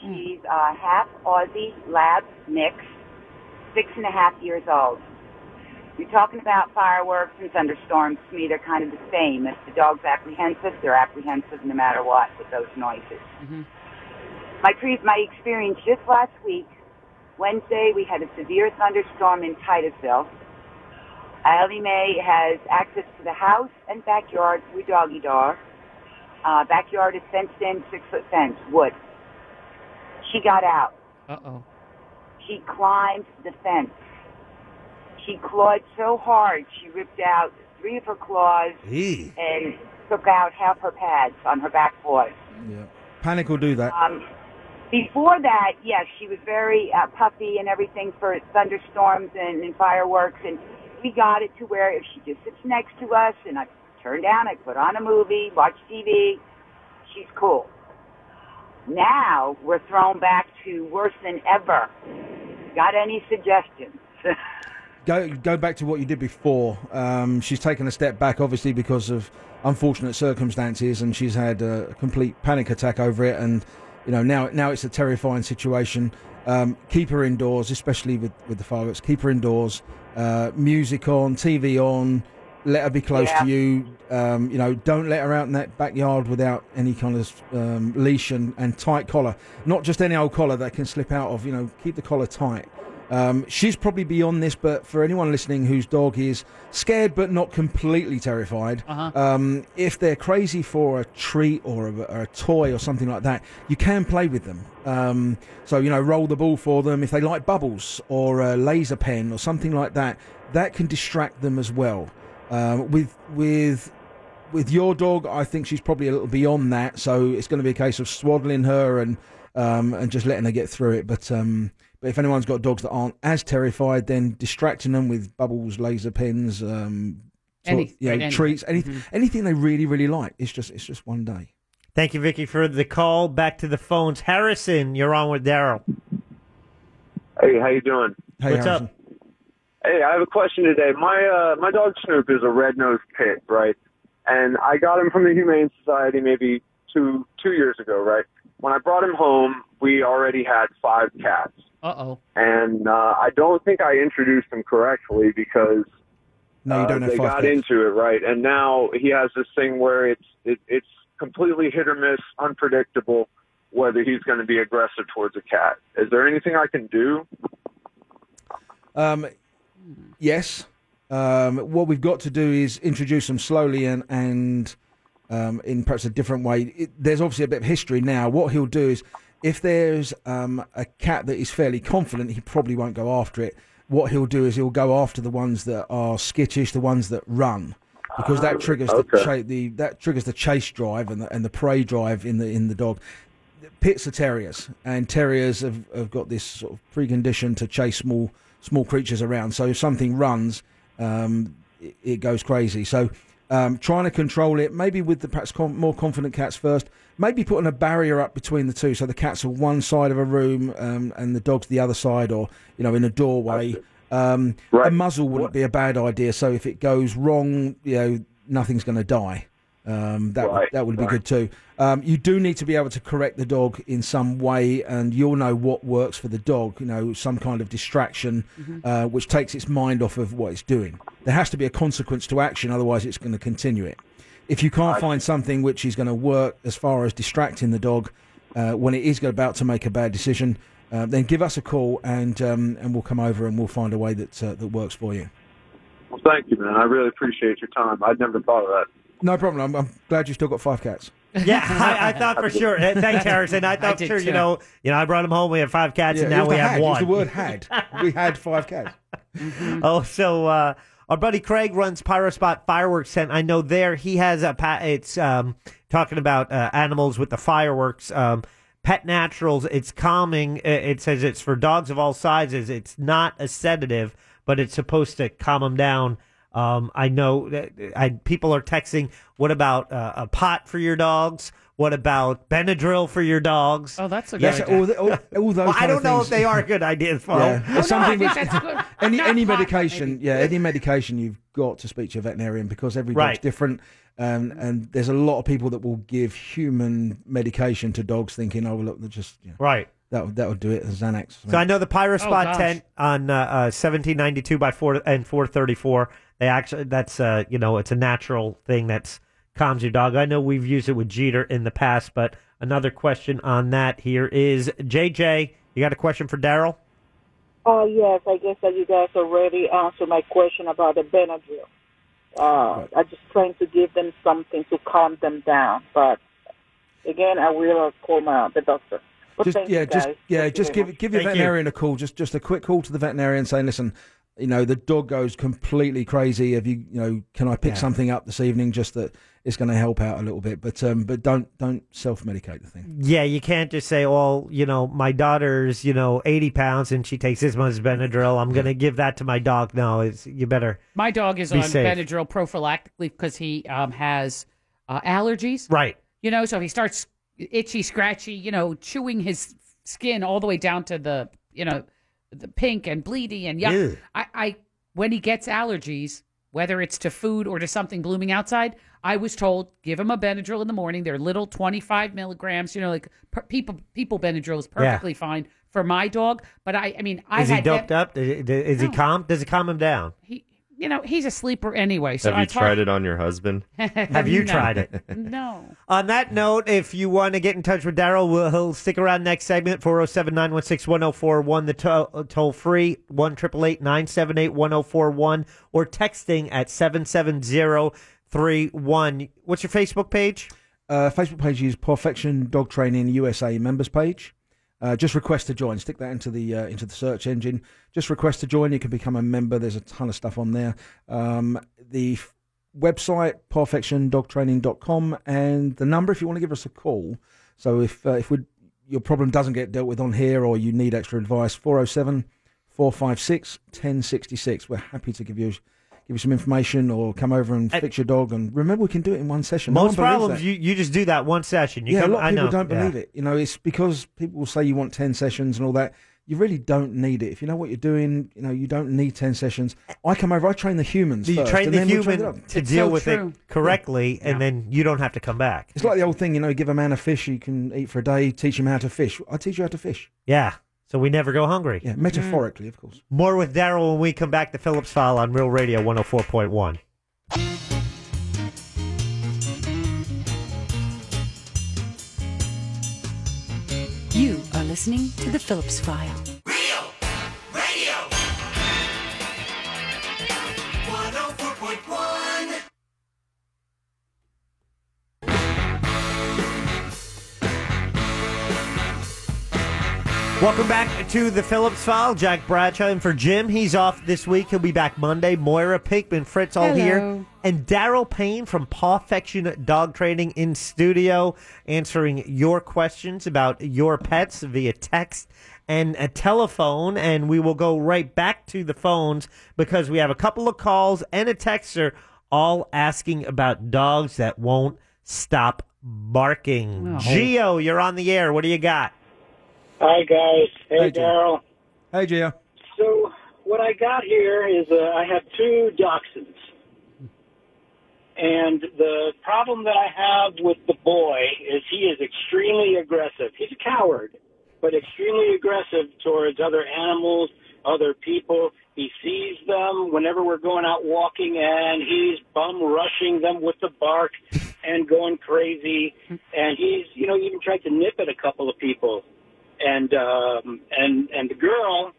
Speaker 14: She's a half Aussie Lab mix, six and a half years old. You're talking about fireworks and thunderstorms. To me, they're kind of the same. If the dog's apprehensive, they're apprehensive no matter what with those noises.
Speaker 15: Mm-hmm.
Speaker 14: My pre- my experience just last week, Wednesday, we had a severe thunderstorm in Titusville. Ellie Mae has access to the house and backyard through doggy door. Uh, backyard is fenced in, six foot fence, wood. She got out.
Speaker 8: Uh oh.
Speaker 14: She climbed the fence. She clawed so hard, she ripped out three of her claws and took out half her pads on her back paws.
Speaker 13: Yeah. Panic will do that.
Speaker 14: Um, before that, yes, she was very uh, puffy and everything for thunderstorms and, and fireworks, and we got it to where if she just sits next to us and I turn down, I put on a movie, watch TV, she's cool. Now we're thrown back to worse than ever. Got any suggestions?
Speaker 13: Go go back to what you did before. Um, she's taken a step back, obviously, because of unfortunate circumstances, and she's had a complete panic attack over it. And you know now now it's a terrifying situation. Um, keep her indoors, especially with, with the fireworks. Keep her indoors. Uh, music on, TV on. Let her be close
Speaker 16: Yeah.
Speaker 13: to you. Um, you know, don't let her out in that backyard without any kind of um, leash and, and tight collar. Not just any old collar that can slip out of. You know, keep the collar tight. Um, she's probably beyond this, but for anyone listening whose dog is scared but not completely terrified, um, if they're crazy for a treat or a, or a toy or something like that, you can play with them. Um, so, you know, roll the ball for them. If they like bubbles or a laser pen or something like that, that can distract them as well. Um, with, with with your dog, I think she's probably a little beyond that. So it's going to be a case of swaddling her and um, and just letting her get through it. But um, but if anyone's got dogs that aren't as terrified, then distracting them with bubbles, laser pens, um, to-
Speaker 6: Any- Mm-hmm.
Speaker 13: you know,
Speaker 6: anything.
Speaker 13: treats, anything, anything they really really like. It's just it's just one day.
Speaker 6: Thank you, Vicky, for the call. Back to the phones. Harrison, you're on with Daryl.
Speaker 15: Hey, how you doing?
Speaker 13: Hey,
Speaker 6: What's up?
Speaker 15: Hey, I have a question today. My uh, my dog Snoop is a red nosed pit, right? And I got him from the Humane Society maybe two two years ago, right? When I brought him home, we already had five cats.
Speaker 8: Uh oh.
Speaker 15: and uh, I don't think I introduced him correctly because
Speaker 13: No, you don't
Speaker 15: uh,
Speaker 13: have
Speaker 15: they
Speaker 13: five
Speaker 15: got
Speaker 13: days.
Speaker 15: into it right, and now he has this thing where it's it, it's completely hit or miss, unpredictable whether he's going to be aggressive towards a cat. Is there anything I can do?
Speaker 13: Um, yes. Um, what we've got to do is introduce them slowly and and um, in perhaps a different way. It, there's obviously a bit of history now. What he'll do is, if there's um, a cat that is fairly confident, he probably won't go after it. What he'll do is he'll go after the ones that are skittish, the ones that run, because
Speaker 15: Ah,
Speaker 13: that triggers the,
Speaker 15: okay.
Speaker 13: cha- the that triggers the chase drive and the, and the prey drive in the in the dog. Pits are terriers, and terriers have, have got this sort of precondition to chase small small creatures around. So if something runs, um, it, it goes crazy. So um, trying to control it, maybe with the perhaps com- more confident cats first, maybe putting a barrier up between the two. So the cats are one side of a room um, and the dog's the other side, or you know, in a doorway. Um, A muzzle wouldn't be a bad idea. So if it goes wrong, you know, nothing's going to die. Um, that would
Speaker 15: Right,
Speaker 13: that would be
Speaker 15: right.
Speaker 13: good too. Um, you do need to be able to correct the dog in some way, and you'll know what works for the dog. You know, some kind of distraction
Speaker 15: Mhm.
Speaker 13: uh, which takes its mind off of what it's doing. There has to be a consequence to action, otherwise it's going to continue it. If you can't find something which is going to work as far as distracting the dog uh, when it is about to make a bad decision, uh, then give us a call and um, and we'll come over and we'll find a way that uh, that works for you.
Speaker 15: Well, thank you, man. I really appreciate your time. I'd never thought of that.
Speaker 13: No problem. I'm, I'm glad you've still got five cats.
Speaker 6: Yeah, I, I thought for sure. Uh, Thanks, Harrison. I thought for sure, you know, you know, I brought him home. We had five cats,
Speaker 13: Yeah,
Speaker 6: and
Speaker 13: it
Speaker 6: now
Speaker 13: was
Speaker 6: we
Speaker 13: the
Speaker 6: have
Speaker 13: had. It was
Speaker 6: one.
Speaker 13: the word had. we had five cats.
Speaker 6: oh, so uh, our buddy Craig runs Pyro Spot Fireworks Scent. I know there he has a pa- it's um, talking about uh, animals with the fireworks. Um, Pet Naturals, it's calming. I- It says it's for dogs of all sizes. It's not a sedative, but it's supposed to calm them down. Um, I know that I, people are texting. What about uh, a pot for your dogs? What about Benadryl for your dogs? Oh,
Speaker 8: that's a
Speaker 13: Yes, all, the, all, all those.
Speaker 6: Well, I
Speaker 13: kind of
Speaker 6: don't know
Speaker 13: things.
Speaker 6: if they are good ideas. Flo.
Speaker 8: Oh,
Speaker 13: Yeah.
Speaker 6: No, no,
Speaker 13: Something
Speaker 6: I
Speaker 13: which-
Speaker 6: think that's good.
Speaker 13: any
Speaker 6: Not
Speaker 13: any
Speaker 6: pot,
Speaker 13: medication, yeah, any medication you've got to speak to your veterinarian because every dog's
Speaker 6: Right.
Speaker 13: different, um, and there's a lot of people that will give human medication to dogs, thinking, "Oh, well, look, they're just you know,
Speaker 6: right."
Speaker 13: That would- that would do it. Xanax.
Speaker 6: So I know the Pyro
Speaker 13: Oh,
Speaker 6: Spot
Speaker 13: gosh.
Speaker 6: tent on uh, uh, 1792 by four and 434. They actually that's uh, you know it's a natural thing that's calms your dog. I know we've used it with Jeter in the past, but another question on that here is JJ. You got a question for Daryl?
Speaker 16: Uh, yes, I guess that you guys already answered my question about the Benadryl. Uh, I'm just trying to give them something to calm them down. But again, I will call my, the doctor. But
Speaker 13: just
Speaker 16: thank
Speaker 13: yeah,
Speaker 16: you guys.
Speaker 13: just yeah,
Speaker 16: Thank you
Speaker 13: just
Speaker 16: very
Speaker 13: give
Speaker 16: much.
Speaker 13: give your veterinarian a call. Just just a quick call to the veterinarian saying, listen, you know the dog goes completely crazy. Have you you know can I pick
Speaker 6: Yeah.
Speaker 13: something up this evening? Just that it's going to help out a little bit, but um, but don't don't self medicate the thing.
Speaker 6: Yeah, you can't just say, "Well, you know, my daughter's you know 80 pounds and she takes this much Benadryl. I'm going to give that to my dog." No, it's you better.
Speaker 8: My dog is
Speaker 6: Be
Speaker 8: on
Speaker 6: safe.
Speaker 8: Benadryl prophylactically because he um, has uh, allergies.
Speaker 6: Right.
Speaker 8: You know, so if he starts itchy, scratchy, you know, chewing his skin all the way down to the, you know, the pink and bleedy and yeah.
Speaker 17: Ew.
Speaker 8: I, I when he gets allergies, whether it's to food or to something blooming outside, I was told give him a Benadryl in the morning. They're little, twenty-five milligrams. You know, like per, people people Benadryl is
Speaker 6: Yeah.
Speaker 8: perfectly fine for my dog. But I, I mean, I
Speaker 6: is he
Speaker 8: had
Speaker 6: doped
Speaker 8: that,
Speaker 6: up? Is is he calm? Does it calm him down?
Speaker 8: you know he's a sleeper anyway. So
Speaker 9: Have you
Speaker 8: it's hard-
Speaker 9: tried it on your husband?
Speaker 6: Have you tried it?
Speaker 8: No.
Speaker 6: On that note, if you want to get in touch with Daryl, we'll he'll stick around next segment 407 916 1041, the toll, toll free 1 978 1041, or texting at 77031. What's your Facebook page?
Speaker 13: Uh, Facebook page is Perfection Dog Training USA members page. Uh, just request to join. Stick that into the uh, into the search engine. Just request to join. You can become a member. There's a ton of stuff on there. Um, the f- website perfectiondogtraining.com and the number if you want to give us a call. So if uh, if we your problem doesn't get dealt with on here or you need extra advice, 407 456 1066. We're happy to give you give you some information or come over and fix your dog. And remember, we can do it in one session. No
Speaker 6: Most
Speaker 13: one believes
Speaker 6: problems,
Speaker 13: that
Speaker 6: you, you just do that one session. You
Speaker 13: yeah,
Speaker 6: come-
Speaker 13: a lot
Speaker 6: I
Speaker 13: of people
Speaker 6: know,
Speaker 13: don't
Speaker 6: yeah.
Speaker 13: believe it. You know, it's because people will say you want ten sessions and all that. You really don't need it. If you know what you're doing, you know you don't need ten sessions. I come over, I train the humans.
Speaker 6: You
Speaker 13: first,
Speaker 6: train
Speaker 13: and
Speaker 6: the
Speaker 13: then we train
Speaker 6: human
Speaker 13: the dog.
Speaker 6: to deal with it correctly, and then you don't have to come back.
Speaker 13: It's like the old thing, you know, give a man a fish he can eat for a day, teach him how to fish. I teach you how to fish.
Speaker 6: Yeah. So we never go hungry.
Speaker 13: Yeah, metaphorically, of course.
Speaker 6: More with Daryl when we come back to Phillips File on Real Radio 104.1.
Speaker 5: You are listening to The Phillips File.
Speaker 4: Radio 104.1.
Speaker 6: Welcome back to the Phillips File. Jack Bradshaw and for Jim, he's off this week. He'll be back Monday. Moira Pinkman, Fritz, all
Speaker 8: Hello.
Speaker 6: here, and Daryl Payne from Pawfection Dog Training in studio, answering your questions about your pets via text and a telephone. And we will go right back to the phones because we have a couple of calls and a texter all asking about dogs that won't stop barking.
Speaker 4: Oh.
Speaker 6: Geo, you're on the air. What do you got?
Speaker 17: Hi guys. Hey, Daryl.
Speaker 13: Hey, Gio.
Speaker 17: So what I got here is uh, I have two dachshunds, and the problem that I have with the boy is he is extremely aggressive. He's a coward, but extremely aggressive towards other animals, other people. He sees them whenever we're going out walking, and he's bum rushing them with the bark and going crazy. And he's, you know, even tried to nip at a couple of people and um, and and the girl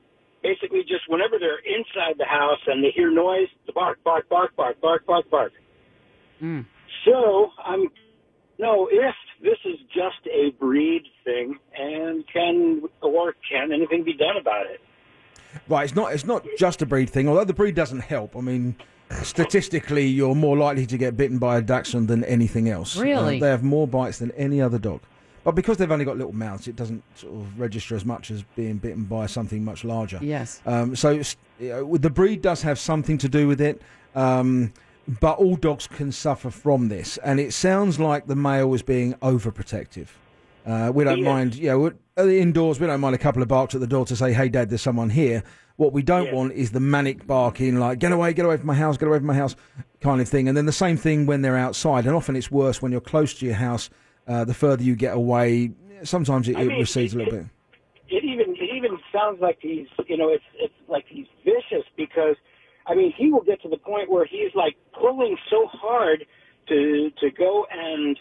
Speaker 17: basically just whenever they're inside the house and they hear noise, the bark, bark, bark, bark, bark, bark, bark. So I'm no if this is just a breed thing, and can or can anything be done about it?
Speaker 13: Right, it's not it's not just a breed thing, although the breed doesn't help. I mean, statistically, you're more likely to get bitten by a dachshund than anything else. Uh,
Speaker 8: Really?
Speaker 13: they have more bites than any other dog. But because they've only got little mouths, it doesn't sort of register as much as being bitten by something much larger.
Speaker 8: Yes.
Speaker 13: Um, so it's- you know, the breed does have something to do with it, um, but all dogs can suffer from this. And it sounds like the male is being overprotective. Uh, we don't
Speaker 17: Yes.
Speaker 13: mind, you know, we're- uh, indoors, we don't mind a couple of barks at the door to say, hey, Dad, there's someone here. What we don't want is the manic barking, like, get away, get away from my house, get away from my house, kind of thing. And then the same thing when they're outside. And often it's worse when you're close to your house, uh, the further you get away. Sometimes it,
Speaker 17: I
Speaker 13: it
Speaker 17: mean,
Speaker 13: recedes a little bit.
Speaker 17: It even it even sounds like he's you know it's it's like he's vicious because I mean he will get to the point where he's like pulling so hard to to go and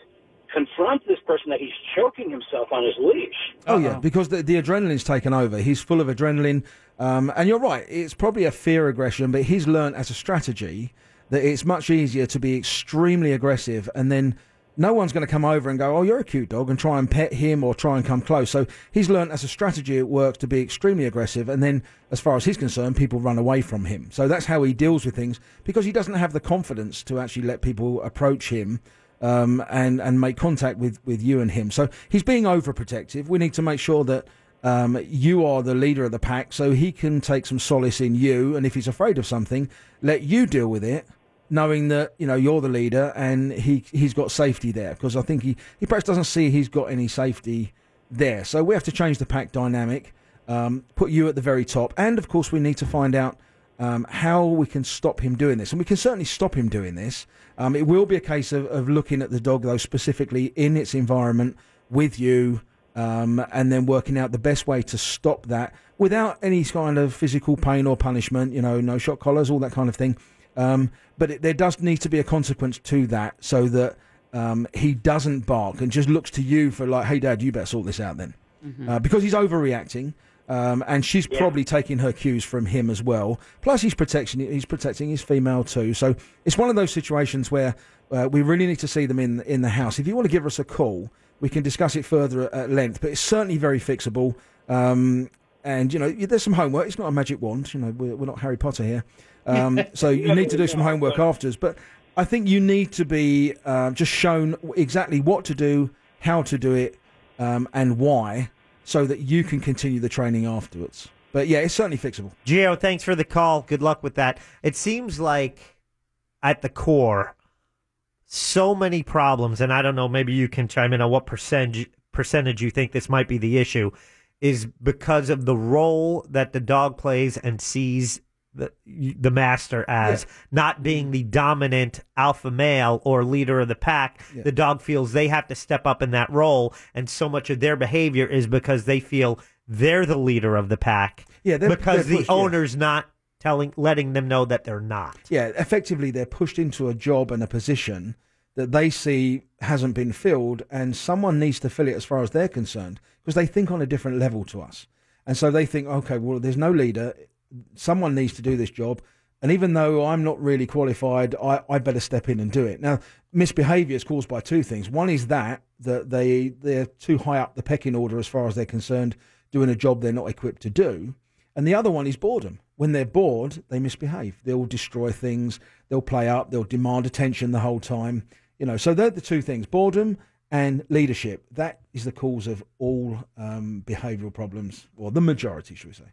Speaker 17: confront this person that he's choking himself on his leash.
Speaker 13: Oh yeah, because the, the adrenaline's taken over. He's full of adrenaline, um, and you're right. It's probably a fear aggression, but he's learned as a strategy that it's much easier to be extremely aggressive, and then no one's going to come over and go, "Oh, you're a cute dog," and try and pet him or try and come close. So he's learned as a strategy it works to be extremely aggressive, and then as far as he's concerned, people run away from him. So that's how he deals with things because he doesn't have the confidence to actually let people approach him um, and and make contact with with you and him. So he's being overprotective. We need to make sure that um, you are the leader of the pack, so he can take some solace in you. And if he's afraid of something, let you deal with it, knowing that you know you're the leader and he he's got safety there. Because I think he he perhaps doesn't see he's got any safety there. So we have to change the pack dynamic. Um, put you at the very top, and of course we need to find out um, how we can stop him doing this. And we can certainly stop him doing this. Um, it will be a case of, of looking at the dog, though, specifically in its environment with you, um, and then working out the best way to stop that without any kind of physical pain or punishment, you know, no shot collars, all that kind of thing. Um, but it, there does need to be a consequence to that so that um, he doesn't bark and just looks to you for, like, hey, dad, you better sort this out then uh, because he's overreacting, um, and she's probably taking her cues from him as well. Plus, he's protection. He's protecting his female too. So it's one of those situations where uh, we really need to see them in in the house. If you want to give us a call, we can discuss it further at, at length. But it's certainly very fixable. Um, and you know, there's some homework. It's not a magic wand. You know, we're, we're not Harry Potter here. Um, so you need to do some homework afterwards. But I think you need to be uh, just shown exactly what to do, how to do it, um, and why, so that you can continue the training afterwards. But yeah, it's certainly fixable.
Speaker 6: Gio, thanks for the call. Good luck with that. It seems like at the core, so many problems, and I don't know, maybe you can chime in on what percentage percentage you think this might be the issue, is because of the role that the dog plays and sees the the master as not being the dominant alpha male or leader of the pack
Speaker 13: Yeah.
Speaker 6: the dog feels they have to step up in that role and so much of their behavior is because they feel they're the leader of the pack.
Speaker 13: Yeah, they're-
Speaker 6: because
Speaker 13: they're
Speaker 6: the
Speaker 13: pushed, yeah.
Speaker 6: owner's not telling, letting them know that they're not.
Speaker 13: Yeah, effectively, they're pushed into a job and a position that they see hasn't been filled, and someone needs to fill it as far as they're concerned because they think on a different level to us. And so they think, okay, well, there's no leader. Someone needs to do this job. And even though I'm not really qualified, I, I better step in and do it. Now, misbehavior is caused by two things. One is that, that they, they're too high up the pecking order as far as they're concerned, doing a job they're not equipped to do. And the other one is boredom. When they're bored, they misbehave. They'll destroy things. They'll play up. They'll demand attention the whole time. You know, so they're the two things: boredom and leadership. That is the cause of all um, behavioural problems, or the majority, should we say?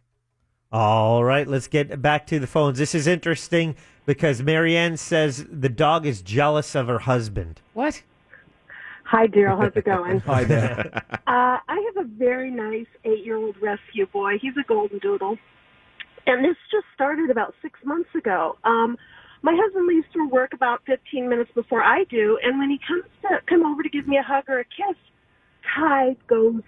Speaker 6: All right, let's get back to the phones. This is interesting because Marianne says the dog is jealous of her husband.
Speaker 8: What?
Speaker 18: Hi, Daryl. How's it going?
Speaker 6: Hi there.
Speaker 18: Uh, I have a very nice eight-year-old rescue boy. He's a golden doodle, and this just started about six months ago. Um, my husband leaves for work about 15 minutes before I do, and when he comes to come over to give me a hug or a kiss, Ty goes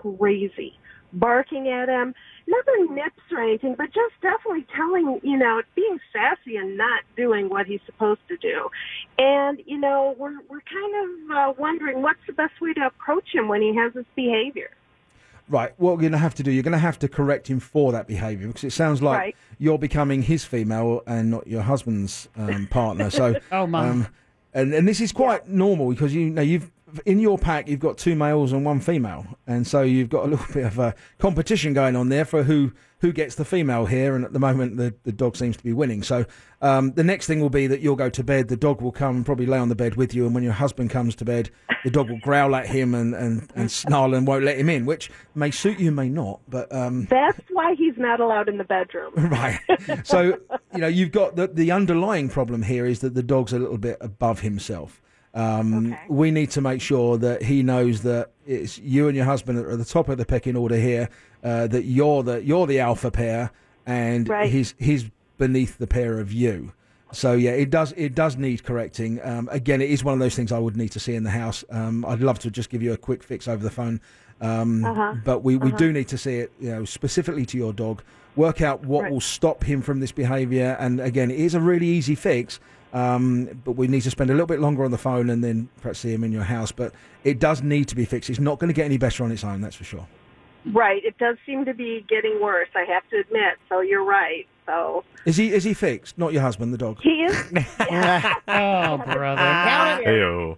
Speaker 18: crazy, barking at him. Nothing nips or anything, but just definitely telling, you know, being sassy and not doing what he's supposed to do. And you know, we're we're kind of uh, wondering what's the best way to approach him when he has this behavior.
Speaker 13: Right. What we're going to have to do, you're going to have to correct him for that behaviour because it sounds like
Speaker 18: Right.
Speaker 13: you're becoming his female and not your husband's um, partner. So, um,
Speaker 8: Oh, my.
Speaker 13: and and this is quite normal because you know you've in your pack you've got two males and one female, and so you've got a little bit of a competition going on there for who who gets the female here. And at the moment, the the dog seems to be winning. So, um, the next thing will be that you'll go to bed. The dog will come and probably lay on the bed with you, and when your husband comes to bed, the dog will growl at him and and, and snarl and won't let him in, which may suit you, may not, but. Um,
Speaker 18: That's why he's not allowed in the bedroom.
Speaker 13: Right. so you know you've got the the underlying problem here is that the dog's a little bit above himself. Um, We need to make sure that he knows that it's you and your husband are at the top of the pecking order here. Uh, that you're the you're the alpha pair, and
Speaker 18: Right.
Speaker 13: he's he's beneath the pair of you. So yeah, it does it does need correcting. Um, again, it is one of those things I would need to see in the house. Um, I'd love to just give you a quick fix over the phone, um,
Speaker 18: Uh-huh.
Speaker 13: but we, we
Speaker 18: Uh-huh.
Speaker 13: do need to see it, you know, specifically to your dog. Work out what will stop him from this behaviour, and again, it is a really easy fix. Um, but we need to spend a little bit longer on the phone and then perhaps see him in your house. But it does need to be fixed. It's not going to get any better on its own, that's for sure.
Speaker 18: Right. It does seem to be getting worse. I have to admit. So you're right. So
Speaker 13: Is he is he fixed? Not your husband, the dog.
Speaker 18: he is
Speaker 13: oh,
Speaker 18: brother.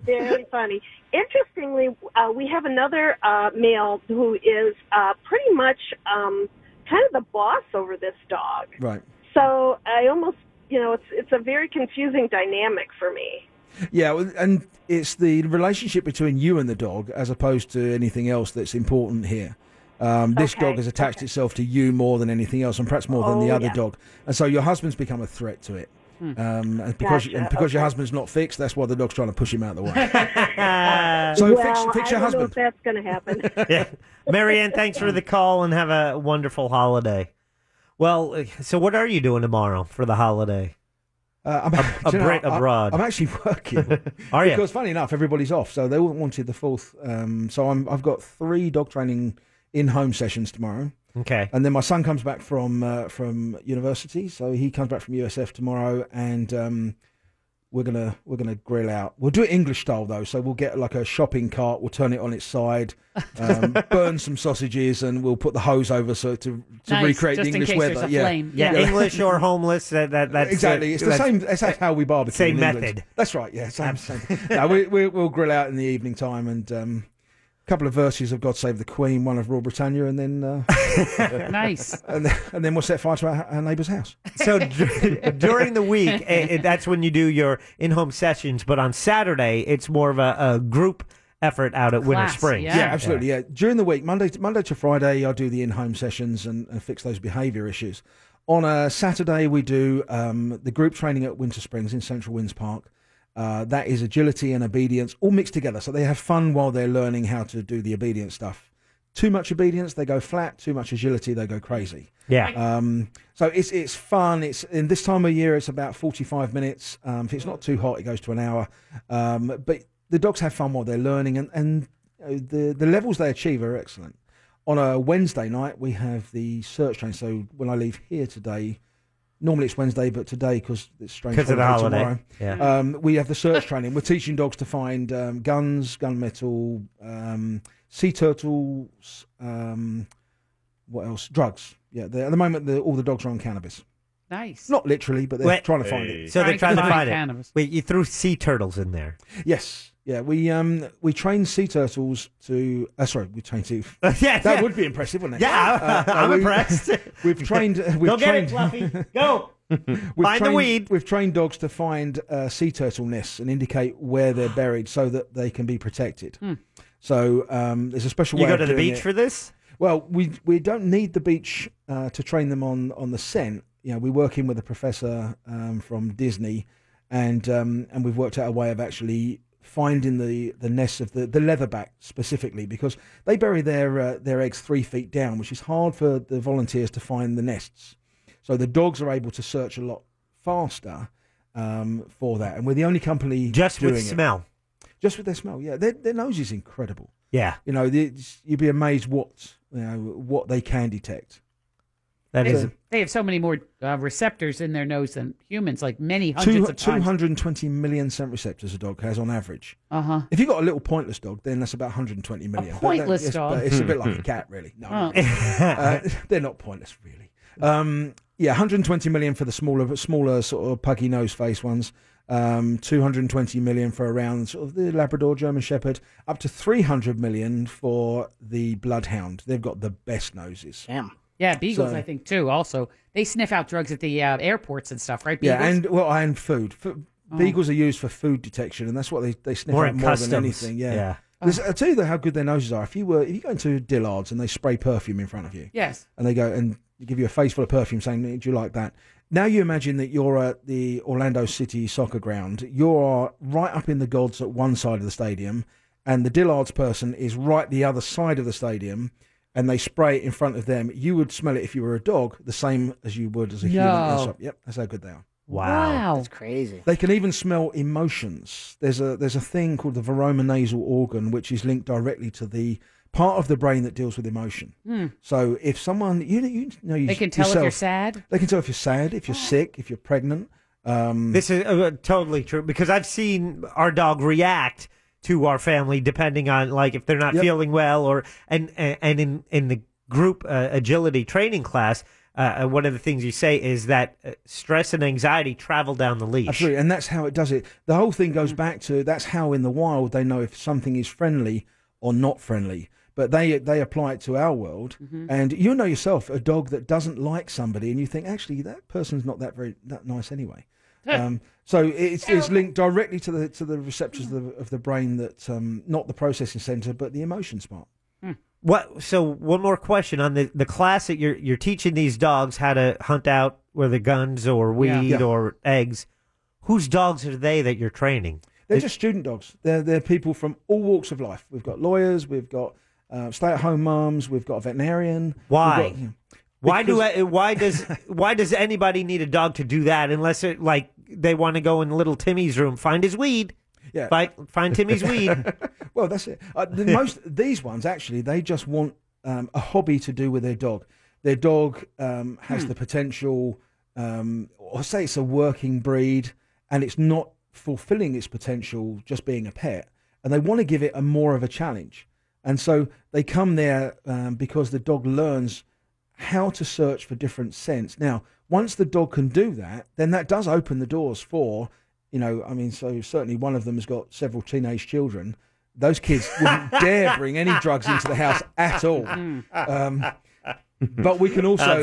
Speaker 18: Very funny. Interestingly, uh, we have another uh, male who is uh, pretty much um, kind of the boss over this dog.
Speaker 13: Right.
Speaker 18: So I almost, you know, it's it's a very confusing dynamic for me.
Speaker 13: Yeah, well, and it's the relationship between you and the dog as opposed to anything else that's important here. Um, this dog has attached itself to you more than anything else, and perhaps more than the
Speaker 18: Oh,
Speaker 13: other
Speaker 18: yeah.
Speaker 13: dog. And so your husband's become a threat to it.
Speaker 18: Hmm.
Speaker 13: Um, and because,
Speaker 18: Gotcha,
Speaker 13: and because your
Speaker 18: okay.
Speaker 13: husband's not fixed, that's why the dog's trying to push him out of the way.
Speaker 6: So fix-
Speaker 18: Uh, well,
Speaker 6: fix
Speaker 18: I
Speaker 6: your
Speaker 18: don't know if that's going to happen.
Speaker 6: yeah. Marianne, thanks for the call and have a wonderful holiday. Well, uh, so what are you doing tomorrow for the holiday?
Speaker 13: Uh, I'm,
Speaker 6: a
Speaker 13: do you know,
Speaker 6: Brit
Speaker 13: I-
Speaker 6: abroad.
Speaker 13: I'm actually working.
Speaker 6: Are you?
Speaker 13: Because funny enough, everybody's off, so they all wanted the fourth. Um, so I'm, I've got three dog training in-home sessions tomorrow.
Speaker 6: Okay.
Speaker 13: And then my son comes back from uh, from university, so he comes back from USF tomorrow, and um, we're gonna we're gonna grill out. We'll do it English style though, so we'll get like a shopping cart, we'll turn it on its side, um, burn some sausages, and we'll put the hose over so to to
Speaker 6: Nice,
Speaker 13: recreate
Speaker 6: just
Speaker 13: the
Speaker 6: in
Speaker 13: English
Speaker 6: case
Speaker 13: weather.
Speaker 6: there's a
Speaker 13: yeah.
Speaker 6: flame. Yeah, English or homeless. That, that that's
Speaker 13: exactly. It's the
Speaker 6: that's-
Speaker 13: same. That's how we barbecue.
Speaker 6: Same
Speaker 13: in England.
Speaker 6: method.
Speaker 13: That's right. Yeah. Same. same. no, we, we, we'll grill out in the evening time and um, a couple of verses of "God Save the Queen," one of Royal Britannia, and then uh,
Speaker 8: Nice.
Speaker 13: And then, and then we'll set fire to our, our neighbour's house.
Speaker 6: So dur- during the week, eh, eh, that's when you do your in-home sessions. But on Saturday, it's more of a, a group effort out at Winter Springs.
Speaker 13: Yeah, absolutely. Yeah. During the week, Monday to, Monday to Friday, I do the in-home sessions and, and fix those behaviour issues. On a Saturday, we do um, the group training at Winter Springs in Central Winds Park. Uh, that is agility and obedience all mixed together. So they have fun while they're learning how to do the obedience stuff. Too much obedience, they go flat. Too much agility, they go crazy.
Speaker 6: Yeah.
Speaker 13: Um, so it's it's fun. It's in this time of year. It's about forty five minutes. Um, if it's not too hot, it goes to an hour. uh, Um, but the dogs have fun while they're learning, and and you know, the the levels they achieve are excellent. on a Wednesday night, we have the search train. So when I leave here today, normally it's Wednesday, but today, because it's strange
Speaker 6: 'Cause of the
Speaker 13: tomorrow,
Speaker 6: holiday. Yeah.
Speaker 13: um, we have the search training. We're teaching dogs to find um, guns, gunmetal, um, sea turtles, um, what else? Drugs. Yeah, they- at the moment, the, all the dogs are on cannabis.
Speaker 8: Nice.
Speaker 13: Not literally, but they're
Speaker 6: Wait,
Speaker 13: trying to find it.
Speaker 6: So they're trying to find it. Wait, you threw sea turtles in there.
Speaker 13: Yes. Yeah, we um we train sea turtles to uh, sorry we train to
Speaker 6: yeah,
Speaker 13: that
Speaker 6: yeah.
Speaker 13: would be impressive wouldn't it
Speaker 6: Yeah,
Speaker 13: no,
Speaker 6: I'm impressed.
Speaker 13: uh, we've trained uh, we've
Speaker 6: Go get
Speaker 13: trained,
Speaker 6: it, Fluffy. Go.
Speaker 13: We've
Speaker 6: Find the
Speaker 13: trained-
Speaker 6: weed.
Speaker 13: We've trained dogs to find uh, sea turtle nests and indicate where they're buried so that they can be protected.
Speaker 6: Hmm.
Speaker 13: So um, there's a special
Speaker 6: You
Speaker 13: way
Speaker 6: go
Speaker 13: of
Speaker 6: to the
Speaker 13: doing
Speaker 6: beach
Speaker 13: it.
Speaker 6: for this?
Speaker 13: Well, we we don't need the beach uh, to train them on on the scent. You know, we work in with a professor um, from Disney, and um, and we've worked out a way of actually finding the the nests of the the leatherback specifically because they bury their uh, their eggs three feet down, which is hard for the volunteers to find the nests. So the dogs are able to search a lot faster um, for that, and we're the only company
Speaker 6: Just with
Speaker 13: doing it.
Speaker 6: smell.
Speaker 13: Just with their smell, yeah. Their, their nose is incredible.
Speaker 6: Yeah.
Speaker 13: You know, the- it's- you'd be amazed what you know what they can detect.
Speaker 6: That
Speaker 8: they,
Speaker 13: is
Speaker 8: they have so many more uh, receptors in their nose than humans, like many
Speaker 13: two
Speaker 8: hundreds of times.
Speaker 13: hundred and twenty million scent receptors a dog has on average.
Speaker 8: Uh huh.
Speaker 13: If you've got a little pointless dog, then that's about 120 million. But that-
Speaker 8: pointless
Speaker 13: yes,
Speaker 8: dog?
Speaker 13: but it's a bit
Speaker 8: Hmm.
Speaker 13: like a cat, really. No,
Speaker 8: Oh.
Speaker 13: uh, they're not pointless, really. Um, yeah, 120 million for the smaller, smaller sort of puggy nose face ones. Um, 220 million for around sort of the Labrador, German Shepherd. Up to 300 million for the Bloodhound. They've got the best noses.
Speaker 7: Damn.
Speaker 8: Yeah, beagles,
Speaker 13: So-
Speaker 8: I think too. Also, they sniff out drugs at the uh, airports and stuff, right?
Speaker 13: Yeah,
Speaker 8: beagles?
Speaker 13: and well, and food. F
Speaker 8: Oh.
Speaker 13: Beagles are used for food detection, and that's what they, they sniff
Speaker 6: More
Speaker 13: out
Speaker 6: in
Speaker 13: more
Speaker 6: customs.
Speaker 13: than anything. Yeah,
Speaker 6: Yeah.
Speaker 8: Oh.
Speaker 13: There's- I'll tell you though how good their noses are. If you were if you go into Dillard's and they spray perfume in front of you,
Speaker 8: Yes.
Speaker 13: and they go and give you a face full of perfume, saying, "Do you like that?" Now you imagine that you're at the Orlando City soccer ground. You are right up in the gods at one side of the stadium, and the Dillard's person is right the other side of the stadium. And they spray it in front of them. You would smell it if you were a dog, the same as you would as a human.
Speaker 7: No.
Speaker 13: inside. Yep, that's how good they are.
Speaker 7: That's crazy.
Speaker 13: They can even smell emotions. There's a there's a thing called the veromonasal organ, which is linked directly to the part of the brain that deals with emotion.
Speaker 8: Hmm.
Speaker 13: So if someone you you know you,
Speaker 8: They can tell if you're
Speaker 13: yourself-
Speaker 8: sad? Oh.
Speaker 13: They can tell if you're sad, if you're sick, if you're pregnant. Um,
Speaker 6: This is uh, totally true because I've seen our dog react to our family depending on like if they're not
Speaker 13: Yep.
Speaker 6: feeling well or and and and in in the group uh, agility training class. Uh, uh, one of the things you say is that uh, stress and anxiety travel down the leash.
Speaker 13: Absolutely, and that's how it does it. The whole thing goes back to that's how in the wild they know if something is friendly or not friendly. But they they apply it to our world, and you know yourself a dog that doesn't like somebody, and you think actually that person's not that very that nice anyway. um, so it's, it's linked directly to the to the receptors of the, of the brain that um, not the processing center but the emotions part.
Speaker 6: What? So one more question on the the class that you're you're teaching these dogs how to hunt out whether guns or weed
Speaker 13: Yeah. Yeah.
Speaker 6: or eggs. Whose dogs are they that you're training?
Speaker 13: They're just student dogs. They're they're people from all walks of life. We've got lawyers. We've got uh, stay-at-home moms. We've got a veterinarian.
Speaker 6: Why?
Speaker 13: We've got-
Speaker 6: Why do
Speaker 13: Because-
Speaker 6: I, why does why does anybody need a dog to do that unless it like they want to go in little Timmy's room find his weed
Speaker 13: Yeah.
Speaker 6: find, find Timmy's weed
Speaker 13: well, that's it. Uh, the most these ones actually, they just want um, a hobby to do with their dog. Their dog um, has the potential. Um, I say it's a working breed, and it's not fulfilling its potential just being a pet. And they want to give it a more of a challenge. And so they come there um, because the dog learns how to search for different scents. Now, once the dog can do that, then that does open the doors for, you know, I mean, so certainly one of them has got several teenage children. Those kids wouldn't dare bring any drugs into the house at all.
Speaker 6: Mm.
Speaker 13: Um, but we can also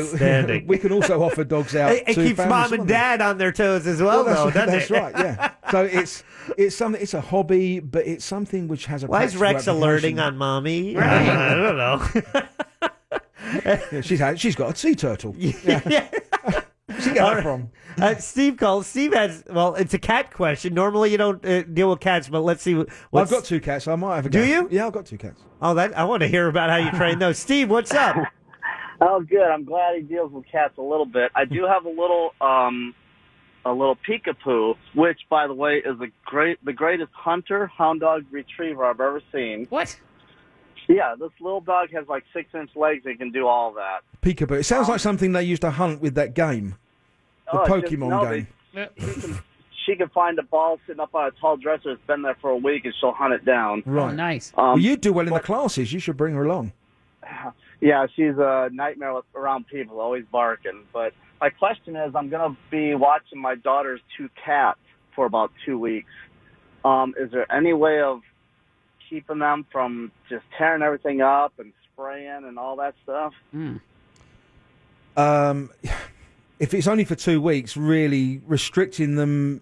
Speaker 6: Outstanding.
Speaker 13: we can also offer dogs out.
Speaker 6: it, it
Speaker 13: to
Speaker 6: keeps
Speaker 13: families.
Speaker 6: mom and dad on their toes as well,
Speaker 13: that's,
Speaker 6: though doesn't
Speaker 13: that's
Speaker 6: it
Speaker 13: right. Yeah. So it's it's something. It's a hobby, but it's something which has a.
Speaker 6: why is
Speaker 13: practical
Speaker 6: Rex
Speaker 13: application.
Speaker 6: alerting on mommy I
Speaker 13: Right.
Speaker 6: don't know
Speaker 13: Yeah, she's had, she's got a sea turtle. Yeah. she got that from.
Speaker 6: Uh, Steve calls. Steve has well, it's a cat question. Normally you don't uh, deal with cats, but let's see. wh-
Speaker 13: I've
Speaker 6: What's,
Speaker 13: got two cats. So I might have a.
Speaker 6: Do
Speaker 13: go.
Speaker 6: you?
Speaker 13: Yeah, I've got two cats.
Speaker 6: Oh, that I want to hear about how you train those. Steve, what's up?
Speaker 19: Oh, good. I'm glad he deals with cats a little bit. I do have a little, um, a little peekapoo, which, by the way, is a great, the greatest hunter hound dog retriever I've ever seen.
Speaker 8: What?
Speaker 19: Yeah, this little dog has like six inch legs and can do all that.
Speaker 13: Peekaboo. It sounds like something they used to hunt with that game, the
Speaker 19: Oh, it's just-
Speaker 13: Pokemon
Speaker 19: no, they-
Speaker 13: game.
Speaker 19: she, can, she can find a ball sitting up on a tall dresser that's been there for a week and she'll hunt it down.
Speaker 6: Oh,
Speaker 13: Right.
Speaker 8: nice.
Speaker 13: well, you do well in the classes. You should bring her along.
Speaker 19: Yeah, she's a nightmare with, around people, always barking. But my question is, I'm going to be watching my daughter's two cats for about two weeks. Um, is there any way of keeping them from just tearing everything up and spraying and all that stuff?
Speaker 13: Hmm. Um, if it's only for two weeks, really restricting them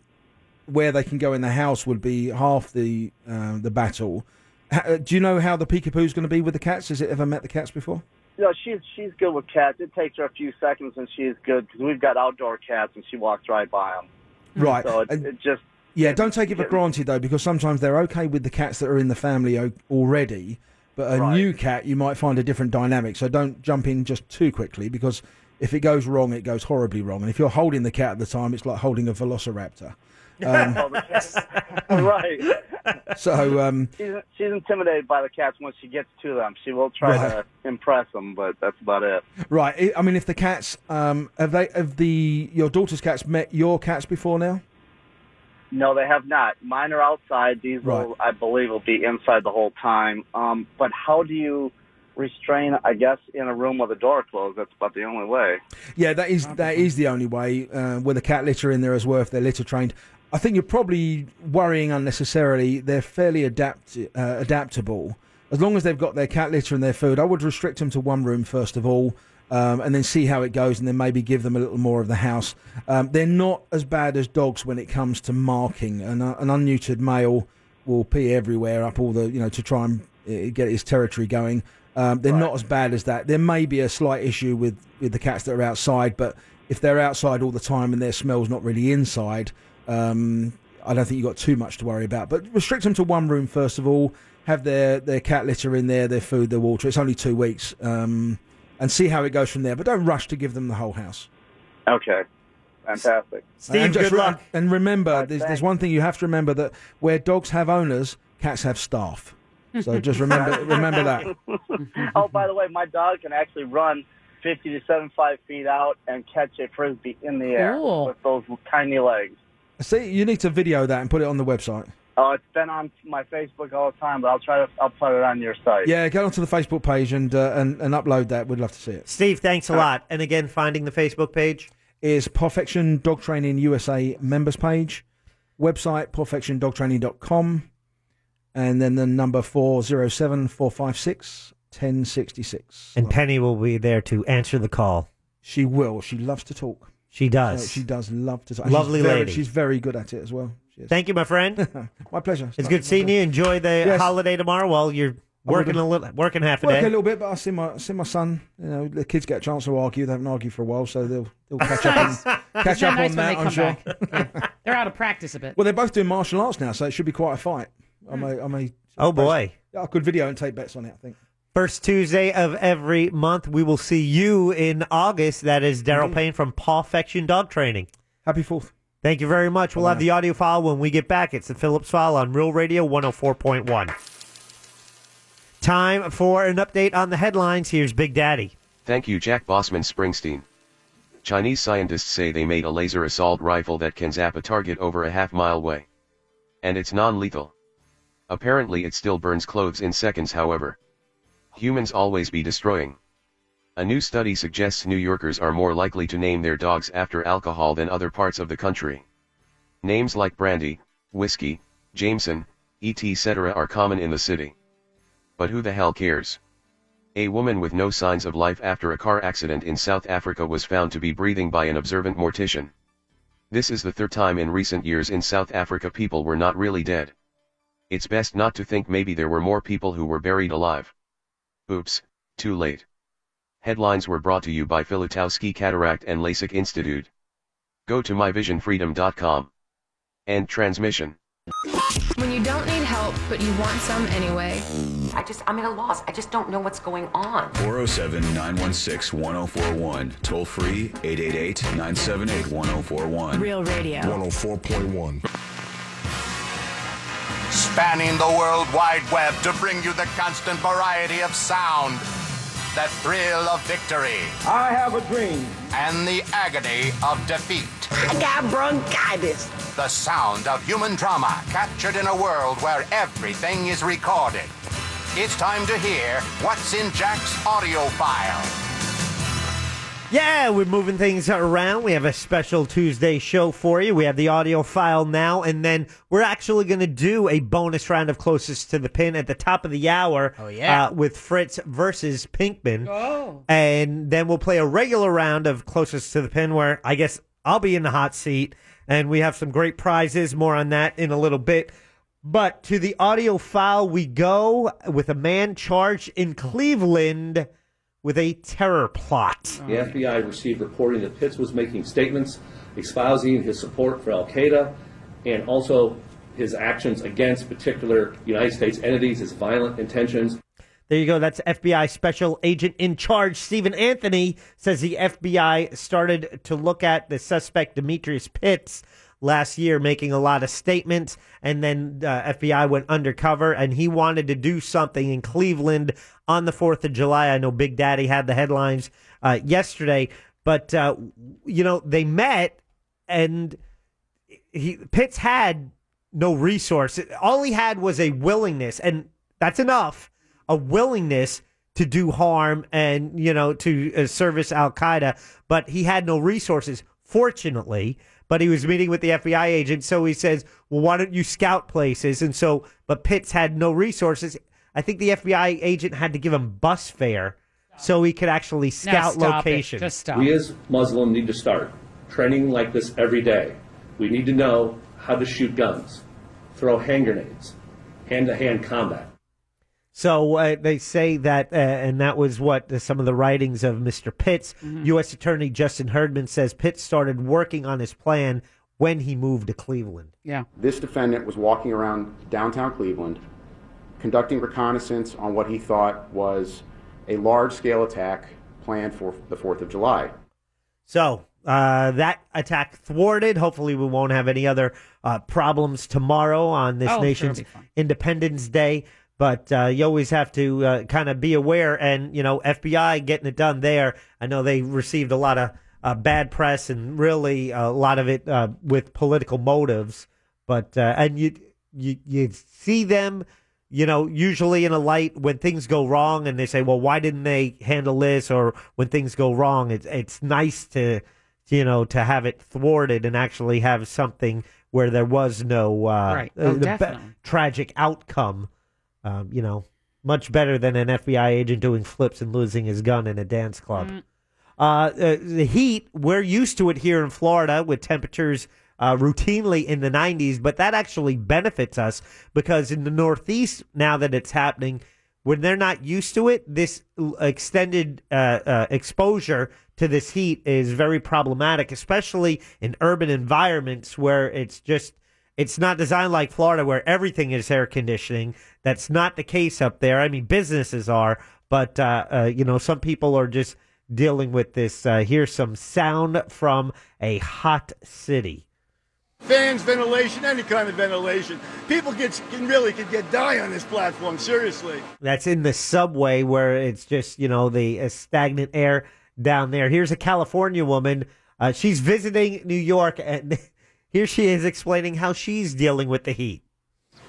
Speaker 13: where they can go in the house would be half the uh, the battle. Ha- uh, do you know how the peekaboo's going to be with the cats? Has it ever met the cats before?
Speaker 19: No, she's she's good with cats. It takes her a few seconds, and she's good because we've got outdoor cats, and she walks right by them.
Speaker 13: Right.
Speaker 19: So it, it just
Speaker 13: Yeah, don't take it for granted though, because sometimes they're okay with the cats that are in the family o- already, but a new cat you might find a different dynamic. So don't jump in just too quickly, because if it goes wrong, it goes horribly wrong. And if you're holding the cat at the time, it's like holding a velociraptor. Um,
Speaker 19: Well, the cat- right.
Speaker 13: so um,
Speaker 19: She's she's intimidated by the cats once she gets to them. She will try
Speaker 13: Right.
Speaker 19: to impress them, but that's about it.
Speaker 13: right, I- I mean, if the cats um, have they have the your daughter's cats met your cats before now?
Speaker 19: No, they have not. Mine are outside. These will, I believe, will be inside the whole time. Um, but how do you restrain? I guess in a room with a door closed. That's about the only way.
Speaker 13: Yeah, that is that is the only way uh, with a cat litter in there as well if they're litter trained. I think you're probably worrying unnecessarily. They're fairly adapt uh, adaptable as long as they've got their cat litter and their food. I would restrict them to one room first of all. Um, and then see how it goes, and then maybe give them a little more of the house. Um, they're not as bad as dogs when it comes to marking. An, an unneutered male will pee everywhere up all the you know to try and uh, get his territory going. Um, they're not as bad as that. There may be a slight issue with with the cats that are outside, but if they're outside all the time and their smell's not really inside, um, I don't think you've got too much to worry about. But restrict them to one room first of all. Have their their cat litter in there, their food, their water. It's only two weeks, um, and see how it goes from there. But don't rush to give them the whole house.
Speaker 19: Okay, fantastic.
Speaker 13: And just re- And remember, there's, there's one thing you have to remember that where dogs have owners, cats have staff. So just remember remember that.
Speaker 19: oh, by the way, my dog can actually run 50 to 75 feet out and catch a frisbee in the air
Speaker 13: Cool.
Speaker 19: with those tiny legs.
Speaker 13: See, you need to video that and put it on the website.
Speaker 19: Oh, it's been on my Facebook all the time, but I'll try to I'll put it on your site.
Speaker 13: Yeah, go onto the Facebook page and uh, and, and upload that. We'd love to see it. Uh,
Speaker 6: Steve, thanks a lot. And again, finding the Facebook page
Speaker 13: is Perfection Dog Training USA members page, website perfectiondogtraining.com, and then the number 407 456 1066.
Speaker 6: and Penny will be there to answer the call.
Speaker 13: She will. She loves to talk.
Speaker 6: She does.
Speaker 13: So she does love to talk.
Speaker 6: Lovely
Speaker 13: she's very,
Speaker 6: lady.
Speaker 13: She's very good at it as well. She is.
Speaker 6: Thank you, my friend.
Speaker 13: My pleasure.
Speaker 6: It's good seeing you. Enjoy the
Speaker 13: Yes.
Speaker 6: holiday tomorrow while you're working a little, working half a
Speaker 13: Work a
Speaker 6: day.
Speaker 13: little bit, but I see my see my son. You know, the kids get a chance to argue. They haven't argued for a while, so they'll they'll catch up
Speaker 8: Nice.
Speaker 13: on
Speaker 8: Isn't
Speaker 13: catch
Speaker 8: that
Speaker 13: up
Speaker 8: nice
Speaker 13: on
Speaker 8: when
Speaker 13: that.
Speaker 8: they
Speaker 13: I'm
Speaker 8: come
Speaker 13: sure.
Speaker 8: back? Yeah. They're out of practice a bit.
Speaker 13: Well, they're both doing martial arts now, so it should be quite a fight. I may, I may.
Speaker 6: Oh, boy.
Speaker 13: I could video and take bets on it. I think.
Speaker 6: First Tuesday of every month, we will see you in August. That is Daryl Payne from Pawfection Dog Training.
Speaker 13: Mm-hmm. Happy Fourth.
Speaker 6: Thank you very much. We'll have the audio file when we get back. It's the Phillips file on Real Radio 104.1. Time for an update on the headlines. Here's Big Daddy.
Speaker 20: Thank you, Jack Bossman Springsteen. Chinese scientists say they made a laser assault rifle that can zap a target over a half mile away. And it's non lethal. Apparently, it still burns clothes in seconds, however. Humans always be destroying. A new study suggests New Yorkers are more likely to name their dogs after alcohol than other parts of the country. Names like Brandy, Whiskey, Jameson, ET, etc. are common in the city. But who the hell cares? A woman with no signs of life after a car accident in South Africa was found to be breathing by an observant mortician. This is the third time in recent years in South Africa people were not really dead. It's best not to think maybe there were more people who were buried alive. Oops, too late. Headlines were brought to you by Filutowski Cataract and LASIK Institute. Go to myvisionfreedom.com. End transmission.
Speaker 21: When you don't need help, but you want some anyway.
Speaker 22: I just, I'm at a loss. I just don't know what's going on.
Speaker 11: 407 916 1041. Toll free 888 978 1041.
Speaker 22: Real Radio.
Speaker 11: 104.1.
Speaker 2: spanning the World Wide Web to bring you the constant variety of sound, the thrill of victory,
Speaker 10: I have a dream.
Speaker 2: and the agony of defeat. I got bronchitis. The sound of human drama captured in a world where everything is recorded. It's time to hear what's in Jack's audio file.
Speaker 6: Yeah, we're moving things around. We have a special Tuesday show for you. We have the audio file now, and then we're actually going to do a bonus round of closest to the pin at the top of the hour. Oh
Speaker 4: yeah.
Speaker 6: uh, with Fritz versus Pinkman.
Speaker 4: Oh.
Speaker 6: and then we'll play a regular round of closest to the pin, where I guess I'll be in the hot seat, and we have some great prizes. More on that in a little bit. But to the audio file we go with a man charged in Cleveland with a terror plot.
Speaker 3: The FBI received reporting that Pitts was making statements espousing his support for Al Qaeda and also his actions against particular United States entities, his violent intentions.
Speaker 6: There you go. That's FBI Special Agent in Charge Stephen Anthony says the FBI started to look at the suspect Demetrius Pitts last year, making a lot of statements, and then uh, FBI went undercover, and he wanted to do something in Cleveland on the Fourth of July. I know Big Daddy had the headlines uh, yesterday, but uh, you know they met and he Pitts had no resource. All he had was a willingness, and that's enough. A willingness to do harm and you know to uh, service Al Qaeda, but he had no resources. Fortunately, but he was meeting with the FBI agent, so he says, "Well, why don't you scout places?" And so, but Pitts had no resources. I think the FBI agent had to give him bus fare so he could actually scout locations.
Speaker 3: We as Muslims need to start training like this every day. We need to know how to shoot guns, throw hand grenades, hand-to-hand combat.
Speaker 6: So uh, they say that, uh, and that was what uh, some of the writings of Mr. Pitts.
Speaker 4: Mm-hmm.
Speaker 6: U.S. Attorney Justin Herdman says Pitts started working on his plan when he moved to Cleveland.
Speaker 8: Yeah.
Speaker 23: This defendant was walking around downtown Cleveland, conducting reconnaissance on what he thought was a large scale attack planned for the 4th of July.
Speaker 6: So uh, that attack thwarted. Hopefully, we won't have any other uh, problems tomorrow on this
Speaker 4: Oh, I'm sure
Speaker 6: nation's
Speaker 4: it'll be fine.
Speaker 6: Independence Day. But uh, you always have to uh, kind of be aware, and you know, FBI getting it done there. I know they received a lot of uh, bad press, and really a lot of it uh, with political motives. But uh, and you you you see them you know, usually in a light when things go wrong and they say, well, why didn't they handle this? Or when things go wrong, it's, it's nice to, you know, to have it thwarted and actually have something where there was no uh,
Speaker 4: Right. Oh,
Speaker 6: uh, the
Speaker 4: definitely.
Speaker 6: tragic outcome, um, you know, much better than an FBI agent doing flips and losing his gun in a dance club. Uh, uh, the heat, we're used to it here in Florida with temperatures uh, routinely in the 90s, but that actually benefits us because in the Northeast, now that it's happening, when they're not used to it, this l- extended uh, uh, exposure to this heat is very problematic, especially in urban environments where it's just it's not designed like Florida where everything is air conditioning. That's not the case up there. I mean, businesses are, but uh, uh, you know, some people are just dealing with this. Uh, here's some sound from a hot city.
Speaker 24: Fans, ventilation, any kind of ventilation. People get can really could get die on this platform. Seriously.
Speaker 6: That's in the subway where it's just you know the uh, stagnant air down there. Here's a California woman. Uh, she's visiting New York, and here she is explaining how she's dealing with the heat.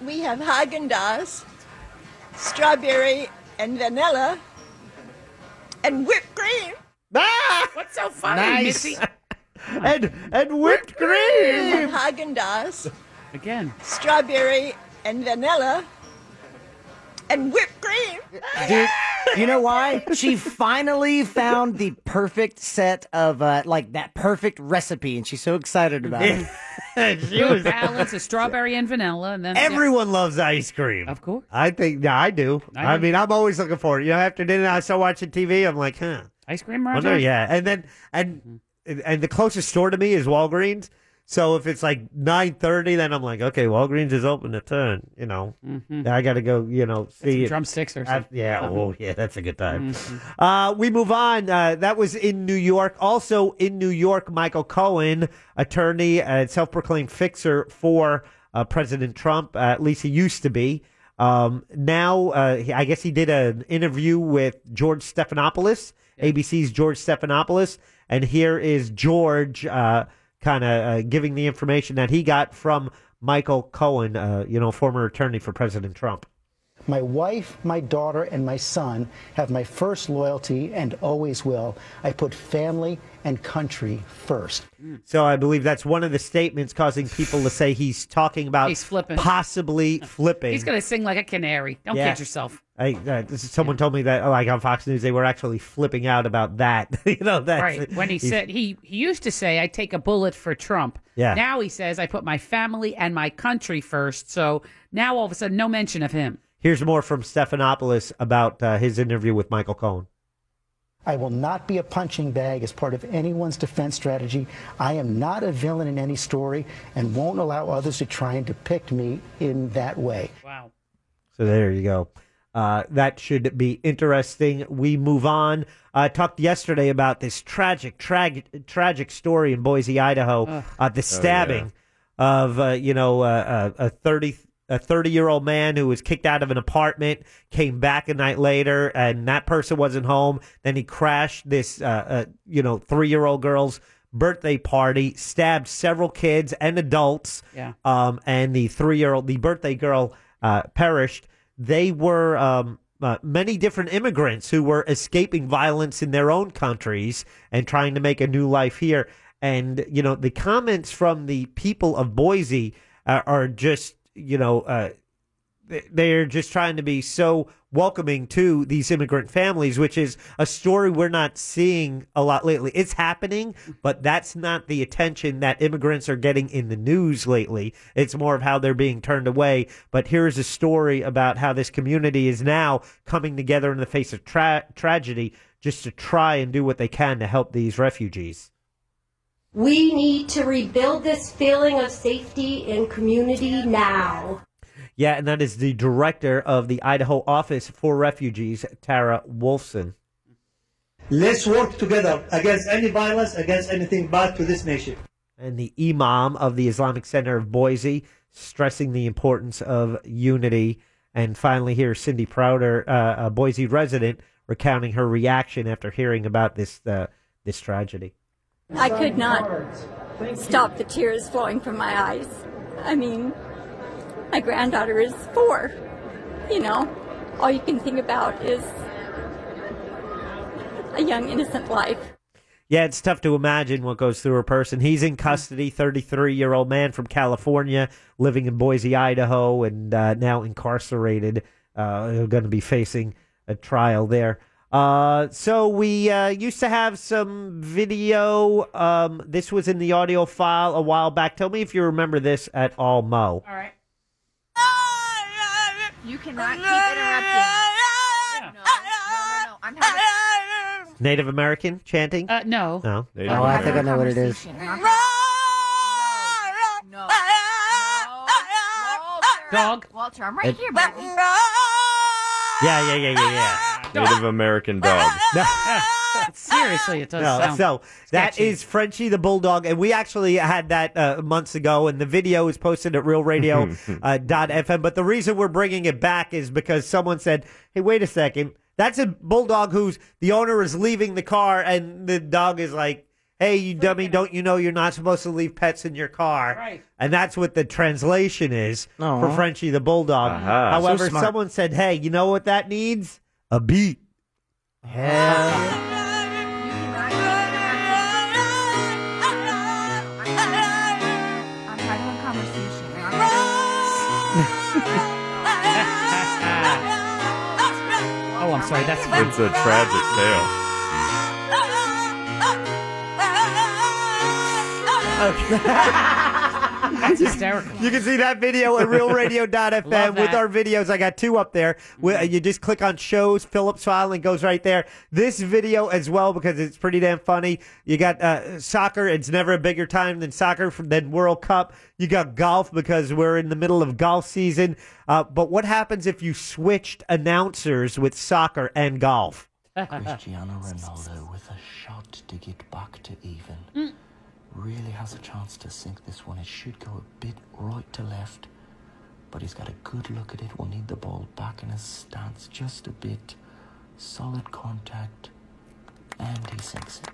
Speaker 25: We have Haagen Dazs, strawberry and vanilla, and whipped cream.
Speaker 8: What's so
Speaker 25: funny, Missy?
Speaker 6: Ah! and and whipped cream.
Speaker 25: Haagen Dazs,
Speaker 8: Again.
Speaker 25: strawberry and vanilla, and whipped cream.
Speaker 7: Dude, you know why? She finally found the perfect set of uh, like that perfect recipe, and she's so excited about it.
Speaker 8: She was balance of strawberry and vanilla, and then
Speaker 6: Everyone loves ice cream. Of
Speaker 8: course.
Speaker 6: I think yeah, I do.
Speaker 8: I
Speaker 6: I,
Speaker 8: do.
Speaker 6: mean, I'm always looking for it. You know, after dinner, I start watching TV. I'm like, huh,
Speaker 8: ice cream,
Speaker 6: Wonder-
Speaker 8: Roger?
Speaker 6: Oh, yeah, and then and
Speaker 8: Mm-hmm.
Speaker 6: and the closest store to me is Walgreens. So if it's like nine thirty, then I'm like, okay, Walgreens is open to ten. You know, I got to go. You know, see it.
Speaker 8: Mm-hmm. drumsticks or
Speaker 6: I-
Speaker 8: something.
Speaker 6: yeah, oh yeah, that's a good time.
Speaker 14: Mm-hmm.
Speaker 6: Uh, we move on. Uh, that was in New York. Also in New York, Michael Cohen, attorney and self-proclaimed uh, fixer for uh, President Trump. Uh, at least he used to be. Um, now, uh, he, I guess he did an interview with George Stephanopoulos, ABC's George Stephanopoulos, and here is George uh, kind of uh, giving the information that he got from Michael Cohen, uh, you know, former attorney for President Trump.
Speaker 1: My wife, my daughter, and my son have my first loyalty and always will. I put family and country first.
Speaker 8: Mm.
Speaker 6: So I believe that's one of the statements causing people to say he's talking about
Speaker 8: He's flipping.
Speaker 6: possibly flipping.
Speaker 8: He's going to sing like a canary. Don't
Speaker 6: Yeah.
Speaker 8: kid yourself.
Speaker 6: I, uh, this is- someone told me that, oh, like on Fox News, they were actually flipping out about that. you know, that
Speaker 8: right. When he said he, he used to say, "I take a bullet for Trump."
Speaker 6: Yeah.
Speaker 8: Now he says, "I put my family and my country first. So now all of a sudden, no mention of him.
Speaker 6: Here's more from Stephanopoulos about uh, his interview with Michael Cohen.
Speaker 1: I will not be a punching bag as part of anyone's defense strategy. I am not a villain in any story and won't allow others to try and depict me in that way.
Speaker 8: Wow.
Speaker 6: So there you go. Uh, that should be interesting. We move on. I talked yesterday about this tragic, tragic, tragic story in Boise, Idaho.
Speaker 12: Ugh.
Speaker 6: Uh, the
Speaker 12: Oh,
Speaker 6: stabbing of uh, you know uh, a a thirty a thirty year old man who was kicked out of an apartment, came back a night later, and that person wasn't home. Then he crashed this uh, uh, you know three year old girl's birthday party, stabbed several kids and adults
Speaker 8: Yeah.
Speaker 6: um, and the three-year-old, the birthday girl, uh, perished. They were um, uh, many different immigrants who were escaping violence in their own countries and trying to make a new life here. And you know, the comments from the people of Boise uh, are just, you know. Uh, th- they're just trying to be so welcoming to these immigrant families, which is a story we're not seeing a lot lately. It's happening, but that's not the attention that immigrants are getting in the news lately. It's more of how they're being turned away. But here is a story about how this community is now coming together in the face of tra- tragedy just to try and do what they can to help these refugees.
Speaker 14: We need to rebuild this feeling of safety and community now.
Speaker 6: Yeah, and that is the director of the Idaho Office for Refugees, Tara Wolfson.
Speaker 16: Let's work together against any violence, against anything bad to this nation.
Speaker 6: and the imam of the Islamic Center of Boise, stressing the importance of unity. And finally, here Cindy Prouder, uh, a Boise resident, recounting her reaction after hearing about this uh, this tragedy.
Speaker 14: I could not stop the tears flowing from my eyes. I mean, my granddaughter is four. You know, all you can think about is a young, innocent life.
Speaker 6: Yeah, it's tough to imagine what goes through a person. He's in custody, 33 year old man from California, living in Boise, Idaho, and uh, now incarcerated. Uh, going to be facing a trial there. Uh, so we uh, used to have some video. Um, this was in the audio file a while back. Tell me if you remember this at all, Mo.
Speaker 8: All right.
Speaker 15: You cannot keep interrupting. No, no, no, no. I'm having
Speaker 6: Native American chanting?
Speaker 8: Uh, no.
Speaker 6: No.
Speaker 7: Native Oh, I think I know what it is.
Speaker 15: conversation. I'm having- No, no, no,
Speaker 8: Dog.
Speaker 15: Walter, I'm right
Speaker 9: It-
Speaker 15: here, buddy.
Speaker 6: Yeah, yeah, yeah, yeah, yeah.
Speaker 9: Native American dog.
Speaker 8: Seriously, it does
Speaker 6: No,
Speaker 8: sound.
Speaker 6: so that
Speaker 8: sketchy.
Speaker 6: is Frenchie the Bulldog, and we actually had that uh, months ago, and the video is posted at RealRadio.fm. Uh, dot FM. but the reason we're bringing it back is because someone said, "Hey, wait a second, that's a bulldog who's the owner is leaving the car, and the dog is like." Hey, you dummy, don't you know you're not supposed to leave pets in your car?
Speaker 8: Right.
Speaker 6: And that's what the translation is for
Speaker 7: Aw.
Speaker 6: Frenchie the Bulldog.
Speaker 4: Uh-huh.
Speaker 7: Aha.
Speaker 6: However,
Speaker 7: So smart.
Speaker 6: someone said, hey, you know what that needs? A beat.
Speaker 15: I'm having a conversation. and I'm
Speaker 8: Oh, I'm sorry. That's
Speaker 9: It's a tragic tale.
Speaker 8: That's hysterical.
Speaker 6: You can see that video at
Speaker 8: Love
Speaker 6: realradio.fm
Speaker 8: that. Mm-hmm.
Speaker 6: with our videos. I got two up there. We- uh, You just click on shows, Phillips file, and it goes right there. This video as well because it's pretty damn funny. You got uh, soccer. It's never a bigger time than soccer from than World Cup. You got golf because we're in the middle of golf season. Uh, but what happens if you switched announcers with soccer and golf?
Speaker 26: Cristiano Ronaldo with a shot to get back to even.
Speaker 5: really has a chance to sink this one. It should go a bit right to left, but he's got a good look at it. Will need the ball back in his stance just a bit. Solid contact, and he sinks it.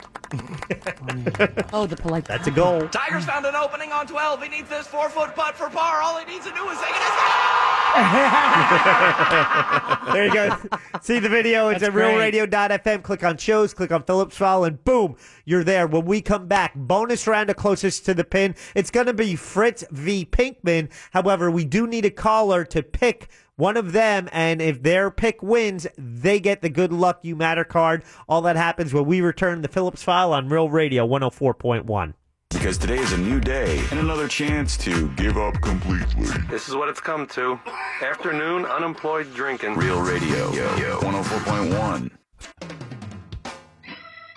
Speaker 5: Really
Speaker 8: Oh, the polite.
Speaker 5: That's a goal.
Speaker 4: Tigers found an opening on 12. He needs this four foot putt for par. All he needs to do is take it.
Speaker 6: there you go. See the video. It's
Speaker 4: That's
Speaker 6: at
Speaker 4: great.
Speaker 6: realradio.fm. Click on shows, click on Phillips File, and boom, you're there. When we come back, bonus round of closest to the pin. It's going to be Fritz v. Pinkman. However, we do need a caller to pick one of them, and if their pick wins, they get the Good Luck You Matter card. All that happens when we return the Phillips File on Real Radio 104.1.
Speaker 11: Because today is a new day and another chance to give up completely.
Speaker 12: This is what it's come to. Afternoon unemployed drinking.
Speaker 11: Real Radio, 104.1.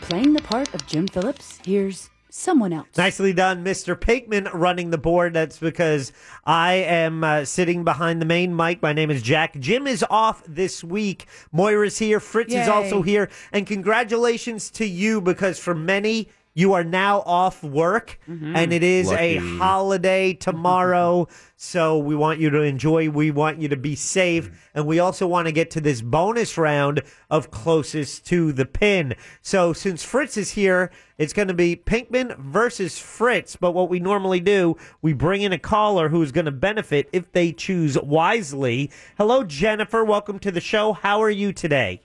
Speaker 17: Playing the part of Jim Phillips, here's someone else.
Speaker 6: Nicely done, Mr. Pinkman, running the board. That's because I am uh, sitting behind the main mic. My name is Jack. Jim is off this week. Moira's here. Fritz is
Speaker 18: Yay.
Speaker 6: also here. And congratulations to you because for many, you are now off work and it is a
Speaker 18: Lucky.
Speaker 6: holiday tomorrow. so we want you to enjoy. We want you to be safe. And we also want to get to this bonus round of closest to the pin. So since Fritz is here, it's going to be Pinkman versus Fritz. But what we normally do, we bring in a caller who's going to benefit if they choose wisely. Hello, Jennifer. Welcome to the show. How are you today?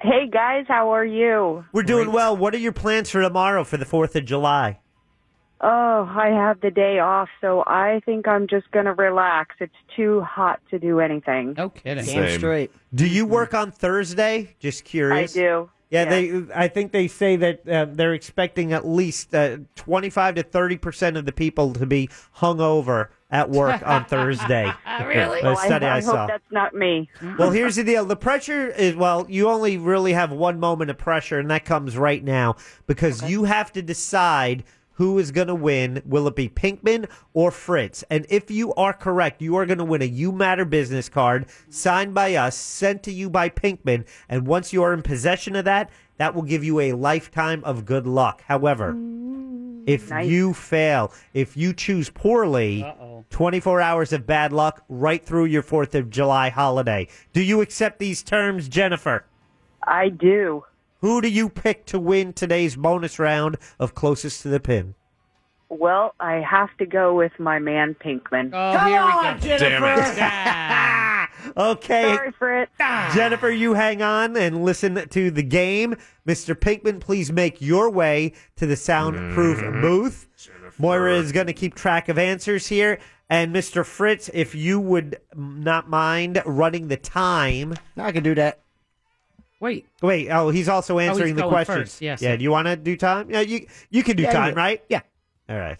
Speaker 19: Hey guys, how are you?
Speaker 6: We're doing well. What are your plans for tomorrow for the 4th of July?
Speaker 19: Oh, I have the day off, so I think I'm just going to relax. It's too hot to do anything.
Speaker 8: No kidding.
Speaker 6: Damn Same. straight. Do you work on Thursday? Just curious.
Speaker 19: I do,
Speaker 6: Yeah,
Speaker 19: yeah.
Speaker 6: they. I think they say that uh, they're expecting at least uh, twenty-five to thirty percent of the people to be hungover at work on Thursday.
Speaker 19: Really?
Speaker 6: A study
Speaker 19: Oh, I,
Speaker 6: I,
Speaker 19: I
Speaker 6: saw.
Speaker 19: hope that's not me.
Speaker 8: Mm-hmm.
Speaker 6: Well, here's the deal. The pressure is well, you only really have one moment of pressure, and that comes right now because you have to decide who is going to win. Will it be Pinkman or Fritz? And if you are correct, you are going to win a You Matter business card signed by us, sent to you by Pinkman. And once you are in possession of that, that will give you a lifetime of good luck. However, if you fail, if you choose poorly, 24 hours of bad luck right through your 4th of July holiday. Do you accept these terms, Jennifer?
Speaker 19: I do.
Speaker 6: Who do you pick to win today's bonus round of closest to the pin?
Speaker 19: Well, I have to go with my man Pinkman.
Speaker 8: Oh, Come here we on, go. Jennifer!
Speaker 6: Okay. Ah.
Speaker 19: Sorry, Fritz.
Speaker 6: Jennifer, you hang on and listen to the game. Mr. Pinkman, please make your way to the soundproof
Speaker 26: Mhm.
Speaker 6: booth. Moira is going to keep track of answers here. And Mr. Fritz, if you would not mind running the time. No, I can do that.
Speaker 8: Wait.
Speaker 6: Wait. Oh, he's also
Speaker 8: he's
Speaker 6: answering the
Speaker 8: going
Speaker 6: questions.
Speaker 8: first, yes.
Speaker 6: Yeah. Do you want to do time? Yeah. You you can do
Speaker 7: Yeah, you
Speaker 6: time,
Speaker 7: do.
Speaker 6: right? Yeah. All right.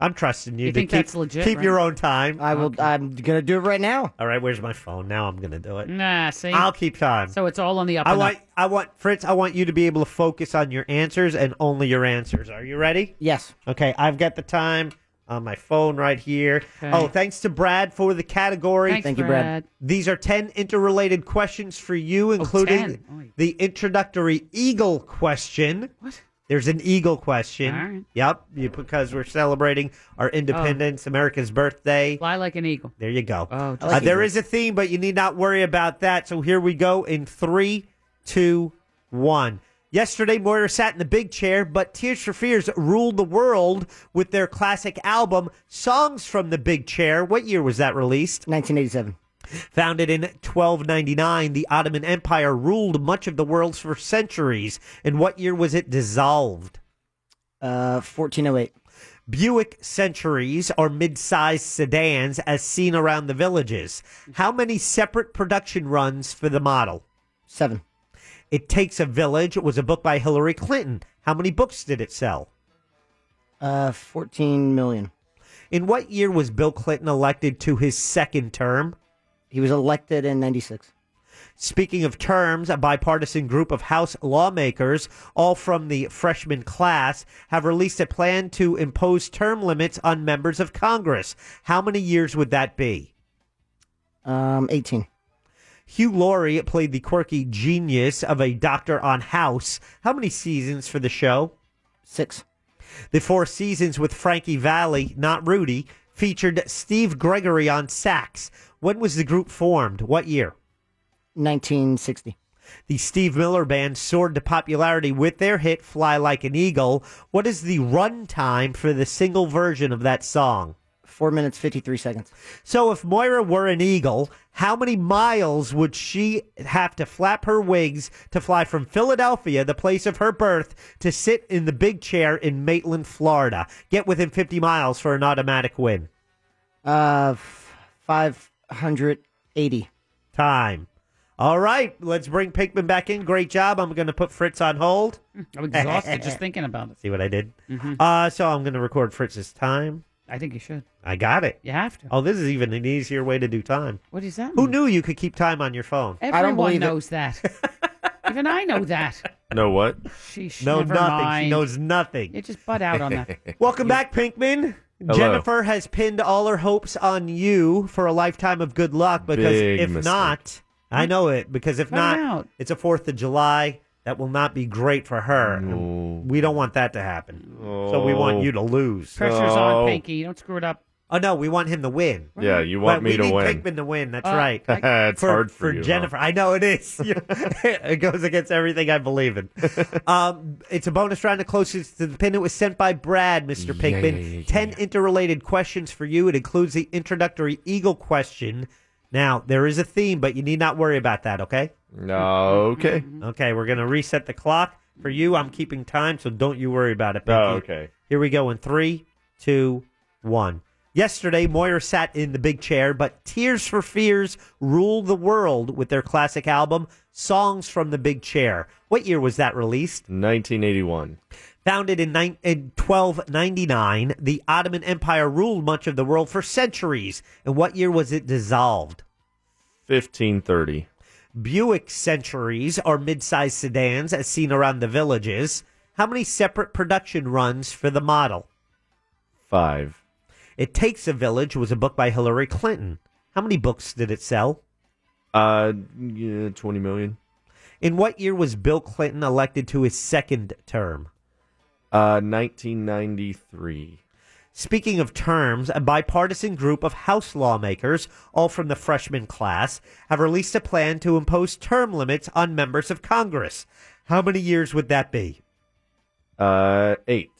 Speaker 6: I'm trusting you,
Speaker 7: You
Speaker 6: to
Speaker 7: think
Speaker 6: keep,
Speaker 7: that's legit,
Speaker 6: keep
Speaker 7: right?
Speaker 6: your own time.
Speaker 7: I will-
Speaker 6: I'm gonna do it right now. All right. Where's my phone? Now I'm gonna do it.
Speaker 8: Nah, see?
Speaker 6: I'll keep time.
Speaker 8: So it's all on the up
Speaker 6: I
Speaker 8: and
Speaker 6: want
Speaker 8: up.
Speaker 6: I want Fritz. I want you to be able to focus on your answers and only your answers. Are you ready? Yes. Okay. I've got the time on my phone right here.
Speaker 7: Okay.
Speaker 6: Oh, thanks to Brad for the category.
Speaker 7: Thanks, Thank you, Brad. Brad.
Speaker 6: These are ten interrelated questions for you,
Speaker 8: Oh,
Speaker 6: including
Speaker 7: 10. Oy.
Speaker 6: the introductory eagle question. What? There's an eagle question.
Speaker 8: All right. Oh.
Speaker 6: Yep, you, because we're celebrating our independence, America's birthday.
Speaker 8: Fly like an eagle.
Speaker 6: There you go.
Speaker 8: Oh,
Speaker 6: Uh, there is a theme, but you need not worry about that. So here we go in three, two, one. Yesterday, Moira sat in the big chair, but Tears for Fears ruled the world with their classic album, Songs from the Big Chair. What year was that released? 1987. Founded in 1299, the Ottoman Empire ruled much of the world for centuries. In what year was it dissolved? Uh, 1408. Buick Centuries are mid-sized sedans as seen around the villages. How many separate production runs for the model? Seven. It Takes a Village was a book by Hillary Clinton. How many books did it sell?
Speaker 7: Uh, 14 million.
Speaker 6: In what year was Bill Clinton elected to his second term?
Speaker 7: He was elected in 96.
Speaker 6: Speaking of terms, a bipartisan group of House lawmakers, all from the freshman class, have released a plan to impose term limits on members of Congress. How many years would that be?
Speaker 7: Um, 18.
Speaker 6: Hugh Laurie played the quirky genius of a doctor on House. How many seasons for the show?
Speaker 7: Six.
Speaker 6: The Four Seasons with Frankie Valley, not Rudy, featured Steve Gregory on sax. When was the group formed? What year?
Speaker 7: 1960.
Speaker 6: The Steve Miller Band soared to popularity with their hit Fly Like an Eagle. What is the runtime for the single version of that song?
Speaker 7: Four minutes, 53 seconds.
Speaker 6: So, if Moira were an eagle, how many miles would she have to flap her wings to fly from Philadelphia, the place of her birth, to sit in the big chair in Maitland, Florida? Get within 50 miles for an automatic win.
Speaker 7: Uh, f- 580.
Speaker 6: Time. All right, let's bring Pinkman back in. Great job. I'm going to put Fritz on hold.
Speaker 8: I'm exhausted just Mm-hmm. thinking about it.
Speaker 6: See what I did? Uh, so I'm going to record Fritz's time.
Speaker 8: I think you should.
Speaker 6: I got it.
Speaker 8: You have to.
Speaker 6: Oh, this is even an easier way to do time.
Speaker 8: What is that?
Speaker 6: Who knew you could keep time on your phone?
Speaker 8: Everyone knows that. Even I know that.
Speaker 9: No what?
Speaker 8: Sheesh,
Speaker 6: No
Speaker 8: never
Speaker 6: nothing.
Speaker 8: mind.
Speaker 6: She knows nothing.
Speaker 8: You just butt out on that.
Speaker 6: Welcome back, Pinkman.
Speaker 9: Hello.
Speaker 6: Jennifer has pinned all her hopes on you for a lifetime of good luck because
Speaker 9: Big
Speaker 6: if
Speaker 9: mistake.
Speaker 6: not, I know it, because if
Speaker 8: Cut
Speaker 6: not,
Speaker 8: it out.
Speaker 6: it's a 4th of July. That will not be great for her. We don't want that to happen. So we want you
Speaker 9: Oh.
Speaker 6: to lose.
Speaker 8: Pressure's on Pinky. Don't screw it up.
Speaker 6: Oh no, we want him to win.
Speaker 9: Yeah, you
Speaker 6: But
Speaker 9: want me
Speaker 6: we
Speaker 9: to
Speaker 6: need
Speaker 9: win.
Speaker 6: Pinkman to win.
Speaker 8: Oh,
Speaker 6: That's
Speaker 9: Uh,
Speaker 6: right.
Speaker 9: I- It's hard for you, huh?
Speaker 6: Jennifer. I know it is. You- it goes against everything I believe in. um, it's a bonus round of closest to the pin. It was sent by Brad, Mister
Speaker 9: yeah,
Speaker 6: Pinkman.
Speaker 9: yeah, yeah,
Speaker 6: Ten interrelated questions for you. It includes the introductory eagle question. Now there is a theme, but you need not worry about that. Okay.
Speaker 9: Okay.
Speaker 6: Okay, we're gonna reset the clock for you. I'm keeping time, so don't you worry about it. Pinky.
Speaker 9: Oh, okay.
Speaker 6: Here we go in three, two, one. Yesterday, Moyer sat in the big chair, but Tears for Fears ruled the world with their classic album, Songs from the Big Chair. What year was that released?
Speaker 9: 1981.
Speaker 6: Founded in, nine in 1299, the Ottoman Empire ruled much of the world for centuries. And what year was it dissolved?
Speaker 9: 1530.
Speaker 6: Buick Centuries are mid-sized sedans as seen around the villages. How many separate production runs for the model?
Speaker 9: Five.
Speaker 6: It Takes a Village was a book by Hillary Clinton. How many books did it sell?
Speaker 9: Uh, yeah, 20 million.
Speaker 6: In what year was Bill Clinton elected to his second term?
Speaker 9: Uh, 1993.
Speaker 6: Speaking of terms, a bipartisan group of House lawmakers, all from the freshman class, have released a plan to impose term limits on members of Congress. How many years would that be?
Speaker 9: Uh, eight.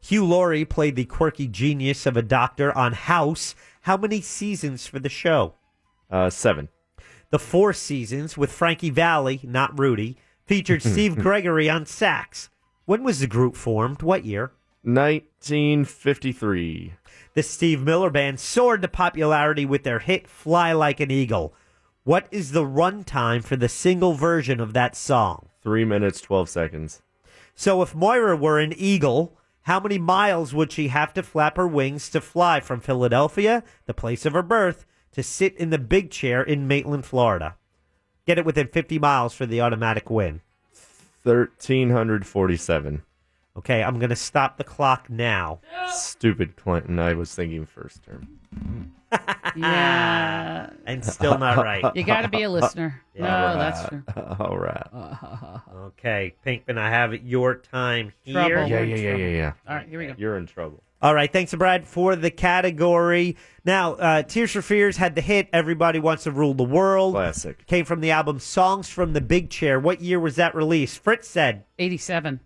Speaker 6: Hugh Laurie played the quirky genius of a doctor on House. How many seasons for the show?
Speaker 9: Uh, seven.
Speaker 6: The Four Seasons with Frankie Valley, not Rudy, featured Steve Gregory on sax. When was the group formed? What year?
Speaker 9: 1953.
Speaker 6: The Steve Miller Band soared to popularity with their hit Fly Like an Eagle. What is the runtime for the single version of that song?
Speaker 9: Three minutes, 12 seconds.
Speaker 6: So if Moira were an eagle, how many miles would she have to flap her wings to fly from Philadelphia, the place of her birth, to sit in the big chair in Maitland, Florida? Get it within 50 miles for the automatic win.
Speaker 9: 1347.
Speaker 6: Okay, I'm going to stop the clock now.
Speaker 9: Stupid Clinton. I was thinking first term.
Speaker 8: Yeah.
Speaker 6: And still not right.
Speaker 8: You got to be a listener.
Speaker 6: Yeah,
Speaker 8: no,
Speaker 6: right.
Speaker 8: Oh, that's true. Uh,
Speaker 9: All right.
Speaker 6: Okay, Pinkman, I have your time here.
Speaker 8: Trouble.
Speaker 9: yeah, yeah, yeah, yeah, yeah.
Speaker 8: All right, here we go.
Speaker 9: You're in trouble.
Speaker 6: All right, thanks, Brad, for the category. Now, uh, Tears for Fears had the hit "Everybody Wants to Rule the World."
Speaker 9: Classic.
Speaker 6: Came from the album "Songs from the Big Chair." What year was that released? Fritz said,
Speaker 8: 87,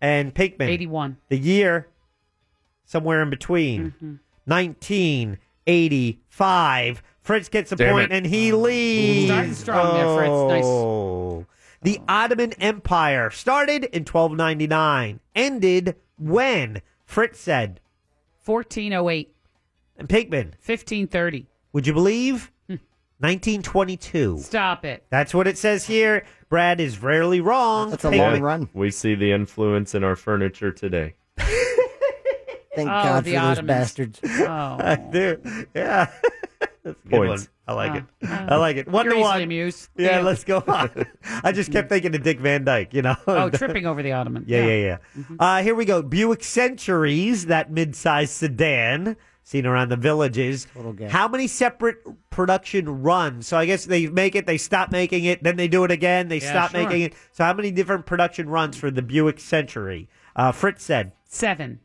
Speaker 6: and Pinkman.
Speaker 8: 81.
Speaker 6: The year, somewhere in between,
Speaker 8: Mm-hmm.
Speaker 6: nineteen eighty-five. Fritz gets a
Speaker 9: Damn
Speaker 6: point
Speaker 9: it.
Speaker 6: and he leads.
Speaker 8: Starting strong there, Fritz. Nice.
Speaker 6: Oh. The Ottoman Empire started in 1299, ended when Fritz said,
Speaker 8: 1408,
Speaker 6: and Pinkman.
Speaker 8: 1530.
Speaker 6: Would you believe? 1922.
Speaker 8: Hmm. Stop it.
Speaker 6: That's what it says here. Brad is rarely wrong.
Speaker 7: That's a
Speaker 6: Take-
Speaker 7: long run.
Speaker 9: We see the influence in our furniture today.
Speaker 7: Thank
Speaker 8: Oh,
Speaker 7: God
Speaker 8: the
Speaker 7: for
Speaker 8: Ottomans.
Speaker 7: those bastards.
Speaker 8: Oh.
Speaker 6: I do. Yeah. That's a good
Speaker 7: Points.
Speaker 6: one. I like it.
Speaker 7: Oh, oh.
Speaker 6: I like it. One
Speaker 8: You're
Speaker 6: to
Speaker 8: easily
Speaker 6: one.
Speaker 8: amused.
Speaker 6: Yeah,
Speaker 8: Yeah.
Speaker 6: let's go on. I just kept thinking of Dick Van Dyke, you know.
Speaker 8: Oh, tripping over the ottoman. Mm-hmm.
Speaker 6: Yeah, yeah, yeah. Uh, here we go. Buick Centuries, that mid-sized sedan seen around the villages. How many separate production runs? So I guess they make it, they stop making it, then they do it again, they
Speaker 8: Yeah,
Speaker 6: stop
Speaker 8: sure.
Speaker 6: making it. So how many different production runs for the Buick Century? Uh, Fritz said
Speaker 8: seven,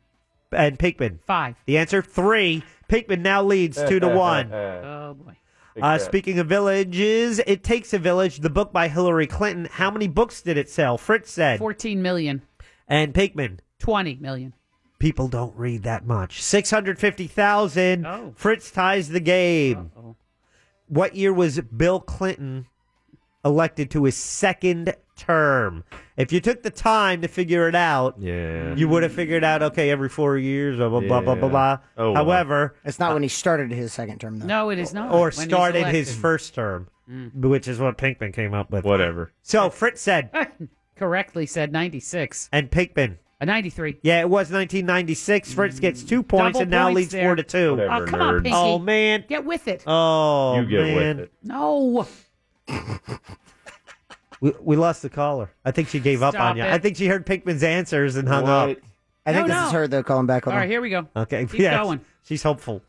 Speaker 6: and Pinkman
Speaker 8: five.
Speaker 6: The answer three. Pinkman now leads two to one.
Speaker 8: oh boy.
Speaker 6: Uh, speaking of villages, it takes a village. The book by Hillary Clinton. How many books did it sell? Fritz said
Speaker 8: fourteen million.
Speaker 6: And Pinkman,
Speaker 8: twenty million.
Speaker 6: People don't read that much. Six hundred fifty thousand.
Speaker 8: Oh.
Speaker 6: Fritz ties the game. What year was Bill Clinton elected to his second term? If you took the time to figure it out,
Speaker 9: yeah,
Speaker 6: you would have figured out. Okay, every four years, blah blah blah blah blah. blah.
Speaker 7: Oh, wow.
Speaker 6: However,
Speaker 7: It's not when he started his second term, though.
Speaker 8: No, it is not.
Speaker 6: or
Speaker 8: when he's
Speaker 6: started his
Speaker 8: elected.
Speaker 6: first term,
Speaker 8: Mm.
Speaker 6: which is what Pinkman came up with. Whatever. So Fritz said,
Speaker 8: correctly said ninety six
Speaker 6: and Pinkman.
Speaker 8: a ninety three.
Speaker 6: Yeah, it was 1996. Fritz gets two points
Speaker 8: Double
Speaker 6: and now
Speaker 8: points
Speaker 6: leads
Speaker 8: there.
Speaker 6: four to two.
Speaker 8: oh come on, Pinky.
Speaker 6: Oh man.
Speaker 8: get with it.
Speaker 6: Oh
Speaker 9: You get with
Speaker 6: man.
Speaker 9: it.
Speaker 8: No,
Speaker 6: We, we lost the caller. I think she gave up
Speaker 8: Stop
Speaker 6: on you.
Speaker 8: it.
Speaker 6: I think she heard Pinkman's answers and hung up.
Speaker 7: I think this
Speaker 8: No, no.
Speaker 7: is her though calling back.
Speaker 8: all
Speaker 7: Hold
Speaker 8: right,
Speaker 7: on.
Speaker 8: here we go.
Speaker 6: Okay,
Speaker 8: Keep
Speaker 6: yes.
Speaker 8: going.
Speaker 6: She's hopeful.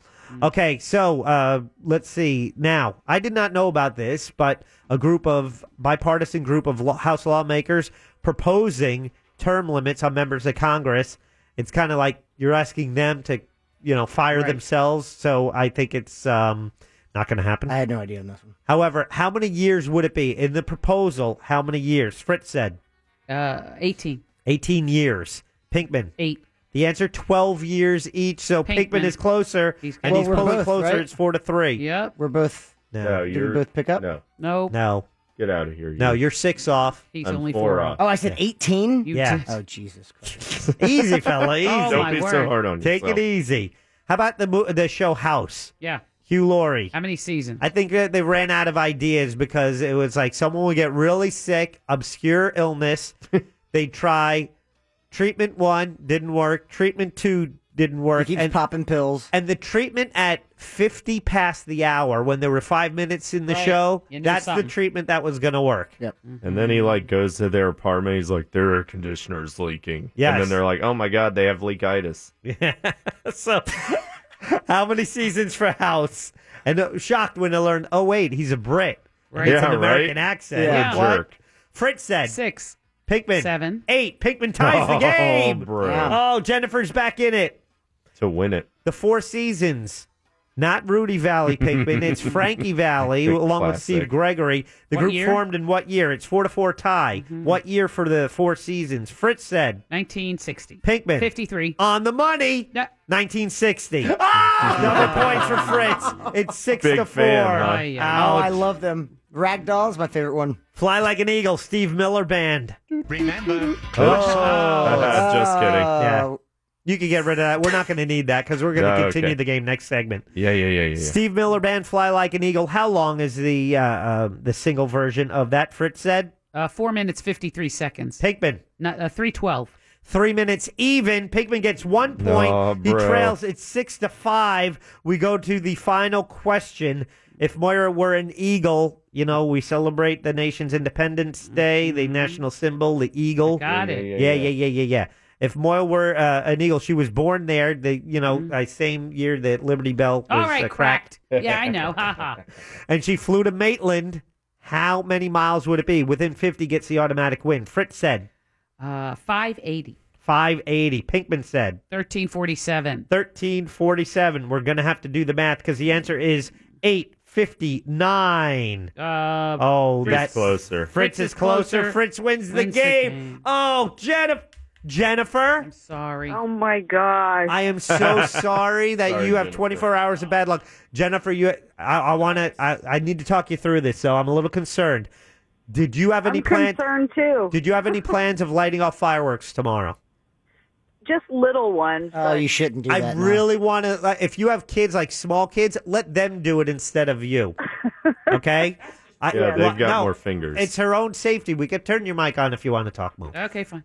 Speaker 6: Okay, so uh, let's see. Now, I did not know about this, but a group of bipartisan group of law, House lawmakers proposing term limits on members of Congress. It's kind of like you're asking them to, you know, fire
Speaker 7: Right.
Speaker 6: themselves. So I think it's um, not going to happen.
Speaker 7: I had no idea on this one.
Speaker 6: However, how many years would it be in the proposal? How many years? Fritz said
Speaker 8: Uh, eighteen.
Speaker 6: 18 years. Pinkman.
Speaker 8: Eight.
Speaker 6: The answer 12 years each. So Pinkman,
Speaker 7: Pinkman.
Speaker 6: is closer and
Speaker 7: Well,
Speaker 6: he's
Speaker 7: we're
Speaker 6: pulling
Speaker 7: both,
Speaker 6: closer.
Speaker 7: right?
Speaker 6: It's 4 to 3.
Speaker 8: Yep.
Speaker 7: We're both.
Speaker 6: No,
Speaker 9: No,
Speaker 7: Did
Speaker 9: you're-
Speaker 7: we both pick up? No.
Speaker 8: No.
Speaker 6: No.
Speaker 9: Get out of here.
Speaker 6: No, you're 6 off.
Speaker 8: He's
Speaker 9: I'm only four four off. off.
Speaker 7: Oh, I said 18?
Speaker 6: Yeah.
Speaker 7: Oh, Jesus Christ.
Speaker 6: easy, fella. Easy.
Speaker 7: Oh,
Speaker 9: Don't my be so word. hard on
Speaker 6: Take
Speaker 9: yourself.
Speaker 6: it easy. How about the mo- the show House?
Speaker 8: Yeah.
Speaker 6: Hugh Laurie.
Speaker 8: How many seasons?
Speaker 6: I think that they ran out of ideas because it was like someone would get really sick, obscure illness. they try treatment one, didn't work. Treatment two didn't work.
Speaker 7: He keeps popping pills.
Speaker 6: And the treatment at 50 past the hour when there were five minutes in the
Speaker 9: Right.
Speaker 6: show,
Speaker 9: You knew
Speaker 6: that's
Speaker 9: something.
Speaker 6: the treatment that was going to work.
Speaker 7: Yep.
Speaker 8: Mm-hmm.
Speaker 9: And then he like goes to their apartment. He's like, their air conditioner's leaking. Yeah. And
Speaker 6: Yes.
Speaker 9: then they're like, oh my god, they have leakitis.
Speaker 6: Yeah. so, how many seasons for House? And uh, shocked when I learned, oh, wait, he's a Brit.
Speaker 9: Right.
Speaker 6: It's an
Speaker 9: Yeah, right?
Speaker 6: American accent.
Speaker 9: Yeah.
Speaker 6: What?
Speaker 9: Jerk.
Speaker 6: Fritz said
Speaker 8: six.
Speaker 6: Pinkman
Speaker 8: seven.
Speaker 6: Eight. Pinkman ties the
Speaker 9: Oh,
Speaker 6: game.
Speaker 9: bro. Yeah.
Speaker 6: Oh, Jennifer's back in it.
Speaker 9: To win it.
Speaker 6: The Four Seasons. Not Rudy Valley, Pinkman. it's Frankie Valley,
Speaker 9: Good
Speaker 6: along with
Speaker 9: classic.
Speaker 6: Steve Gregory. The
Speaker 8: What
Speaker 6: group
Speaker 8: year? Mm-hmm.
Speaker 6: formed in what year? It's four to four tie. What year for the Four Seasons? Fritz said
Speaker 8: Nineteen sixty.
Speaker 6: Pinkman.
Speaker 8: Fifty three.
Speaker 6: On the money. 1960. Double points for Fritz. It's six
Speaker 7: Big
Speaker 6: to four.
Speaker 7: fan, huh? Oh, I
Speaker 6: Ouch.
Speaker 7: love them. Ragdoll's my favorite one.
Speaker 6: Fly like an eagle. Steve Miller Band.
Speaker 2: Remember.
Speaker 9: Oh. Just kidding.
Speaker 6: Yeah. You can get rid of that. We're not going to need that because we're going to
Speaker 9: Oh, okay.
Speaker 6: continue the game next segment.
Speaker 9: Yeah, yeah, yeah, yeah. yeah.
Speaker 6: Steve Miller Band, "Fly Like an Eagle." How long is the uh, uh, the single version of that? Fritz said
Speaker 8: Uh, four minutes fifty three seconds.
Speaker 6: Pinkman.
Speaker 8: Not, uh, three twelve.
Speaker 6: three minutes even. Pinkman gets one point.
Speaker 9: Nah,
Speaker 6: he
Speaker 9: bro.
Speaker 6: trails. It's six to five. We go to the final question. If Moira were an eagle, you know we celebrate the nation's Independence Day, the national symbol, the eagle.
Speaker 8: Mm-hmm. Got it.
Speaker 6: Yeah, yeah, yeah, yeah, yeah. If Moira were uh, an eagle, she was born there. The you know uh, same year that Liberty Bell was
Speaker 8: Mm-hmm. All right,
Speaker 6: uh,
Speaker 8: cracked. Yeah, I know. Ha ha.
Speaker 6: and she flew to Maitland. How many miles would it be? Within 50 gets the automatic win. Fritz said
Speaker 8: Uh, five eighty.
Speaker 6: 580. Pinkman said
Speaker 8: Thirteen forty seven.
Speaker 6: 1347. We're going to have to do the math because the answer is 859.
Speaker 8: Uh,
Speaker 6: oh,
Speaker 9: Fritz
Speaker 6: that's
Speaker 9: closer.
Speaker 6: Fritz is closer. Fritz wins the game. Oh, Jennifer. Jennifer. I'm
Speaker 8: sorry.
Speaker 6: Oh,
Speaker 19: my gosh.
Speaker 6: I am so sorry that
Speaker 9: Sorry,
Speaker 6: you have
Speaker 9: Jennifer.
Speaker 6: 24 hours of bad luck. Jennifer, you I, I want to I, I need to talk you through this, so I'm a little concerned. Did you have any
Speaker 19: I'm
Speaker 6: plans?
Speaker 19: concerned too.
Speaker 6: Did you have any plans of lighting off fireworks tomorrow?
Speaker 19: Just little ones.
Speaker 7: Oh, you shouldn't do
Speaker 6: I
Speaker 7: that. now.
Speaker 6: really want to. Like, if you have kids, like small kids, let them do it instead of you. Okay. I-
Speaker 9: Yeah, they've got
Speaker 6: no,
Speaker 9: more fingers.
Speaker 6: It's her own safety. We could turn your mic on if you want to talk more.
Speaker 8: Okay, fine.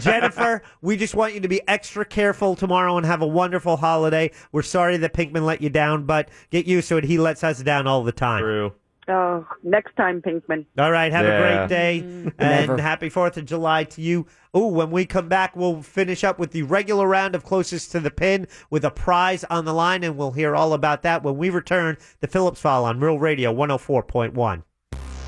Speaker 6: Jennifer, we just want you to be extra careful tomorrow and have a wonderful holiday. We're sorry that Pinkman let you down, but get used to it. He lets us down all the time. True.
Speaker 19: Oh, next time, Pinkman.
Speaker 6: All right, have
Speaker 19: Yeah.
Speaker 6: a great day
Speaker 19: Never.
Speaker 6: and happy 4th of July to you. Ooh, when we come back, we'll finish up with the regular round of closest to the pin with a prize on the line, and we'll hear all about that when we return. The Phillips File on Real Radio 104.1.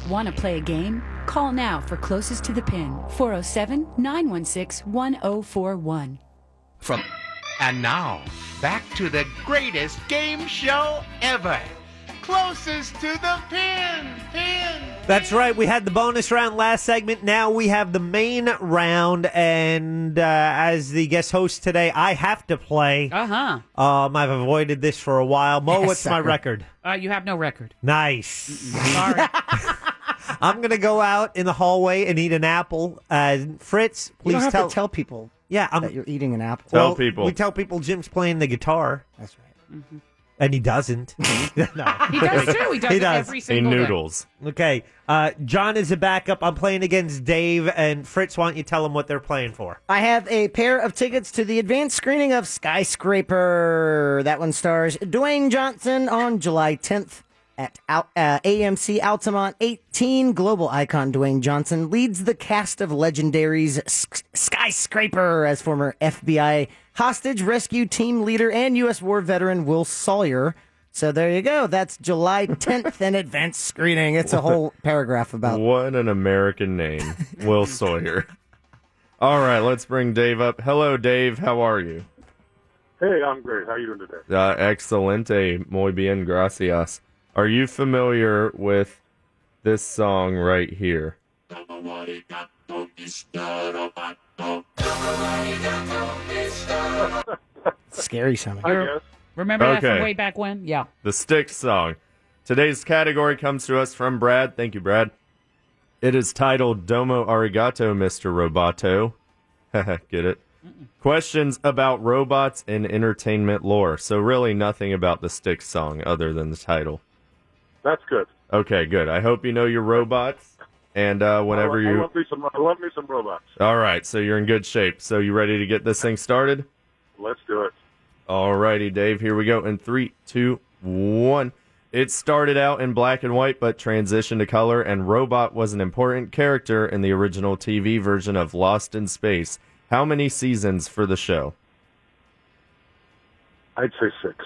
Speaker 17: Want to play a game? Call now for closest to the pin 407 916 1041.
Speaker 2: From and now back to the greatest game show ever. Closest to the pin, pin.
Speaker 6: That's right. We had the bonus round last segment. Now we have the main round, and uh, as the guest host today, I have to play. Uh huh. Um, I've avoided this for a while. Mo, what's my record?
Speaker 8: Uh, you have no record.
Speaker 6: Nice. I'm gonna go out in the hallway and eat an apple. Uh, Fritz,
Speaker 7: You
Speaker 6: please
Speaker 7: don't have
Speaker 6: tell
Speaker 7: to tell people.
Speaker 6: Yeah, I'm,
Speaker 7: that you're eating an apple.
Speaker 6: Well, We tell people Jim's playing the guitar. That's right. And he doesn't. no.
Speaker 8: He does too. He does it every single day.
Speaker 6: Okay. Uh, John is a backup. I'm playing against Dave and Fritz. Why don't you tell them what they're playing for?
Speaker 7: I have a pair of tickets to the advanced screening of Skyscraper. That one stars Dwayne Johnson on July 10th at Al- uh, AMC Altamont 18. Global icon Dwayne Johnson leads the cast of Legendary's S- Skyscraper as former FBI hostage rescue team leader and U.S. war veteran Will Sawyer. So there you go. That's July 10th and advanced screening. It's a whole paragraph about.
Speaker 9: What an American name, Will Sawyer. All right, let's bring Dave up. Hello, Dave. How are you?
Speaker 13: Hey, I'm great. How you doing today?
Speaker 9: Uh, excelente, muy bien, gracias. Are you familiar with this song right here?
Speaker 7: Scary sounding.
Speaker 8: Remember that
Speaker 9: Okay.
Speaker 8: from way back when? Yeah.
Speaker 9: The Sticks song. Today's category comes to us from Brad. Thank you, Brad. It is titled Domo Arigato, Mr. Roboto. Get it? Questions about robots and entertainment lore. So, really, nothing about the Sticks song other than the title.
Speaker 13: That's good.
Speaker 9: Okay, good. I hope you know your robots. And uh, whenever
Speaker 13: I,
Speaker 9: you.
Speaker 13: I love me some. I love me some robots.
Speaker 9: All right, so you're in good shape. So, you ready to get this thing started?
Speaker 13: Let's do it.
Speaker 9: Alrighty, Dave. Here we go. In three, two, one. It started out in black and white, but transitioned to color, and Robot was an important character in the original TV version of Lost in Space. How many seasons for the show?
Speaker 13: I'd say six.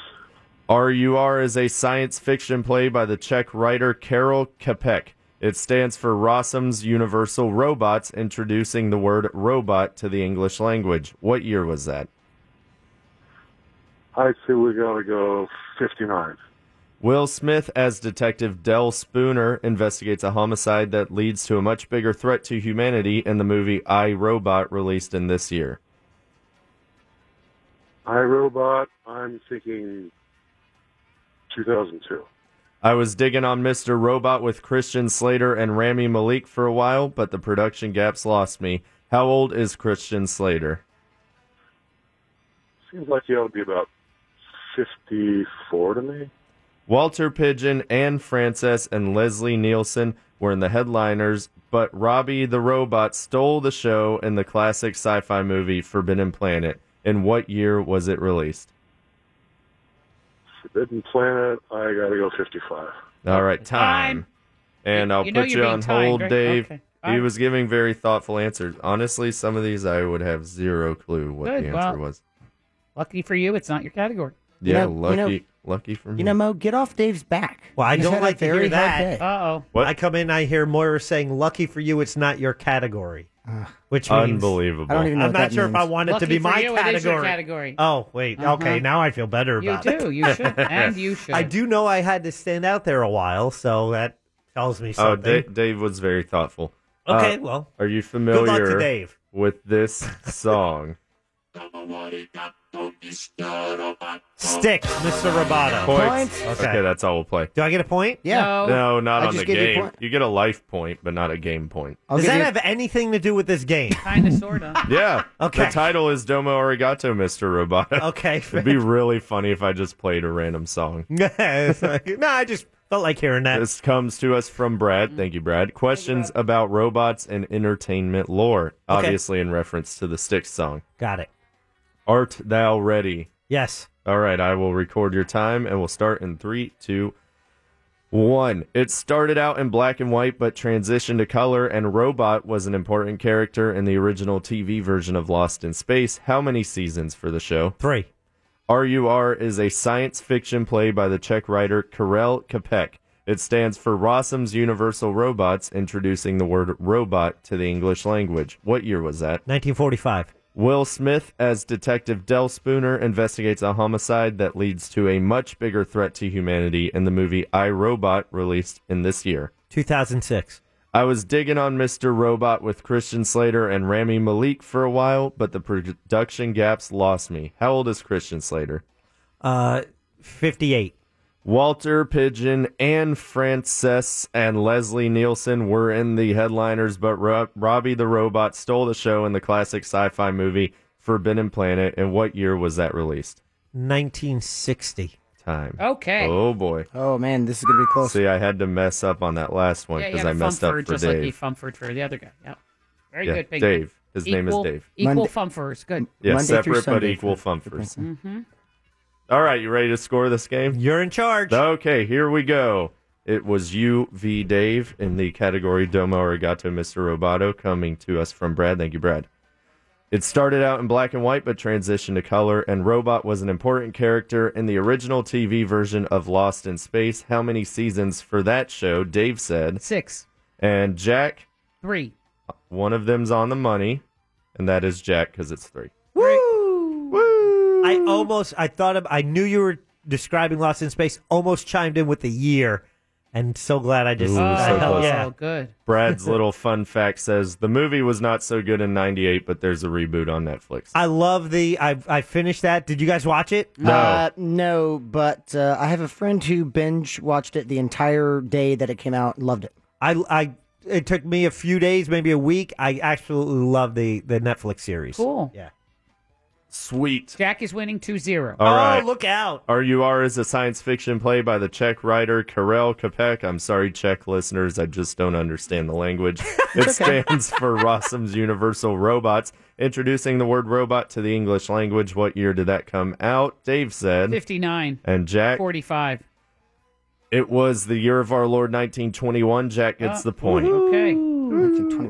Speaker 9: RUR is a science fiction play by the Czech writer Karol Kapek. It stands for Rossum's Universal Robots, introducing the word robot to the English language. What year was that?
Speaker 13: I'd say we gotta go fifty-nine.
Speaker 9: Will Smith, as Detective Del Spooner, investigates a homicide that leads to a much bigger threat to humanity in the movie I Robot, released in this year.
Speaker 13: I Robot. I'm thinking two thousand two.
Speaker 9: I was digging on Mr. Robot with Christian Slater and Rami Malik for a while, but the production gaps lost me. How old is Christian Slater?
Speaker 13: Seems like you ought to be about fifty-four to me.
Speaker 9: Walter Pigeon, Anne Frances, and Leslie Nielsen were in the headliners, but Robbie the Robot stole the show in the classic sci fi movie Forbidden Planet. In what year was it released?
Speaker 13: Forbidden Planet. I gotta go fifty-five.
Speaker 9: All right, time. And I'll
Speaker 13: you know
Speaker 9: put
Speaker 13: you're
Speaker 9: you
Speaker 13: being
Speaker 9: on
Speaker 13: timed,
Speaker 9: hold,
Speaker 13: right?
Speaker 9: Dave.
Speaker 13: Okay.
Speaker 9: He
Speaker 13: All
Speaker 9: was giving very thoughtful answers. Honestly, some of these I would have zero clue what
Speaker 8: Good,
Speaker 9: the answer
Speaker 8: well,
Speaker 9: was.
Speaker 8: Lucky for you, it's not your category.
Speaker 9: Yeah,
Speaker 7: know- you
Speaker 9: lucky,
Speaker 7: know-
Speaker 9: lucky for me.
Speaker 7: You know, Mo, get off Dave's back.
Speaker 6: Well, I
Speaker 7: He's
Speaker 6: don't
Speaker 7: had a
Speaker 6: like to hear
Speaker 7: very hard day.
Speaker 6: that.
Speaker 8: Uh
Speaker 9: What?
Speaker 6: I come in, I hear Moira saying, "Lucky for you, it's not your category," which means
Speaker 9: Unbelievable. I don't even know
Speaker 6: I'm
Speaker 9: what
Speaker 6: not
Speaker 9: that
Speaker 6: sure if I
Speaker 9: means.
Speaker 6: want it
Speaker 8: Lucky
Speaker 6: to be
Speaker 8: for
Speaker 6: my
Speaker 8: you,
Speaker 6: category.
Speaker 8: it is your category.
Speaker 6: Oh wait,
Speaker 8: Uh-huh.
Speaker 6: okay. Now I feel better
Speaker 8: You
Speaker 6: about it.
Speaker 8: do, you should, and you should.
Speaker 6: I do know I had to stand out there a while, so that tells me
Speaker 9: Oh,
Speaker 6: something.
Speaker 9: Dave, Dave was very thoughtful. Uh,
Speaker 6: Okay, well,
Speaker 9: are you
Speaker 6: luck to
Speaker 9: familiar
Speaker 6: Dave.
Speaker 9: with this song?
Speaker 6: Sticks, Mr. Roboto.
Speaker 9: Points.
Speaker 6: Okay.
Speaker 9: okay, that's all we'll play.
Speaker 6: Do I get a point?
Speaker 9: No, not
Speaker 6: I
Speaker 9: on the
Speaker 6: just gave you
Speaker 9: game.
Speaker 6: point.
Speaker 9: You, get a life point, but not a game point.
Speaker 6: Does that have anything to do with this game?
Speaker 8: Kind of, sort of.
Speaker 9: Yeah.
Speaker 6: Okay.
Speaker 9: The title is Domo Arigato, Mr. Roboto.
Speaker 6: Okay,
Speaker 9: It'd be really funny if I just played a random song.
Speaker 6: no, I just Felt like hearing that.
Speaker 9: This comes to us from Brad. Mm-hmm. Thank you, Brad. Questions about robots and entertainment lore, obviously in reference to the Sticks song.
Speaker 6: Got it.
Speaker 9: Art thou ready?
Speaker 6: Yes.
Speaker 9: All right, I will record your time and we'll start in three, two, one. It started out in black and white but transitioned to color, and Robot was an important character in the original TV version of Lost in Space. How many seasons for the show?
Speaker 6: Three.
Speaker 9: RUR is a science fiction play by the Czech writer Karel Kapek. It stands for Rossum's Universal Robots, introducing the word robot to the English language. What year was that?
Speaker 6: 1945.
Speaker 9: Will Smith, as Detective Del Spooner, investigates a homicide that leads to a much bigger threat to humanity in the movie I Robot, released in this year.
Speaker 6: 2006.
Speaker 9: I was digging on Mr. Robot with Christian Slater and Rami Malik for a while, but the production gaps lost me. How old is Christian Slater?
Speaker 6: Uh, 58.
Speaker 9: Walter Pigeon, Anne Frances, and Leslie Nielsen were in the headliners, but Ro- Robbie the Robot stole the show in the classic sci fi movie Forbidden Planet. And what year was that released?
Speaker 6: 1960.
Speaker 9: Time.
Speaker 8: Okay.
Speaker 9: Oh, boy.
Speaker 7: Oh, man, this is going to be close.
Speaker 9: See, I had to mess up on that last one
Speaker 8: Yeah, you
Speaker 9: because
Speaker 8: had
Speaker 9: I
Speaker 8: a
Speaker 9: messed up
Speaker 8: Fumford,
Speaker 9: for
Speaker 8: just like he
Speaker 9: Dave.
Speaker 8: fumfered for the other guy. Yep. Very
Speaker 9: Yeah,
Speaker 8: good. Big
Speaker 9: Dave. His name is
Speaker 8: Equal-
Speaker 9: Dave.
Speaker 8: Equal
Speaker 9: Monday-
Speaker 8: fumfers. Good.
Speaker 9: yeah,
Speaker 7: Monday through
Speaker 9: separate but
Speaker 7: Sunday
Speaker 9: equal
Speaker 7: for- for
Speaker 9: fumfers.
Speaker 7: Princeton.
Speaker 9: All right, you ready to score this game?
Speaker 6: You're in charge.
Speaker 9: Okay, here we go. It was you v Dave in the category Domo Arigato Mr. Roboto coming to us from Brad. Thank you, Brad. It started out in black and white but transitioned to color, and Robot was an important character in the original TV version of Lost in Space. How many seasons for that show? Dave said.
Speaker 8: Six.
Speaker 9: And Jack,
Speaker 8: Three.
Speaker 9: one of them's on the money, and that is Jack because it's three.
Speaker 6: I almost, I thought, of, I knew you were describing Lost in Space, almost chimed in with the year, and so glad I just,
Speaker 9: Ooh,
Speaker 6: I
Speaker 9: so
Speaker 6: held-
Speaker 9: close.
Speaker 6: yeah.
Speaker 8: Oh, good.
Speaker 9: Brad's little fun fact says the movie was not so good in '98, but there's a reboot on Netflix.
Speaker 6: I love the, I, I finished that. Did you guys watch it?
Speaker 9: No.
Speaker 7: Uh, no, but uh, I have a friend who binge watched it the entire day that it came out and loved it.
Speaker 6: I, I, it took me a few days, maybe a week. I absolutely love the, the Netflix series.
Speaker 8: Cool.
Speaker 6: Yeah.
Speaker 9: Sweet.
Speaker 8: Jack is winning 2 0.
Speaker 9: All right.
Speaker 6: out.
Speaker 9: RUR is a science fiction play by the Czech writer Karel Kapek. I'm sorry, Czech listeners, I just don't understand the language. It stands for Rossum's Universal Robots, introducing the word robot to the English language. What year did that come out? Dave said.
Speaker 8: 59.
Speaker 9: And Jack,
Speaker 8: 45.
Speaker 9: it was the year of our Lord 1921. Jack gets
Speaker 8: Uh,
Speaker 9: the point.
Speaker 8: Okay.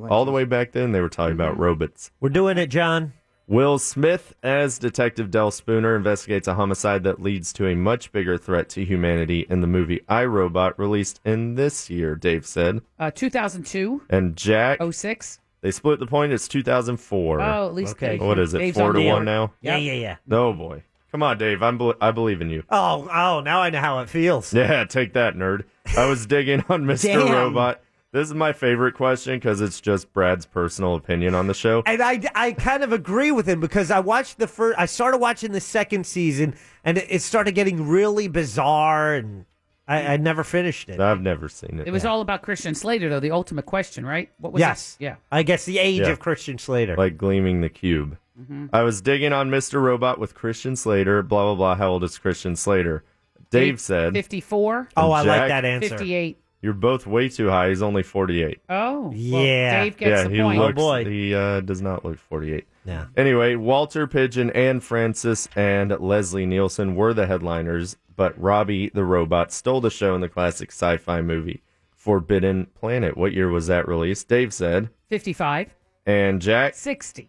Speaker 9: All the way back then, they were talking about
Speaker 8: Mm-hmm.
Speaker 9: robots.
Speaker 6: We're doing it, John.
Speaker 9: Will Smith, as Detective Del Spooner, investigates a homicide that leads to a much bigger threat to humanity in the movie I Robot, released in this year, Dave said.
Speaker 8: Uh, 2002.
Speaker 9: And Jack,
Speaker 8: 06.
Speaker 9: they split the point. It's 2004.
Speaker 8: Oh, at least Okay. Dave-
Speaker 9: What is it,
Speaker 8: Dave's
Speaker 9: four
Speaker 8: on
Speaker 9: to
Speaker 8: board.
Speaker 9: one now?
Speaker 6: Yeah, yeah, yeah.
Speaker 9: Oh, boy. Come on, Dave. I'm bel I believe in you.
Speaker 6: Oh, oh, now I know how it feels.
Speaker 9: Yeah, take that, nerd. I was digging on Mr.
Speaker 6: Damn.
Speaker 9: Robot. This is my favorite question because it's just Brad's personal opinion on the show.
Speaker 6: And I, I kind of agree with him because I watched the first, I started watching the second season and it, it started getting really bizarre and I, I never finished it.
Speaker 9: I've never seen
Speaker 8: It was all about Christian Slater, though, the ultimate question, right? What was
Speaker 6: Yes.
Speaker 8: It? Yeah.
Speaker 6: I guess the age
Speaker 9: Yeah.
Speaker 6: of Christian Slater.
Speaker 9: Like gleaming the cube.
Speaker 8: Mm-hmm.
Speaker 9: I was digging on Mr. Robot with Christian Slater. Blah blah blah. How old is Christian Slater? Dave said.
Speaker 8: 54.
Speaker 9: Oh, I like Jack- that answer.
Speaker 8: 58.
Speaker 9: You're both way too high. He's only 48.
Speaker 8: Oh. well,
Speaker 9: Yeah.
Speaker 8: Dave gets
Speaker 9: yeah,
Speaker 8: the
Speaker 9: he
Speaker 8: point.
Speaker 9: Looks, He uh, does not look 48.
Speaker 6: Oh, Yeah.
Speaker 9: Anyway, Walter Pigeon and Francis and Leslie Nielsen were the headliners, but Robbie the Robot stole the show in the classic sci fi movie Forbidden Planet. What year was that released? Dave said.
Speaker 8: 55.
Speaker 9: And Jack?
Speaker 8: 60.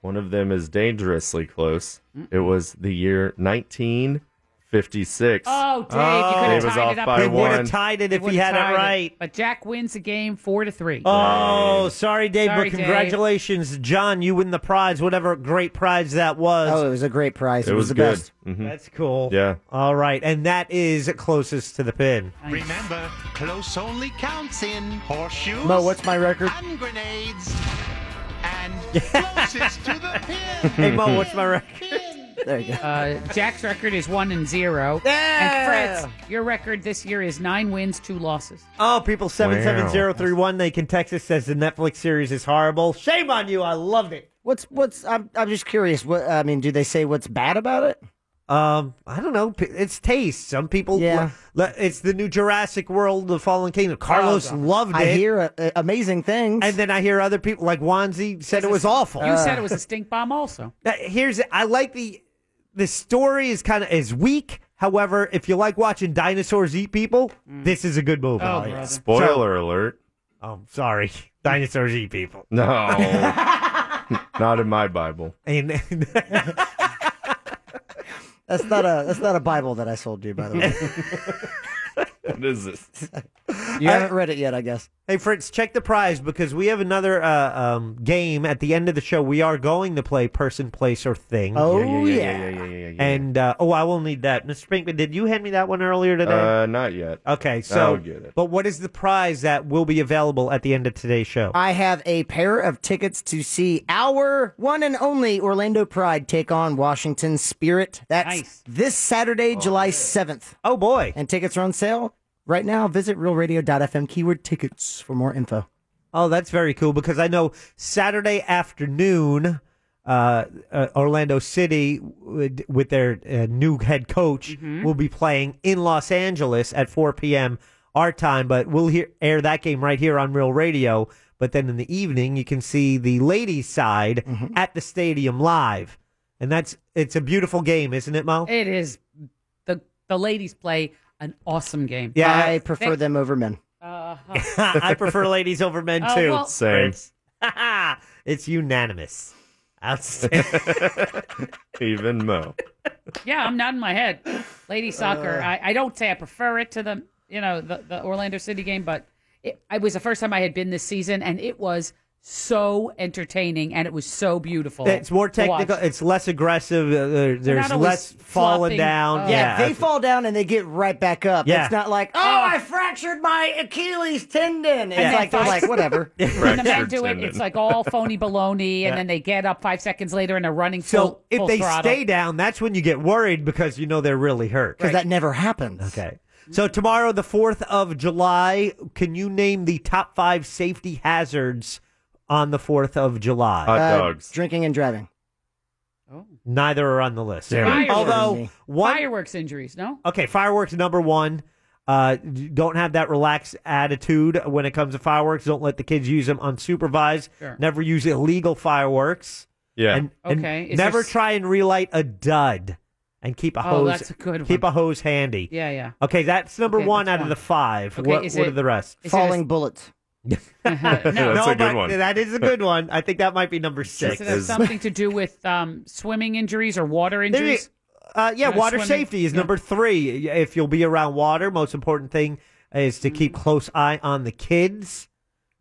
Speaker 9: One of them is dangerously close. It was the year 1956.
Speaker 8: Oh, Dave, you could have
Speaker 9: Dave was
Speaker 8: tied
Speaker 9: off
Speaker 8: it up.
Speaker 9: by
Speaker 8: They
Speaker 9: one.
Speaker 8: would've
Speaker 6: tied it
Speaker 8: They
Speaker 6: if he
Speaker 8: would've
Speaker 6: had it
Speaker 8: tied
Speaker 6: right.
Speaker 8: But Jack wins the game four to three.
Speaker 6: Oh, sorry, Dave,
Speaker 8: Sorry,
Speaker 6: but
Speaker 8: Dave.
Speaker 6: congratulations, John. You win the prize, whatever great prize that was.
Speaker 7: Oh, it was a great prize.
Speaker 9: It was
Speaker 7: the
Speaker 9: good. Mm-hmm.
Speaker 7: best.
Speaker 6: That's cool.
Speaker 9: Yeah.
Speaker 6: All right. And that is closest to the pin.
Speaker 2: Remember, close only counts in horseshoes.
Speaker 7: Mo, what's my record?
Speaker 2: And grenades. And closest to the pin.
Speaker 6: Hey, Mo, what's my record?
Speaker 7: There you go.
Speaker 8: Uh, Jack's record is one and zero.
Speaker 6: Yeah!
Speaker 8: And Fritz, your record this year is nine wins, two losses.
Speaker 6: Oh, people 77031, they can text us, says the Netflix series is horrible. Shame on you. I loved it.
Speaker 7: What's what's? I'm I'm just curious. What I mean, do they say what's bad about it?
Speaker 6: Um, I don't know. P- It's taste. Some people.
Speaker 7: Yeah.
Speaker 6: li- li- It's the new Jurassic World, The Fallen Kingdom. Carlos
Speaker 7: Oh, God.
Speaker 6: loved it.
Speaker 7: I hear uh, amazing things.
Speaker 6: And then I hear other people like Wanzi said it was awful.
Speaker 8: You said it was a stink bomb, also.
Speaker 6: Now, here's I like the the story is kind of is weak. However, if you like watching dinosaurs eat people,
Speaker 7: Mm.
Speaker 6: this is a good movie.
Speaker 9: Oh, brother. Spoiler alert.
Speaker 6: Oh, sorry. Dinosaurs eat people.
Speaker 9: No. Not in my Bible.
Speaker 6: And
Speaker 7: That's not a that's not a Bible that I sold you, by the way.
Speaker 9: What is this?
Speaker 7: You haven't read it yet, I guess.
Speaker 6: Hey, Fritz, check the prize because we have another uh, um, game at the end of the show. We are going to play person, place, or thing.
Speaker 7: Oh, Yeah, yeah, yeah, yeah.
Speaker 9: yeah, yeah, yeah.
Speaker 6: And uh, oh, I will need that, Mr. Pinkman. Did you hand me that one earlier today?
Speaker 9: Uh, not yet.
Speaker 6: okay, so
Speaker 9: I'll get it.
Speaker 6: but what is the prize that will be available at the end of today's show?
Speaker 7: I have a pair of tickets to see our one and only Orlando Pride take on Washington Spirit. That's this Saturday, July 7th.
Speaker 6: Oh, boy.
Speaker 7: And tickets are on sale right now. Visit realradio.fm keyword tickets for more info.
Speaker 6: Oh, that's very cool because I know Saturday afternoon, uh, uh, Orlando City would, with their uh, new head coach
Speaker 7: Mm-hmm.
Speaker 10: Mhm.
Speaker 6: will be playing in Los Angeles at 4 p.m. our time, but we'll hear, air that game right here on Real Radio. But then in the evening, you can see the ladies' side
Speaker 7: Mm-hmm.
Speaker 6: at the stadium live, and that's it's a beautiful game, isn't it, Mo?
Speaker 8: It is the the ladies play an awesome game. Uh,
Speaker 7: Yeah, I prefer
Speaker 8: They-
Speaker 7: them over men.
Speaker 8: Uh,
Speaker 6: I prefer ladies over men
Speaker 8: Oh,
Speaker 6: too.
Speaker 8: well-
Speaker 9: Same.
Speaker 6: Fritz. it's unanimous. Outstanding.
Speaker 9: Even Mo.
Speaker 8: yeah, I'm nodding my head. Lady soccer.
Speaker 9: Uh.
Speaker 8: I, I don't say I prefer it to the you know the, the Orlando City game, but it, it was the first time I had been this season, and it was so entertaining and it was so beautiful.
Speaker 6: It's more
Speaker 8: to watch.
Speaker 6: technical. It's less aggressive. uh, there- There's
Speaker 8: not always
Speaker 6: less falling
Speaker 8: flopping.
Speaker 6: down.
Speaker 8: Oh.
Speaker 6: yeah,
Speaker 7: Yeah, they fall down and they get right back up.
Speaker 6: Yeah.
Speaker 7: It's not like, oh, I fractured my Achilles tendon. It's
Speaker 8: And then
Speaker 7: like, they're
Speaker 8: five-
Speaker 7: like, whatever.
Speaker 8: When the men do it, it's like all phony baloney,
Speaker 6: Yeah.
Speaker 8: and then they get up five seconds later and they're running
Speaker 6: so
Speaker 8: full,
Speaker 6: if
Speaker 8: full
Speaker 6: they
Speaker 8: throttle.
Speaker 6: stay down, that's when you get worried because you know they're really hurt.
Speaker 7: Because that never happens.
Speaker 6: Okay. So tomorrow, the fourth of July, can you name the top five safety hazards on the fourth of July?
Speaker 7: Uh, Drinking and driving.
Speaker 6: Neither are on the list.
Speaker 8: Fireworks.
Speaker 6: Although one
Speaker 8: fireworks injuries, no?
Speaker 6: Okay, fireworks number one. Uh, d- don't have that relaxed attitude when it comes to fireworks. Don't let the kids use them unsupervised.
Speaker 8: Sure.
Speaker 6: Never use illegal fireworks.
Speaker 9: Yeah.
Speaker 6: And, and
Speaker 8: Okay, is
Speaker 6: never
Speaker 8: there s-
Speaker 6: try and relight a dud, and keep a
Speaker 8: Oh,
Speaker 6: hose.
Speaker 8: that's a good one.
Speaker 6: Keep a hose handy.
Speaker 8: Yeah, yeah.
Speaker 6: Okay, that's number
Speaker 8: Okay,
Speaker 6: one
Speaker 8: that's
Speaker 6: out
Speaker 8: one.
Speaker 6: of the five.
Speaker 8: Okay,
Speaker 6: what
Speaker 8: is
Speaker 6: what
Speaker 8: it-
Speaker 6: are the rest?
Speaker 8: is it a- Falling
Speaker 7: bullets.
Speaker 9: That's a good
Speaker 6: but
Speaker 9: one.
Speaker 6: That is a good one. I think that might be number six.
Speaker 8: Does it have something to do with um, swimming injuries or water
Speaker 6: There you-
Speaker 8: injuries?
Speaker 6: Uh, yeah,
Speaker 8: You know,
Speaker 6: water
Speaker 8: swimming-
Speaker 6: safety is
Speaker 8: yeah.
Speaker 6: number three. If you'll be around water, most important thing is to
Speaker 8: Mm.
Speaker 6: keep close eye on the kids.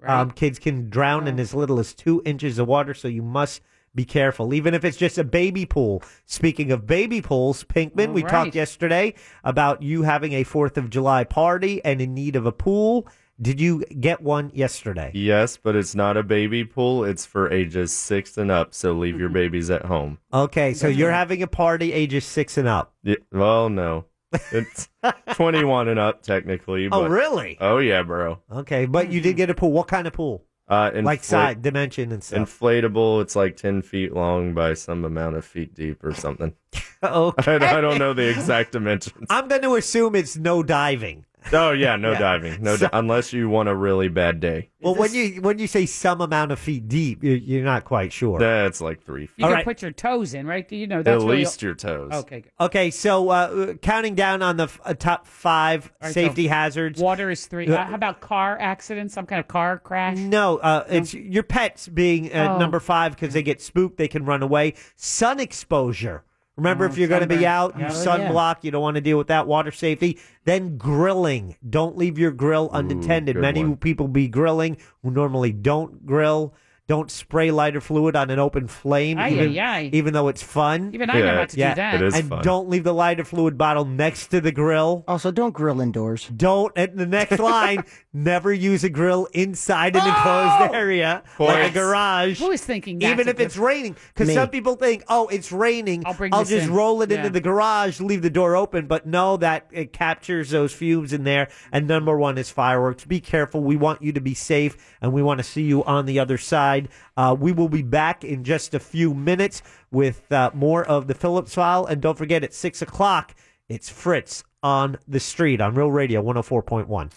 Speaker 6: Um, kids can drown in as little as two inches of water, so you must be careful, even if it's just a baby pool. Speaking of baby pools, Pinkman, we
Speaker 10: All
Speaker 6: talked
Speaker 10: right.
Speaker 6: yesterday about you having a Fourth of July party and in need of a pool. Did you get one yesterday?
Speaker 9: Yes, but it's not a baby pool. It's for ages six and up. So leave your babies at home.
Speaker 6: Okay, so you're having a party ages six and up.
Speaker 9: Yeah, well, no. It's 21 and up, technically.
Speaker 6: Oh,
Speaker 9: but-
Speaker 6: really?
Speaker 9: Oh, yeah, bro.
Speaker 6: Okay, but you
Speaker 8: Mm-hmm.
Speaker 6: did get a pool. What kind of pool?
Speaker 9: Uh, infl-
Speaker 6: like side dimension and stuff.
Speaker 9: Inflatable. It's like 10 feet long by some amount of feet deep or something.
Speaker 6: okay.
Speaker 9: I, don't- I don't know the exact dimensions.
Speaker 6: I'm going to assume it's no diving.
Speaker 9: Oh, yeah, no
Speaker 6: Yeah.
Speaker 9: diving. No,
Speaker 6: So-
Speaker 9: di- unless you want a really bad day.
Speaker 6: Well, when you when you say some amount of feet deep, you- you're not quite sure.
Speaker 9: That's like three feet.
Speaker 8: You can put your toes in, right? You know, that's where you- Okay, good.
Speaker 6: Okay, so uh, counting down on the f- uh, top five
Speaker 8: All right,
Speaker 6: safety
Speaker 8: so
Speaker 6: hazards.
Speaker 8: Water is three. Uh, how about car accidents? Some kind of car crash?
Speaker 6: No, uh, it's your pets being uh,
Speaker 8: Oh.
Speaker 6: number five because they get spooked, they can run away. Sun exposure. Remember,
Speaker 8: Oh,
Speaker 6: if you're going to be
Speaker 8: sunburn.
Speaker 6: out, you
Speaker 8: Yeah. Oh, yeah.
Speaker 6: sunblock. You don't want to deal with that. Water safety. Then grilling. Don't leave your grill unattended.
Speaker 9: good
Speaker 6: Many
Speaker 9: one.
Speaker 6: people be grilling who normally don't grill. Don't spray lighter fluid on an open flame,
Speaker 8: Aye,
Speaker 6: even,
Speaker 8: aye, aye.
Speaker 6: even though it's fun.
Speaker 8: Even I know Yeah, how to do that. it is
Speaker 6: and
Speaker 8: fun.
Speaker 6: don't leave the lighter fluid bottle next to the grill.
Speaker 7: Also, don't grill indoors.
Speaker 6: Don't. And the next line, never use a grill inside an
Speaker 7: Oh!
Speaker 6: enclosed area like a
Speaker 8: Points.
Speaker 6: garage.
Speaker 8: Oh! Who is thinking that?
Speaker 6: Even if it's raining, because
Speaker 8: Me.
Speaker 6: some people think, "Oh, it's raining. I'll,
Speaker 8: bring this
Speaker 6: just
Speaker 8: in."
Speaker 6: roll it
Speaker 8: Yeah.
Speaker 6: into the garage, leave the door open." But no, that it captures those fumes in there. And number one is fireworks. Be careful. We want you to be safe, and we want to see you on the other side. side. Uh, we will be back in just a few minutes with uh, more of the Phillips file. And don't forget, at 6 o'clock, it's Fritz on the Street on Real Radio 104.1.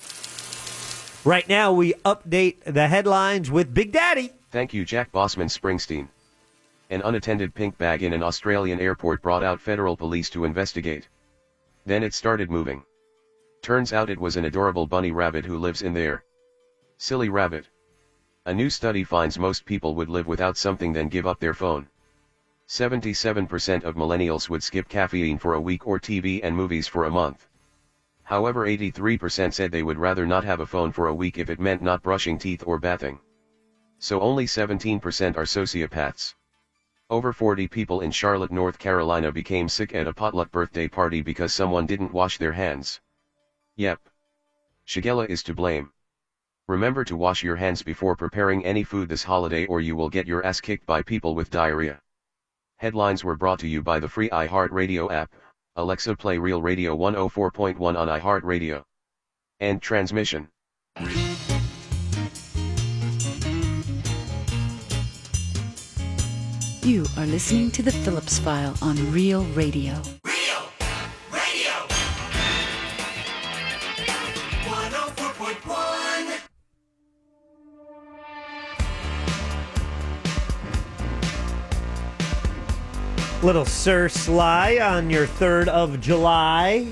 Speaker 6: Right now, we update the headlines with Big Daddy.
Speaker 10: Thank you, Jack Bossman Springsteen. An unattended pink bag in an Australian airport brought out federal police to investigate. Then it started moving. Turns out it was an adorable bunny rabbit who lives in there. Silly rabbit. A new study finds most people would live without something than give up their phone. 77% of millennials would skip caffeine for a week or TV and movies for a month. However, 83% said they would rather not have a phone for a week if it meant not brushing teeth or bathing. So only 17% are sociopaths. Over 40 people in Charlotte, North Carolina became sick at a potluck birthday party because someone didn't wash their hands. Yep. Shigella is to blame. Remember to wash your hands before preparing any food this holiday or you will get your ass kicked by people with diarrhea. Headlines were brought to you by the free iHeartRadio app. Alexa play Real Radio 104.1 on iHeartRadio. End transmission.
Speaker 17: You are listening to The Phillips File on Real Radio.
Speaker 6: Little Sir Sly on your 3rd of July.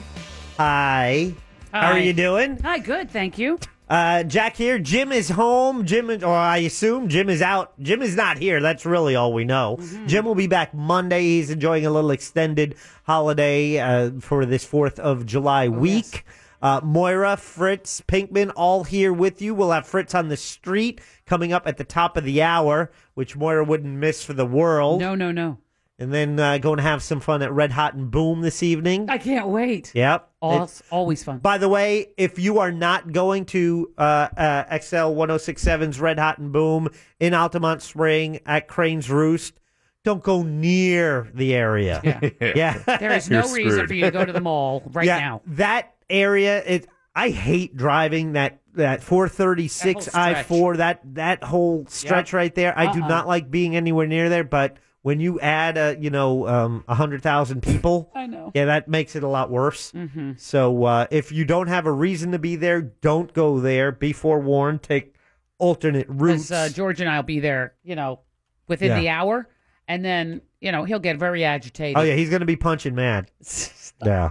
Speaker 6: Hi. How are
Speaker 8: Hi.
Speaker 6: you doing?
Speaker 8: Hi, good, thank you.
Speaker 6: Uh, Jack here. Jim is home. Jim, is, or I assume Jim is out. Jim is not here. That's really all we know.
Speaker 8: Mm-hmm.
Speaker 6: Jim will be back Monday. He's enjoying a little extended holiday uh, for this 4th of
Speaker 8: Oh,
Speaker 6: July week. Uh, Moira, Fritz, Pinkman, all here with you. We'll have Fritz on the street coming up at the top of the hour, which Moira wouldn't miss for the world. No,
Speaker 8: no, no.
Speaker 6: And then uh, go and have some fun at Red Hot and Boom this evening.
Speaker 8: I can't wait.
Speaker 6: Yep.
Speaker 8: Al-
Speaker 6: always fun. By the way, if you are not going to uh, uh, XL 1067's Red Hot and Boom in Altamont Spring at Crane's Roost, don't go near the area. Yeah.
Speaker 8: There is no reason for you to go to the mall right
Speaker 6: Yeah,
Speaker 8: now.
Speaker 6: That area, it, I hate driving that, that 436
Speaker 8: That whole
Speaker 6: I 4, that, that whole stretch
Speaker 8: Yeah.
Speaker 6: right there. I do
Speaker 8: Uh-uh.
Speaker 6: not like being anywhere near there, but. When you add, uh, you know, um, 100,000 people,
Speaker 8: I know. Mm-hmm.
Speaker 6: yeah, that makes it a lot worse. So uh, if you don't have a reason to be there, don't go there. Be forewarned. Take alternate routes.
Speaker 8: Because uh, George and I will be there, you know, within
Speaker 6: Yeah.
Speaker 8: the hour. And then, you know, he'll get very agitated.
Speaker 6: oh yeah, he's gonna be punching mad. yeah.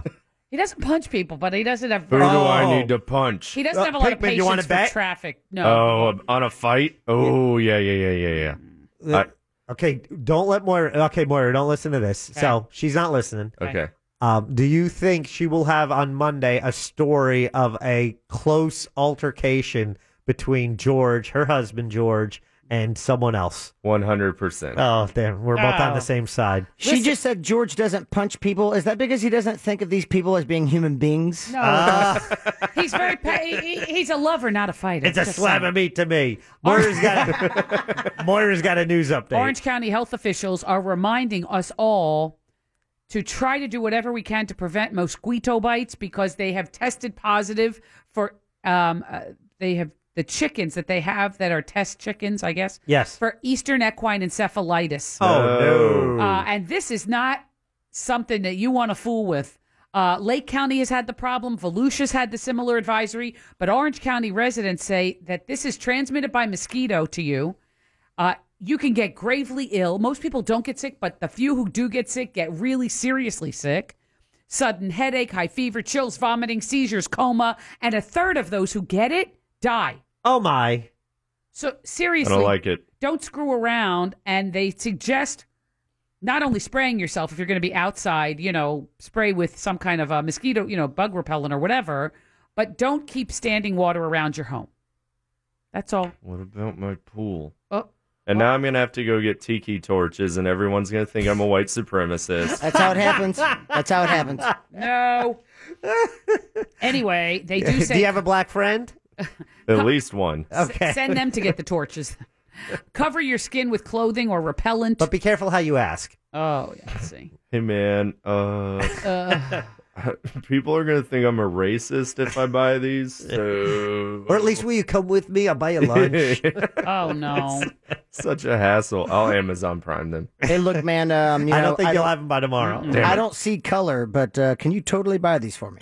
Speaker 8: He doesn't punch people, but he doesn't have.
Speaker 9: Who do
Speaker 6: Oh.
Speaker 9: I need to punch?
Speaker 8: Oh. He doesn't have a lot of patience for traffic. No.
Speaker 9: Oh, on a fight? Oh, yeah, yeah, yeah, yeah, yeah. I-
Speaker 6: Okay, don't let Moira. Okay, Moira, don't listen to this. So she's not listening.
Speaker 9: Okay.
Speaker 6: Um, do you think she will have on Monday a story of a close altercation between George, her husband George, and someone else?
Speaker 9: One hundred percent.
Speaker 6: Oh damn, we're both on
Speaker 7: Oh.
Speaker 6: the same side.
Speaker 7: She just said George doesn't punch people. Is that because he doesn't think of these people as being human beings? Uh,
Speaker 8: No.
Speaker 9: Oh.
Speaker 8: he's very. Pa- he, he- he's a lover, not a fighter.
Speaker 6: It's a
Speaker 8: Just
Speaker 6: slab
Speaker 8: saying.
Speaker 6: of meat to me. Moira's got a, Moira's got a news update.
Speaker 8: Orange County health officials are reminding us all to try to do whatever we can to prevent mosquito bites because they have tested positive for um, uh, they have the chickens that they have that are test chickens, I guess.
Speaker 6: Yes.
Speaker 8: For eastern equine encephalitis.
Speaker 6: Oh, no.
Speaker 8: Uh, and this is not something that you want to fool with. Uh, Lake County has had the problem. Volusia's had the similar advisory, but Orange County residents say that this is transmitted by mosquito to you. Uh, you can get gravely ill. Most people don't get sick, but the few who do get sick get really seriously sick. Sudden headache, high fever, chills, vomiting, seizures, coma, and a third of those who get it die.
Speaker 6: Oh my!
Speaker 8: So seriously,
Speaker 9: I don't like it.
Speaker 8: don't screw around and they suggest not only spraying yourself if you're going to be outside you know spray with some kind of a mosquito you know bug repellent or whatever but don't keep standing water around your home that's all
Speaker 9: What about my pool?
Speaker 8: Oh.
Speaker 9: And now I'm gonna have to go get tiki torches, and everyone's gonna think I'm a white supremacist.
Speaker 7: That's how it happens. That's how it happens.
Speaker 8: no anyway they do say
Speaker 6: you have a black friend
Speaker 9: At least one.
Speaker 8: S- send them to get the torches cover your skin with clothing or repellent
Speaker 6: but be careful how you ask
Speaker 8: oh yeah I see
Speaker 9: Hey man, uh,
Speaker 8: Uh,
Speaker 9: People are gonna think I'm a racist if I buy these. So
Speaker 6: Or at least will you come with me? I'll buy you lunch.
Speaker 8: oh no.
Speaker 9: such a hassle. I'll Amazon Prime them.
Speaker 7: Hey, look, man. Um, you
Speaker 9: I
Speaker 7: know,
Speaker 9: don't think you'll
Speaker 6: have 'em by tomorrow.
Speaker 9: Mm-mm. Damn
Speaker 7: I
Speaker 9: it.
Speaker 7: don't see color, but uh, can you totally buy these for me?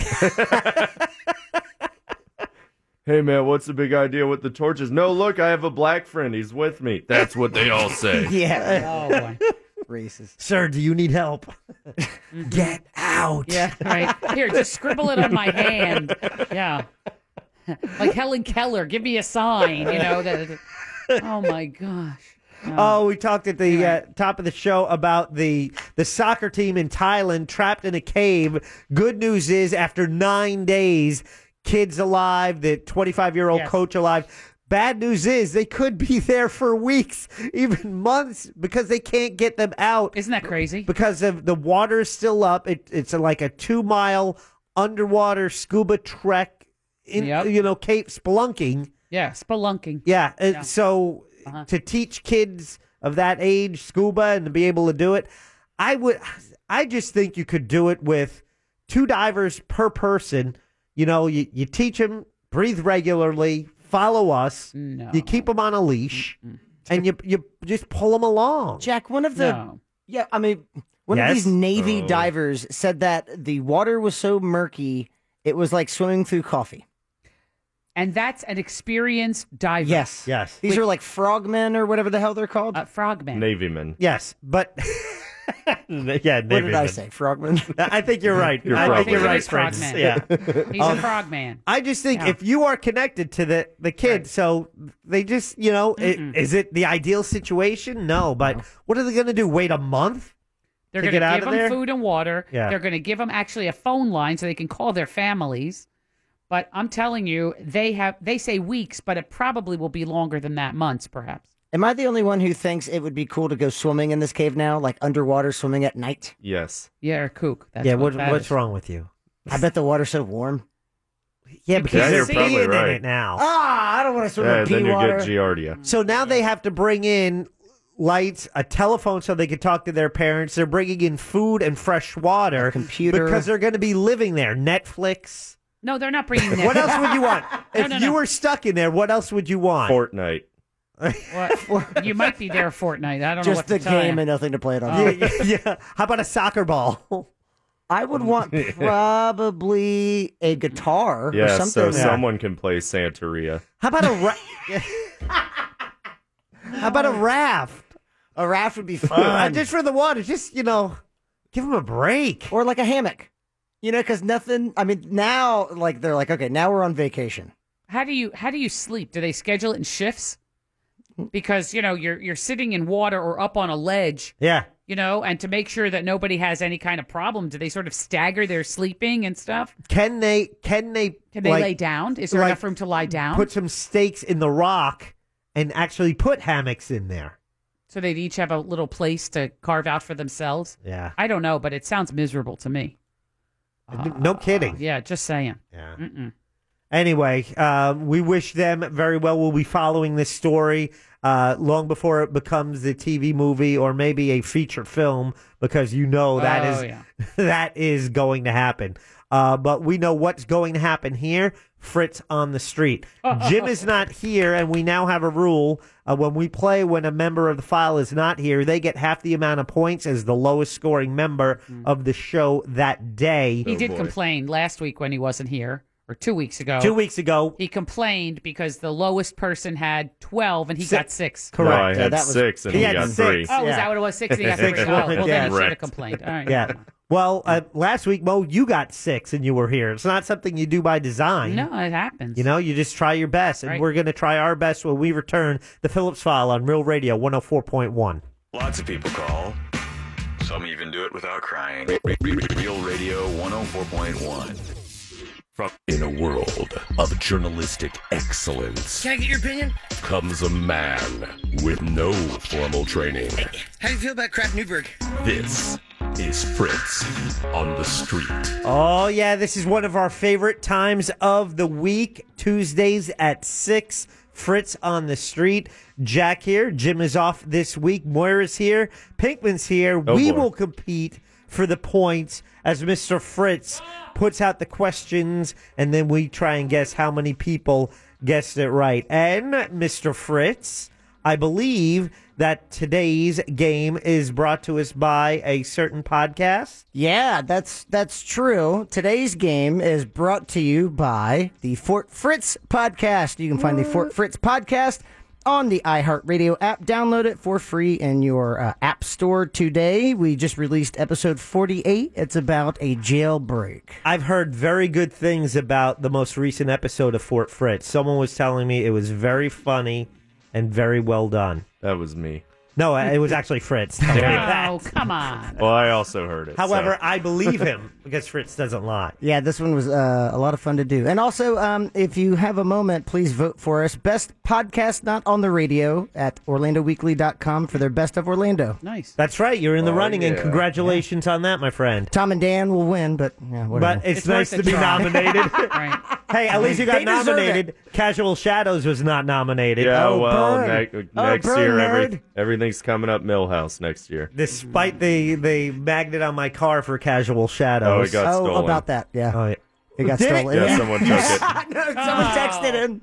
Speaker 9: Hey man, what's the big idea with the torches? No, look, I have a black friend. He's with me. That's what they all say.
Speaker 7: yeah.
Speaker 8: Oh boy.
Speaker 7: Racist.
Speaker 6: Sir, do you need help? Get out.
Speaker 8: Mm-hmm. Yeah, right. Here, just scribble it on my hand. Yeah. like Helen Keller, give me a sign, you know. That, oh my gosh.
Speaker 6: Oh, we talked at the uh, top of the show about the the soccer team in Thailand trapped in a cave. Good news is, after nine days, kids alive. The 25 year old
Speaker 3: Yes.
Speaker 6: coach alive. Bad news is they could be there for weeks, even months, because they can't get them out.
Speaker 8: Isn't that crazy?
Speaker 6: Because of the water is still up. It, it's like a two mile underwater scuba trek. In, You know, Cape Spelunking.
Speaker 8: Yeah, spelunking.
Speaker 6: Yeah. and
Speaker 8: Yeah.
Speaker 6: So to teach kids of that age scuba and to be able to do it, I would. I just think you could do it with two divers per person. You know, you, you teach them breathe regularly, follow us. You keep them on a leash, and you you just pull them along.
Speaker 7: Jack, one of the yeah, I mean, one of
Speaker 6: Yes?
Speaker 7: these Navy
Speaker 6: Oh.
Speaker 7: divers said that the water was so murky, it was like swimming through coffee.
Speaker 8: And that's an experienced diver.
Speaker 7: Yes.
Speaker 6: Yes.
Speaker 7: These are like frogmen or whatever the hell they're called.
Speaker 8: Uh, frogmen.
Speaker 9: Navy men.
Speaker 6: Yes, but yeah, Navy
Speaker 7: What did I
Speaker 6: men.
Speaker 7: say? Frogman.
Speaker 6: I think you're right.
Speaker 7: You're
Speaker 6: I think
Speaker 7: probably
Speaker 6: you're right,
Speaker 7: right.
Speaker 6: Prince.
Speaker 7: Frogman.
Speaker 6: Yeah,
Speaker 7: He's a
Speaker 6: Um,
Speaker 8: frogman.
Speaker 6: I just think
Speaker 8: Yeah.
Speaker 6: if you are connected to the the kid, so they just you know, i-
Speaker 8: Mm-mm.
Speaker 6: is it the ideal situation? No, but what are they going to do? Wait a month?
Speaker 8: They're
Speaker 6: to
Speaker 8: going to
Speaker 6: get out
Speaker 8: give
Speaker 6: of
Speaker 8: them
Speaker 6: there?
Speaker 8: food and water.
Speaker 6: Yeah.
Speaker 8: They're going to give them actually a phone line so they can call their families. But I'm telling you, they have they say weeks, but it probably will be longer than that, months perhaps.
Speaker 7: Am I the only one who thinks it would be cool to go swimming in this cave now, like underwater swimming at night?
Speaker 9: Yes.
Speaker 8: Yeah, or kook. That's
Speaker 6: yeah,
Speaker 8: what
Speaker 6: what,
Speaker 8: that
Speaker 6: what's
Speaker 8: is.
Speaker 6: wrong with you?
Speaker 7: I bet the water's so warm.
Speaker 6: Yeah,
Speaker 7: You
Speaker 6: because
Speaker 7: can't
Speaker 6: they're
Speaker 7: see
Speaker 6: peeing
Speaker 7: it.
Speaker 6: in it now.
Speaker 7: Ah, I don't want to swim
Speaker 9: Yeah,
Speaker 7: in pee
Speaker 9: then you
Speaker 7: water.
Speaker 9: get Giardia.
Speaker 6: So now they have to bring in lights, a telephone so they can talk to their parents. They're bringing in food and fresh water,
Speaker 7: computer
Speaker 6: because they're going to be living there. Netflix.
Speaker 8: No, they're not bringing that.
Speaker 6: what else would you want?
Speaker 8: No,
Speaker 6: if
Speaker 8: no,
Speaker 6: you
Speaker 8: no.
Speaker 6: were stuck in there, what else would you want?
Speaker 9: Fortnite.
Speaker 8: What? you might be there a fortnight. I don't know
Speaker 7: Just
Speaker 8: what to
Speaker 7: the
Speaker 8: tell
Speaker 7: game
Speaker 8: you.
Speaker 7: and nothing to play it on.
Speaker 8: Oh.
Speaker 6: Yeah, yeah, yeah. How about a soccer ball?
Speaker 7: I would want probably a guitar or
Speaker 9: Yeah, so
Speaker 7: something.
Speaker 9: someone can play Santeria.
Speaker 6: How about a ra- How about a raft?
Speaker 7: A raft would be
Speaker 6: Uh,
Speaker 7: fun.
Speaker 6: just for the water, just you know, give them a break.
Speaker 7: or like a hammock. You know, because nothing. I mean, now like they're like, okay, now we're on vacation.
Speaker 8: How do you how do you sleep? Do they schedule it in shifts? Because you know you're you're sitting in water or up on a ledge.
Speaker 6: Yeah.
Speaker 8: You know, and to make sure that nobody has any kind of problem, do they sort of stagger their sleeping and stuff?
Speaker 6: Can they? Can they?
Speaker 8: Can they
Speaker 6: like,
Speaker 8: lay down? Is there
Speaker 6: like,
Speaker 8: enough room to lie down?
Speaker 6: Put some stakes in the rock and actually put hammocks in there.
Speaker 8: so they'd each have a little place to carve out for themselves.
Speaker 6: Yeah.
Speaker 8: I don't know, but it sounds miserable to me.
Speaker 6: N- no kidding.
Speaker 8: Yeah, just saying.
Speaker 6: Yeah.
Speaker 8: Mm-mm.
Speaker 6: Anyway, uh, we wish them very well. We'll be following this story uh, long before it becomes the TV movie or maybe a feature film because you know that
Speaker 8: Oh,
Speaker 6: is
Speaker 8: yeah.
Speaker 6: that is going to happen. Uh, but we know what's going to happen here. Fritz on the street. Jim is not here, and we now have a rule: uh, when we play, when a member of the file is not here, they get half the amount of points as the lowest scoring member of the show that day.
Speaker 8: Mm. He did complain last week when he wasn't here, or two weeks ago.
Speaker 6: Two weeks ago,
Speaker 8: He complained because the lowest person had 12 and he got six.
Speaker 9: Correct. No, I Yeah, had that was- six and he got three.
Speaker 8: Oh, is
Speaker 9: Yeah.
Speaker 8: that what it was? Six and he got
Speaker 6: Six
Speaker 8: three. Oh,
Speaker 6: was-
Speaker 8: well, then
Speaker 6: yeah.
Speaker 8: he should have
Speaker 6: Correct.
Speaker 8: complained. All right.
Speaker 6: Yeah. Well, uh, last week, Mo, you got six and you were here. It's not something you do by design.
Speaker 8: No, it happens.
Speaker 6: You know, you just try your best, and
Speaker 8: Right.
Speaker 6: we're going to try our best when we return the Phillips File on Real Radio 104.1.
Speaker 11: Lots of people call. Some even do it without crying. Re- re- re- Real Radio 104.1.
Speaker 18: From in a world of journalistic excellence
Speaker 20: Can I get your opinion?
Speaker 18: comes a man with no formal training.
Speaker 20: How do you feel about Kraft Newberg?
Speaker 18: This is Fritz on the street.
Speaker 6: Oh, yeah, this is one of our favorite times of the week. Tuesdays at 6, Fritz on the street. Jack here. Jim is off this week. Moira's here. Pinkman's here.
Speaker 9: Oh,
Speaker 6: we
Speaker 9: boy.
Speaker 6: will compete for the points as Mr. Fritz puts out the questions, and then we try and guess how many people guessed it right. And Mr. Fritz, I believe that today's game is brought to us by a certain podcast.
Speaker 7: Yeah, that's that's true. Today's game is brought to you by the Fort Fritz podcast. You can find the Fort Fritz podcast on the iHeartRadio app. Download it for free in your uh, app store today. We just released episode 48. It's about a jailbreak.
Speaker 6: I've heard very good things about the most recent episode of Fort Fritz. Someone was telling me it was very funny and very well done.
Speaker 9: That was me.
Speaker 6: No, uh, it was actually Fritz.
Speaker 8: Oh, come on.
Speaker 9: Well, I also heard it.
Speaker 6: However,
Speaker 9: so.
Speaker 6: I believe him because Fritz doesn't lie.
Speaker 7: Yeah, this one was uh, a lot of fun to do. And also, um, if you have a moment, please vote for us. Best podcast not on the radio at OrlandoWeekly.com for their best of Orlando.
Speaker 8: Nice.
Speaker 6: That's right. You're in the
Speaker 7: Oh,
Speaker 6: running, and
Speaker 7: yeah.
Speaker 6: congratulations on that, my friend.
Speaker 7: Tom and Dan will win, but yeah, whatever.
Speaker 6: But it's, nice to be nominated. Hey, at least you got
Speaker 7: They deserve it.
Speaker 6: nominated. Casual Shadows was not nominated.
Speaker 9: Yeah,
Speaker 6: Oh,
Speaker 9: well,
Speaker 6: burn.
Speaker 9: nec-
Speaker 6: Oh,
Speaker 9: next
Speaker 6: burn,
Speaker 9: year
Speaker 6: nerd.
Speaker 9: every, everything's coming up Millhouse next year.
Speaker 6: Despite the the magnet on my car for Casual Shadows.
Speaker 9: got Oh, stolen.
Speaker 7: about that, yeah.
Speaker 6: Oh, yeah.
Speaker 7: It got stolen.
Speaker 9: Yeah, someone took it.
Speaker 7: no, someone texted in.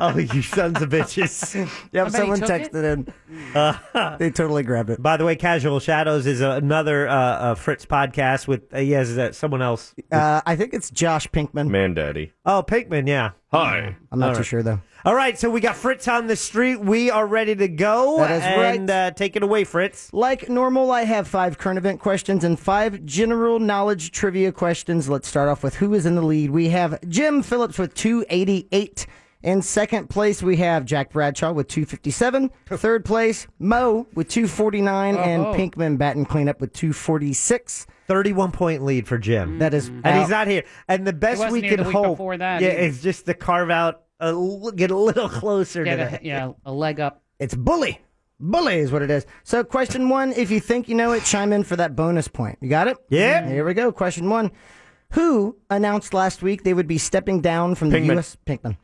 Speaker 6: Oh, you sons of bitches.
Speaker 7: Yep, someone texted in. they totally grabbed it.
Speaker 6: By the way, Casual Shadows is uh, another uh, uh, Fritz podcast with, uh, yes, uh, someone else.
Speaker 7: Uh, I think it's Josh Pinkman.
Speaker 9: Man Daddy.
Speaker 6: Oh, Pinkman, yeah.
Speaker 9: Hi.
Speaker 7: I'm not
Speaker 6: All
Speaker 7: too
Speaker 6: right.
Speaker 7: sure, though.
Speaker 6: All right, so we got Fritz on the street. We are ready to go.
Speaker 7: That is
Speaker 6: and, uh, take it away, Fritz.
Speaker 7: Like normal, I have five current event questions and five general knowledge trivia questions. Let's start off with who is in the lead. We have Jim Phillips with 288. In second place, we have Jack Bradshaw with 257. Third place, Mo with 249. And
Speaker 6: Oh.
Speaker 7: Pinkman Batten Cleanup with 246.
Speaker 6: 31 point lead for Jim.
Speaker 7: That is.
Speaker 6: Mm-hmm. And he's
Speaker 7: out.
Speaker 6: not here. And the best
Speaker 8: wasn't
Speaker 6: we
Speaker 8: here
Speaker 6: can
Speaker 8: the week
Speaker 6: hope
Speaker 8: before that
Speaker 6: yeah,
Speaker 8: either.
Speaker 6: is just to carve out, a, l- get a little closer
Speaker 8: Get
Speaker 6: to
Speaker 8: a-
Speaker 6: that.
Speaker 8: yeah, a leg up.
Speaker 7: It's bully. Bully is what it is. So, question one if you think you know it, chime in for that bonus point. You got it?
Speaker 6: Yeah.
Speaker 7: Here we go. Question one Who announced last week they would be stepping down from the
Speaker 9: Pinkman.
Speaker 7: U.S. Pinkman?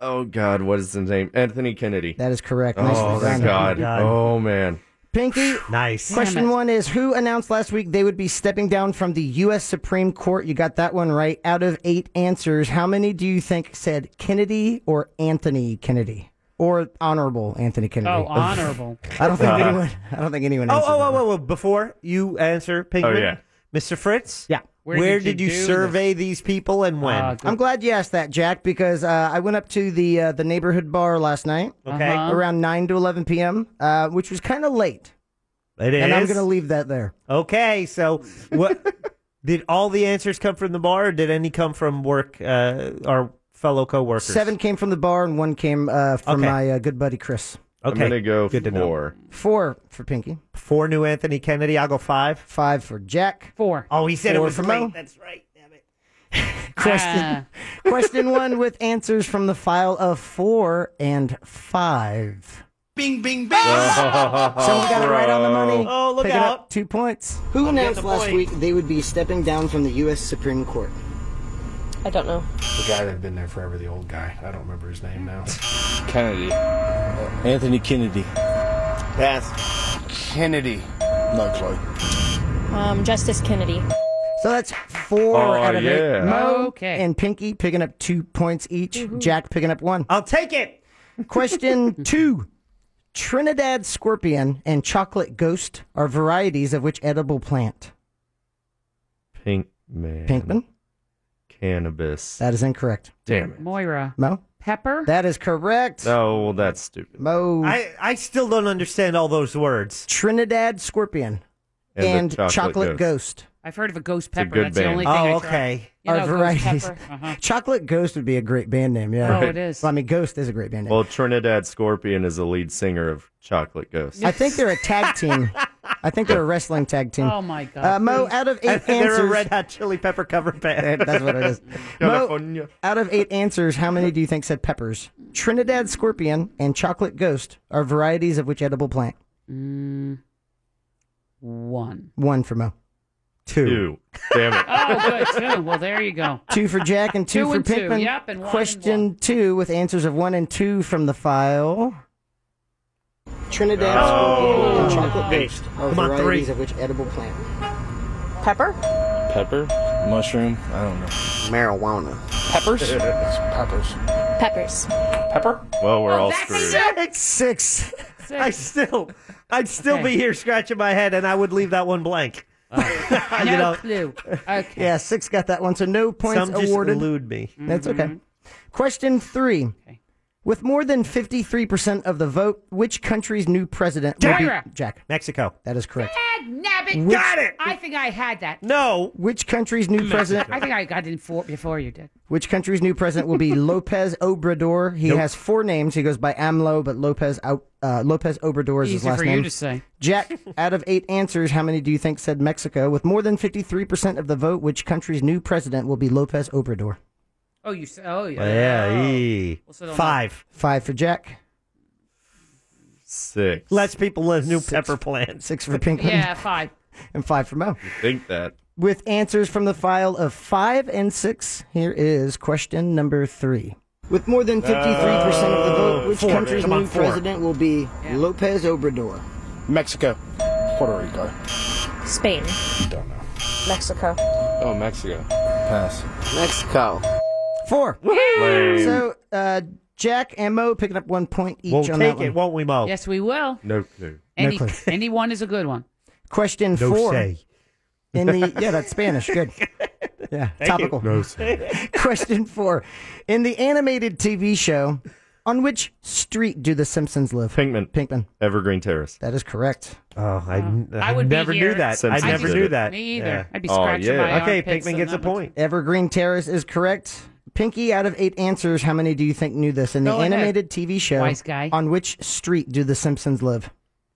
Speaker 9: Oh God, what is his name? Anthony Kennedy.
Speaker 7: That is correct.
Speaker 9: Oh
Speaker 7: Nicely
Speaker 9: thank
Speaker 7: done.
Speaker 9: God.
Speaker 7: God.
Speaker 9: Oh man.
Speaker 7: Pinky.
Speaker 6: Nice.
Speaker 7: Question one is Who announced last week they would be stepping down from the U.S. Supreme Court? You got that one right. Out of eight answers, how many do you think said Kennedy or Anthony Kennedy? Or honorable Anthony Kennedy.
Speaker 8: Oh, honorable.
Speaker 7: I don't think
Speaker 6: Uh-huh.
Speaker 7: anyone. I don't think anyone.
Speaker 6: Oh,
Speaker 7: answered
Speaker 6: oh,
Speaker 7: that.
Speaker 6: oh, oh, oh, before you answer, Pinkman.
Speaker 7: yeah.
Speaker 6: Mr. Fritz?
Speaker 7: Yeah.
Speaker 6: Where, did you,
Speaker 7: do Uh,
Speaker 6: survey these people and when?
Speaker 7: I'm glad you asked that, Jack, because uh, I went up to the uh, the neighborhood bar last night.
Speaker 6: Okay. Uh-huh.
Speaker 7: Around 9 to 11 p.m., uh, which was kind of late.
Speaker 6: It
Speaker 7: And I'm
Speaker 6: is?
Speaker 7: going to leave that there.
Speaker 6: Okay, so what did all the answers come from the bar or did any come from work uh, our fellow coworkers?
Speaker 7: Seven came from the bar and one came uh, from
Speaker 6: Okay.
Speaker 7: my uh, good buddy Chris.
Speaker 6: Okay.
Speaker 9: I'm gonna go
Speaker 6: Good to know.
Speaker 9: four.
Speaker 7: Four for Pinky.
Speaker 6: Four new Anthony Kennedy. I'll go five.
Speaker 7: Five for Jack.
Speaker 8: Four.
Speaker 6: Oh, he said it
Speaker 7: Four
Speaker 6: was
Speaker 7: for
Speaker 6: late.
Speaker 7: Mo.
Speaker 6: That's right.
Speaker 7: Question,
Speaker 6: Ah.
Speaker 7: question one with answers from the file of four and five.
Speaker 4: Bing, bing, bing.
Speaker 7: Someone got it right on the money.
Speaker 4: Oh, look
Speaker 7: Picking
Speaker 4: out.
Speaker 7: Up two points. Who
Speaker 4: I'm
Speaker 7: announced
Speaker 4: getting a
Speaker 7: last
Speaker 4: point.
Speaker 7: week they would be stepping down from the U.S. Supreme Court?
Speaker 3: I don't know.
Speaker 21: The guy that had been there forever, the old guy. I don't remember his name now.
Speaker 22: Kennedy. Anthony Kennedy. Pass. Kennedy. Not Clark.
Speaker 3: Um, Justice Kennedy.
Speaker 7: So that's four
Speaker 22: Oh,
Speaker 7: out of
Speaker 22: yeah.
Speaker 7: eight. Mo and Pinky picking up two points each.
Speaker 3: Mm-hmm.
Speaker 7: Jack picking up one.
Speaker 6: I'll take it.
Speaker 7: Question two. Trinidad scorpion and chocolate ghost are varieties of which edible plant?
Speaker 9: Pink man.
Speaker 7: Pinkman?
Speaker 9: Cannabis.
Speaker 7: That is incorrect.
Speaker 9: Damn it.
Speaker 8: Moira.
Speaker 7: Mo?
Speaker 8: Pepper?
Speaker 7: That is correct.
Speaker 9: Oh well that's stupid.
Speaker 7: Mo.
Speaker 6: I, I still don't understand all those words.
Speaker 7: Trinidad scorpion and,
Speaker 6: And the
Speaker 7: chocolate,
Speaker 6: chocolate
Speaker 7: ghost.
Speaker 8: I've heard of a ghost
Speaker 6: a
Speaker 8: pepper.
Speaker 6: good
Speaker 8: That's the
Speaker 6: band.
Speaker 8: only thing I
Speaker 7: Oh,
Speaker 8: tried.
Speaker 7: okay.
Speaker 8: You know,
Speaker 7: Are
Speaker 8: ghost
Speaker 7: varieties.
Speaker 8: pepper. Uh-huh.
Speaker 7: Chocolate Ghost would be a great band name, yeah.
Speaker 8: Oh, it is.
Speaker 7: Well, I mean, Ghost is a great band name.
Speaker 9: Well, Trinidad Scorpion is the lead singer of Chocolate Ghost.
Speaker 7: I think they're a tag team. I think they're a wrestling tag team.
Speaker 8: Oh my God!
Speaker 7: Uh, Mo,
Speaker 8: please.
Speaker 7: out of eight
Speaker 6: They're a
Speaker 7: answers- Eh,
Speaker 6: Red Hot Chili Pepper cover band.
Speaker 7: That's what it is. Mo, out of eight answers, how many do you think said peppers? Trinidad scorpion and chocolate ghost are varieties of which edible plant?
Speaker 8: Mm, one.
Speaker 7: One for Mo.
Speaker 6: Two.
Speaker 9: Two. Damn it.
Speaker 8: Oh, good too. Well, there you go.
Speaker 7: Two for Jack and two,
Speaker 8: Two
Speaker 7: for
Speaker 8: and two.
Speaker 7: Pinkman.
Speaker 8: Yep, and one and
Speaker 7: Question two with answers of one and two from the file.
Speaker 20: Trinidad
Speaker 6: Oh.
Speaker 20: and chocolate
Speaker 6: Hey,
Speaker 20: paste
Speaker 7: Oh,
Speaker 20: are
Speaker 6: come on,
Speaker 20: varieties
Speaker 6: three.
Speaker 20: of which edible plant?
Speaker 15: Pepper?
Speaker 22: Pepper? Mushroom? I don't know. Marijuana. Peppers?
Speaker 20: It's
Speaker 22: peppers.
Speaker 3: Peppers.
Speaker 22: Pepper?
Speaker 9: Well,
Speaker 8: Oh,
Speaker 9: we're all
Speaker 6: That's
Speaker 9: screwed.
Speaker 6: six. Six. I still, I'd still
Speaker 8: Okay.
Speaker 6: be here scratching my head, and I would leave that one blank.
Speaker 8: No
Speaker 6: You know-
Speaker 8: clue. Okay.
Speaker 7: Yeah, six got that one, so no points
Speaker 6: Some just
Speaker 7: awarded.
Speaker 6: elude me.
Speaker 7: That's okay.
Speaker 8: Mm-hmm.
Speaker 7: Question three. With more than 53% of the vote, which country's new president will
Speaker 8: Jack.
Speaker 7: be... Jack.
Speaker 6: Mexico.
Speaker 7: That is correct.
Speaker 8: Ah, nabbit.
Speaker 7: Which- Got it.
Speaker 8: I think I had that.
Speaker 6: No.
Speaker 7: Which country's new president...
Speaker 8: I think I got it before, before you did.
Speaker 7: Which country's new president will be Lopez Obrador? He
Speaker 8: Nope.
Speaker 7: has four names. He goes by AMLO, but Lopez Ob- uh, Lopez Obrador is his
Speaker 8: Easy
Speaker 7: last
Speaker 8: for
Speaker 7: name.
Speaker 8: you to say.
Speaker 7: Jack, out of eight answers, how many do you think said Mexico? With more than 53% of the vote, which country's new president will be Lopez Obrador?
Speaker 8: Oh, you. s- Oh, yeah.
Speaker 6: Yeah.
Speaker 8: Well, so don't-
Speaker 6: Five.
Speaker 7: Five for Jack.
Speaker 9: Six.
Speaker 6: Less people less new pepper plant.
Speaker 7: Six for Pink.
Speaker 8: Yeah, five.
Speaker 7: And five for Mo.
Speaker 9: Think that.
Speaker 7: With answers from the file of five and six, here is question number three. With more than
Speaker 20: 53% of the
Speaker 6: Oh.
Speaker 20: vote, which
Speaker 7: Uh, Four.
Speaker 20: country's
Speaker 7: Come on,
Speaker 20: new
Speaker 7: four.
Speaker 20: president will be Lopez Obrador?
Speaker 22: Mexico. Puerto Rico.
Speaker 3: Spain.
Speaker 22: Don't know.
Speaker 15: Mexico.
Speaker 22: Oh, Mexico. Pass. Mexico.
Speaker 7: Four.
Speaker 22: Lame.
Speaker 7: So uh, Jack and Mo picking up one point each
Speaker 6: We'll
Speaker 7: on
Speaker 6: take
Speaker 7: that
Speaker 6: it,
Speaker 7: one.
Speaker 6: won't we, Mo?
Speaker 8: Yes, we will.
Speaker 9: No clue.
Speaker 8: Any,
Speaker 7: clue.
Speaker 8: any one is a good one.
Speaker 7: Question
Speaker 6: No
Speaker 7: four.
Speaker 6: say.
Speaker 7: In the yeah, that's Spanish. Good. Yeah, topical. Question four. In the animated TV show, on which street do the Simpsons live?
Speaker 9: Pinkman.
Speaker 7: Pinkman.
Speaker 9: Evergreen Terrace.
Speaker 7: That is correct.
Speaker 6: Oh, I,
Speaker 8: I would be
Speaker 6: never
Speaker 8: here.
Speaker 6: knew that.
Speaker 9: Simpsons
Speaker 6: I never
Speaker 9: did
Speaker 6: knew
Speaker 9: it.
Speaker 6: that.
Speaker 8: Me either.
Speaker 6: Yeah.
Speaker 8: I'd be
Speaker 9: Oh,
Speaker 8: scratching
Speaker 9: yeah.
Speaker 8: my
Speaker 6: Okay,
Speaker 8: armpits
Speaker 6: Pinkman
Speaker 8: and
Speaker 6: gets a
Speaker 8: that would-
Speaker 6: point.
Speaker 7: Evergreen Terrace is correct. Pinky, out of eight answers, how many do you think knew this? In the
Speaker 8: Go ahead.
Speaker 7: animated TV show,
Speaker 8: Wise guy.
Speaker 7: on which street do the Simpsons live?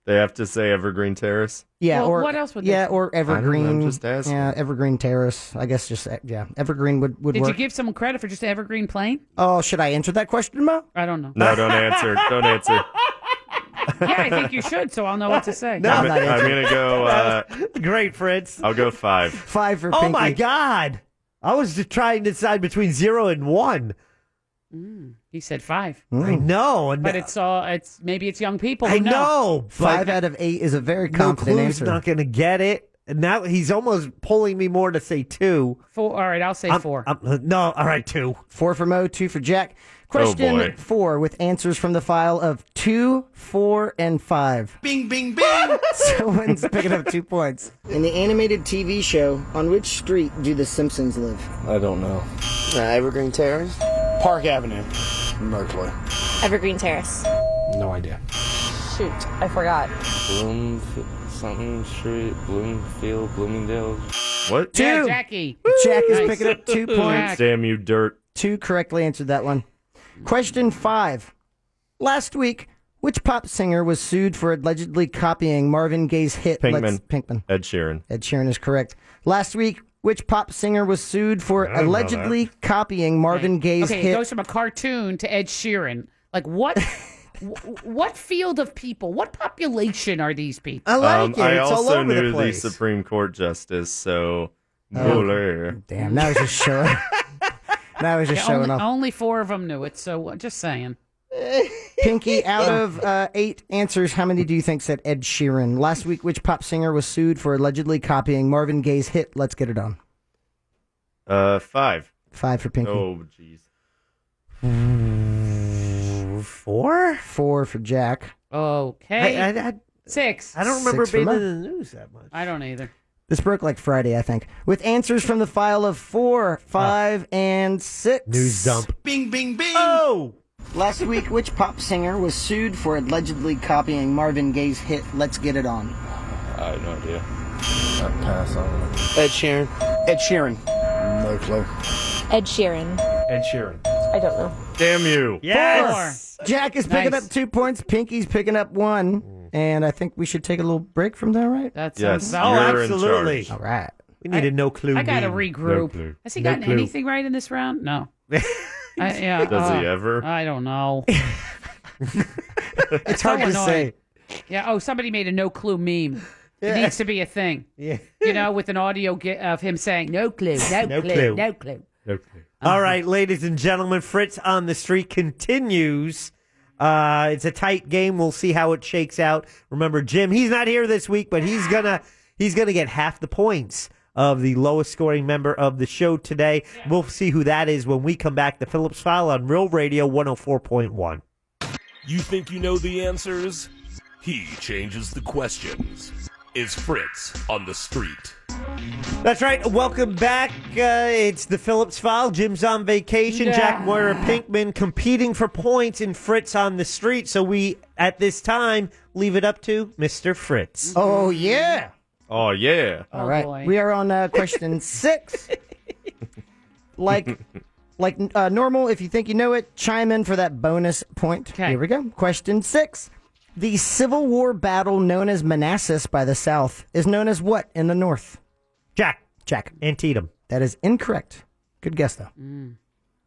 Speaker 9: They have to say Evergreen Terrace.
Speaker 7: Yeah,
Speaker 8: Well,
Speaker 7: or
Speaker 8: what else would they
Speaker 7: yeah,
Speaker 8: say?
Speaker 7: or
Speaker 9: I don't know, I'm
Speaker 7: Evergreen.
Speaker 9: just asking.
Speaker 7: Yeah, Evergreen Terrace. I guess just uh, yeah, Evergreen would would
Speaker 8: Did you
Speaker 7: work.
Speaker 8: give someone credit for just Evergreen Plain?
Speaker 7: oh, should I answer that question, Mo?
Speaker 8: I don't know.
Speaker 9: No, don't answer. Don't answer.
Speaker 8: yeah, I think you should, so I'll know what to say.
Speaker 9: I'm, I'm gonna go. Uh,
Speaker 6: Great, Fritz.
Speaker 9: I'll go five.
Speaker 7: Five for
Speaker 6: oh
Speaker 7: Pinky.
Speaker 6: my God! I was just trying to decide between zero and one.
Speaker 8: Mm. He said five,
Speaker 7: Mm.
Speaker 6: I know, and
Speaker 8: but it's all it's maybe it's young people. who
Speaker 6: I know. but
Speaker 7: Five out of eight is a very
Speaker 6: no
Speaker 7: confident
Speaker 6: clue's
Speaker 7: answer.
Speaker 6: not going to get it. And now he's almost pulling me more to say two.
Speaker 8: Four. All right, I'll say
Speaker 6: I'm-
Speaker 8: 4
Speaker 6: I'm- uh, no, all right, two.
Speaker 7: Four for Mo, two for Jack.
Speaker 9: Oh,
Speaker 7: Question
Speaker 9: boy.
Speaker 7: four with answers from the file of two, four, and five.
Speaker 20: Bing, bing, bing!
Speaker 7: Someone's picking up two points. In the animated TV show, on which street do the Simpsons live?
Speaker 22: I don't know.
Speaker 20: Uh, Evergreen Terrace?
Speaker 22: Park Avenue. No clue.
Speaker 3: Evergreen Terrace.
Speaker 22: No idea.
Speaker 15: Shoot, I forgot.
Speaker 22: Bloom something street, Bloomfield, Bloomingdale.
Speaker 9: What?
Speaker 7: Two.
Speaker 8: Yeah, Jackie.
Speaker 7: Jack is
Speaker 8: Nice.
Speaker 7: picking up two points.
Speaker 9: Damn you, dirt.
Speaker 7: Two correctly answered that one. Question five. Last week, which pop singer was sued for allegedly copying Marvin Gaye's hit
Speaker 9: Pinkman.
Speaker 7: Let's- Pinkman?
Speaker 9: Ed Sheeran.
Speaker 7: Ed Sheeran is correct. Last week, which pop singer was sued for
Speaker 9: know
Speaker 7: allegedly copying Marvin Gaye's
Speaker 8: okay, it
Speaker 7: hit
Speaker 8: goes from a cartoon to Ed Sheeran. Like what? wh- what field of people? What population are these people?
Speaker 7: I like
Speaker 9: Um,
Speaker 7: it.
Speaker 9: I
Speaker 7: it's all
Speaker 9: also
Speaker 7: over
Speaker 9: knew
Speaker 7: the place.
Speaker 9: Supreme Court justice, so
Speaker 7: Oh.
Speaker 9: Buller.
Speaker 7: Damn, that was just showing. that was just
Speaker 8: Yeah,
Speaker 7: showing
Speaker 8: only,
Speaker 7: off.
Speaker 8: only four of them knew it. So uh, just saying.
Speaker 7: Pinky, out of uh, eight answers, how many do you think said Ed Sheeran? Last week, which pop singer was sued for allegedly copying Marvin Gaye's hit "Let's Get It On"?
Speaker 9: Uh, five.
Speaker 7: Five for Pinky,
Speaker 9: Oh, jeez.
Speaker 6: Four?
Speaker 7: four for Jack.
Speaker 8: Okay,
Speaker 6: I, I, I,
Speaker 8: six.
Speaker 6: I don't remember
Speaker 7: Six for
Speaker 6: being
Speaker 7: Mo.
Speaker 6: in the news that much.
Speaker 8: I don't either.
Speaker 7: This broke like Friday, I think. With answers from the file of four, five, and six.
Speaker 6: News dump.
Speaker 20: Bing, bing, bing!
Speaker 6: Oh!
Speaker 7: Last week, which pop singer was sued for allegedly copying Marvin Gaye's hit "Let's Get It On"?
Speaker 22: I have no idea. I pass on it.
Speaker 20: Ed Sheeran.
Speaker 7: Ed Sheeran.
Speaker 22: No clue.
Speaker 3: Ed Sheeran.
Speaker 22: Ed Sheeran.
Speaker 3: I don't know.
Speaker 9: Damn you.
Speaker 6: Yes!
Speaker 7: Jack is picking
Speaker 8: Nice.
Speaker 7: up two points. Pinky's picking up one. And I think we should take a little break from there, right?
Speaker 8: That's
Speaker 9: Yes.
Speaker 6: Oh,
Speaker 9: You're in
Speaker 6: absolutely.
Speaker 7: All right.
Speaker 6: We needed no clue.
Speaker 8: I gotta
Speaker 6: game.
Speaker 8: regroup.
Speaker 9: clue.
Speaker 8: Has he
Speaker 6: No
Speaker 8: gotten
Speaker 6: clue.
Speaker 8: anything right in this round? No. I, yeah.
Speaker 9: Does he
Speaker 8: uh,
Speaker 9: ever?
Speaker 8: I don't know.
Speaker 7: It's hard
Speaker 8: so
Speaker 7: to say.
Speaker 8: annoying. Yeah. Oh, somebody made a no clue meme. It needs to be a thing.
Speaker 6: Yeah.
Speaker 8: You know, with an audio gi- of him saying no clue, no,
Speaker 6: No
Speaker 8: clue,
Speaker 6: clue.
Speaker 8: no clue.
Speaker 9: Okay.
Speaker 6: All right, ladies and gentlemen, Fritz on the Street continues. Uh, it's a tight game. We'll see how it shakes out. Remember, Jim, he's not here this week, but he's gonna he's gonna get half the points of the lowest scoring member of the show today. We'll see who that is when we come back. The Phillips File on Real Radio 104.1.
Speaker 18: You think you know the answers? He changes the questions. Is Fritz on the street?
Speaker 6: That's right. Welcome back. Uh, it's the Phillips File. Jim's on vacation. Jack Moira Pinkman competing for points and Fritz on the street. So we, at this time, leave it up to Mr. Fritz.
Speaker 7: Oh, yeah.
Speaker 9: Oh yeah.
Speaker 7: All right. We are on uh, question six. like, like uh, normal, if you think you know it, chime in for that bonus point. Here we go. Question six. The Civil War battle known as Manassas by the South is known as what in the North?
Speaker 6: Jack.
Speaker 7: Jack.
Speaker 6: Antietam.
Speaker 7: That is incorrect. Good guess, though.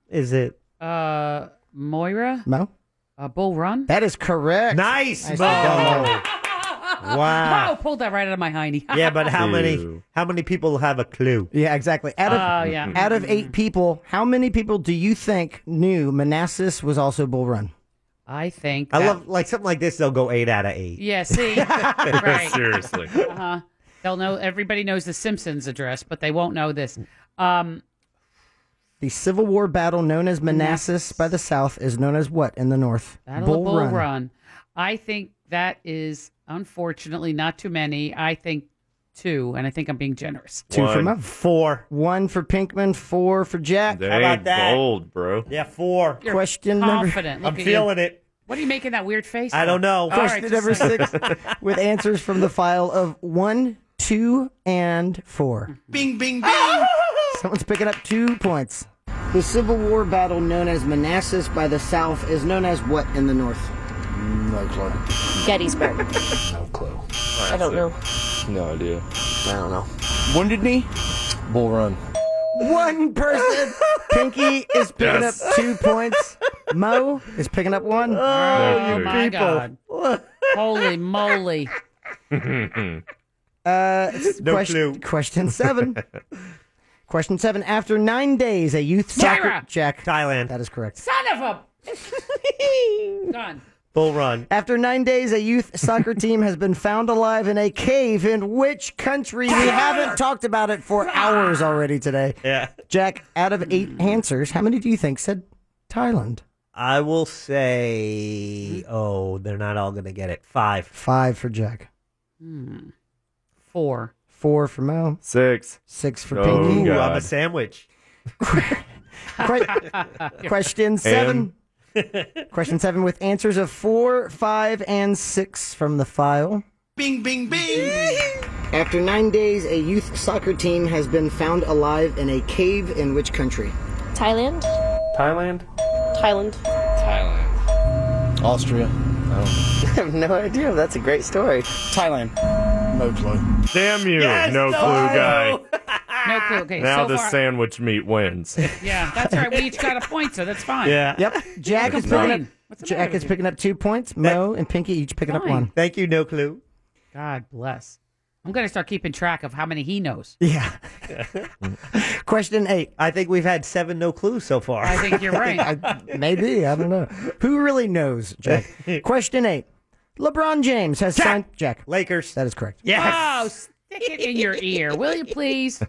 Speaker 6: Is it?
Speaker 8: Mm. Uh, Moira?
Speaker 7: No.
Speaker 8: Uh, Bull Run?
Speaker 7: That is correct.
Speaker 6: Nice,
Speaker 7: Nicely
Speaker 6: Mo.
Speaker 7: done.
Speaker 6: Wow.
Speaker 8: Wow, Oh. pulled that right out of my hiney.
Speaker 6: Yeah, but how many how many people have a clue?
Speaker 7: Yeah, exactly. Out of,
Speaker 8: Oh, yeah.
Speaker 7: out of eight people, how many people do you think knew Manassas was also Bull Run?
Speaker 8: I think.
Speaker 6: I
Speaker 8: that- E
Speaker 6: love like something like this. They'll go eight out of eight.
Speaker 8: Yeah, see? right.
Speaker 9: Seriously.
Speaker 8: Uh-huh. They'll know, everybody knows the Simpsons address, but they won't know this. Um,
Speaker 7: The Civil War battle known as Manassas by the South is known as what in the North?
Speaker 8: Battle of Bull Run. I think that is unfortunately not too many. I think two, and I think I'm being generous.
Speaker 7: Two for Mo.
Speaker 6: Four.
Speaker 7: One for Pinkman, four for Jack.
Speaker 9: Dang, bold, bro.
Speaker 6: Yeah, four.
Speaker 8: You're
Speaker 7: Question number.
Speaker 8: confident. Look at you. What are you making that weird face?
Speaker 7: I don't
Speaker 8: for?
Speaker 7: know.
Speaker 8: All
Speaker 7: Question
Speaker 8: right,
Speaker 7: number
Speaker 8: just a second.
Speaker 7: with answers from the file of one, two, and four.
Speaker 20: Bing, bing, bing.
Speaker 7: Someone's picking up two points.
Speaker 20: the Civil War battle known as Manassas by the South is known as what in the North? Mm, No clue.
Speaker 3: Gettysburg.
Speaker 20: No clue.
Speaker 3: I don't know.
Speaker 22: No idea.
Speaker 20: I don't know.
Speaker 22: Wounded Knee? Bull Run.
Speaker 7: One person. Pinky is picking
Speaker 22: Yes.
Speaker 7: up two points. Mo is picking up one. Oh,
Speaker 8: Oh, my God. Holy moly.
Speaker 7: Uh, it's
Speaker 8: No
Speaker 7: question,
Speaker 8: clue.
Speaker 7: question seven. question seven. After nine days, a youth soccer
Speaker 8: Moira!
Speaker 7: Jack
Speaker 6: Thailand.
Speaker 7: That is correct.
Speaker 8: Son of a. Gone.
Speaker 6: Bull Run.
Speaker 7: After nine days, a youth soccer team has been found alive in a cave in which country? We haven't talked about it for hours already today.
Speaker 6: Yeah.
Speaker 7: Jack, out of eight answers, how many do you think said Thailand?
Speaker 6: I will say, oh, they're not all going to get it. Five.
Speaker 7: Five for Jack.
Speaker 8: Hmm. Four.
Speaker 7: Four for Mo.
Speaker 9: Six.
Speaker 7: Six for
Speaker 9: Oh,
Speaker 7: Pinky.
Speaker 6: Ooh,
Speaker 9: God.
Speaker 6: I'm a sandwich.
Speaker 7: Que- question seven. Question seven with answers of four, five, and six from the file.
Speaker 20: Bing, bing, bing.
Speaker 7: After nine days, a youth soccer team has been found alive in a cave in which country?
Speaker 3: Thailand.
Speaker 22: Thailand?
Speaker 3: Thailand.
Speaker 22: Thailand. Austria.
Speaker 20: I have no idea. That's a great story.
Speaker 22: Thailand.
Speaker 20: No clue.
Speaker 9: Damn you, no clue guy.
Speaker 8: No clue. Okay,
Speaker 9: now
Speaker 8: so
Speaker 9: the
Speaker 8: far.
Speaker 9: sandwich meat wins.
Speaker 8: yeah, that's right. We each got a point, so that's fine.
Speaker 7: Yep. Jack
Speaker 8: Don't
Speaker 7: is picking up.
Speaker 8: complain. What's the
Speaker 7: Jack
Speaker 8: matter
Speaker 7: is
Speaker 8: with
Speaker 7: picking up two points. Mo and Pinky each picking up
Speaker 8: Fine.
Speaker 7: one.
Speaker 6: Thank you, no clue.
Speaker 8: God bless. I'm going to start keeping track of how many he knows.
Speaker 7: Yeah. Question eight.
Speaker 6: I think we've had seven no clues so far.
Speaker 8: I think you're right.
Speaker 7: I- maybe I don't know. Who really knows, Jack? Question eight. LeBron James has signed Jack.
Speaker 6: Lakers.
Speaker 7: That is correct.
Speaker 8: Oh, stick it in your ear, will you please?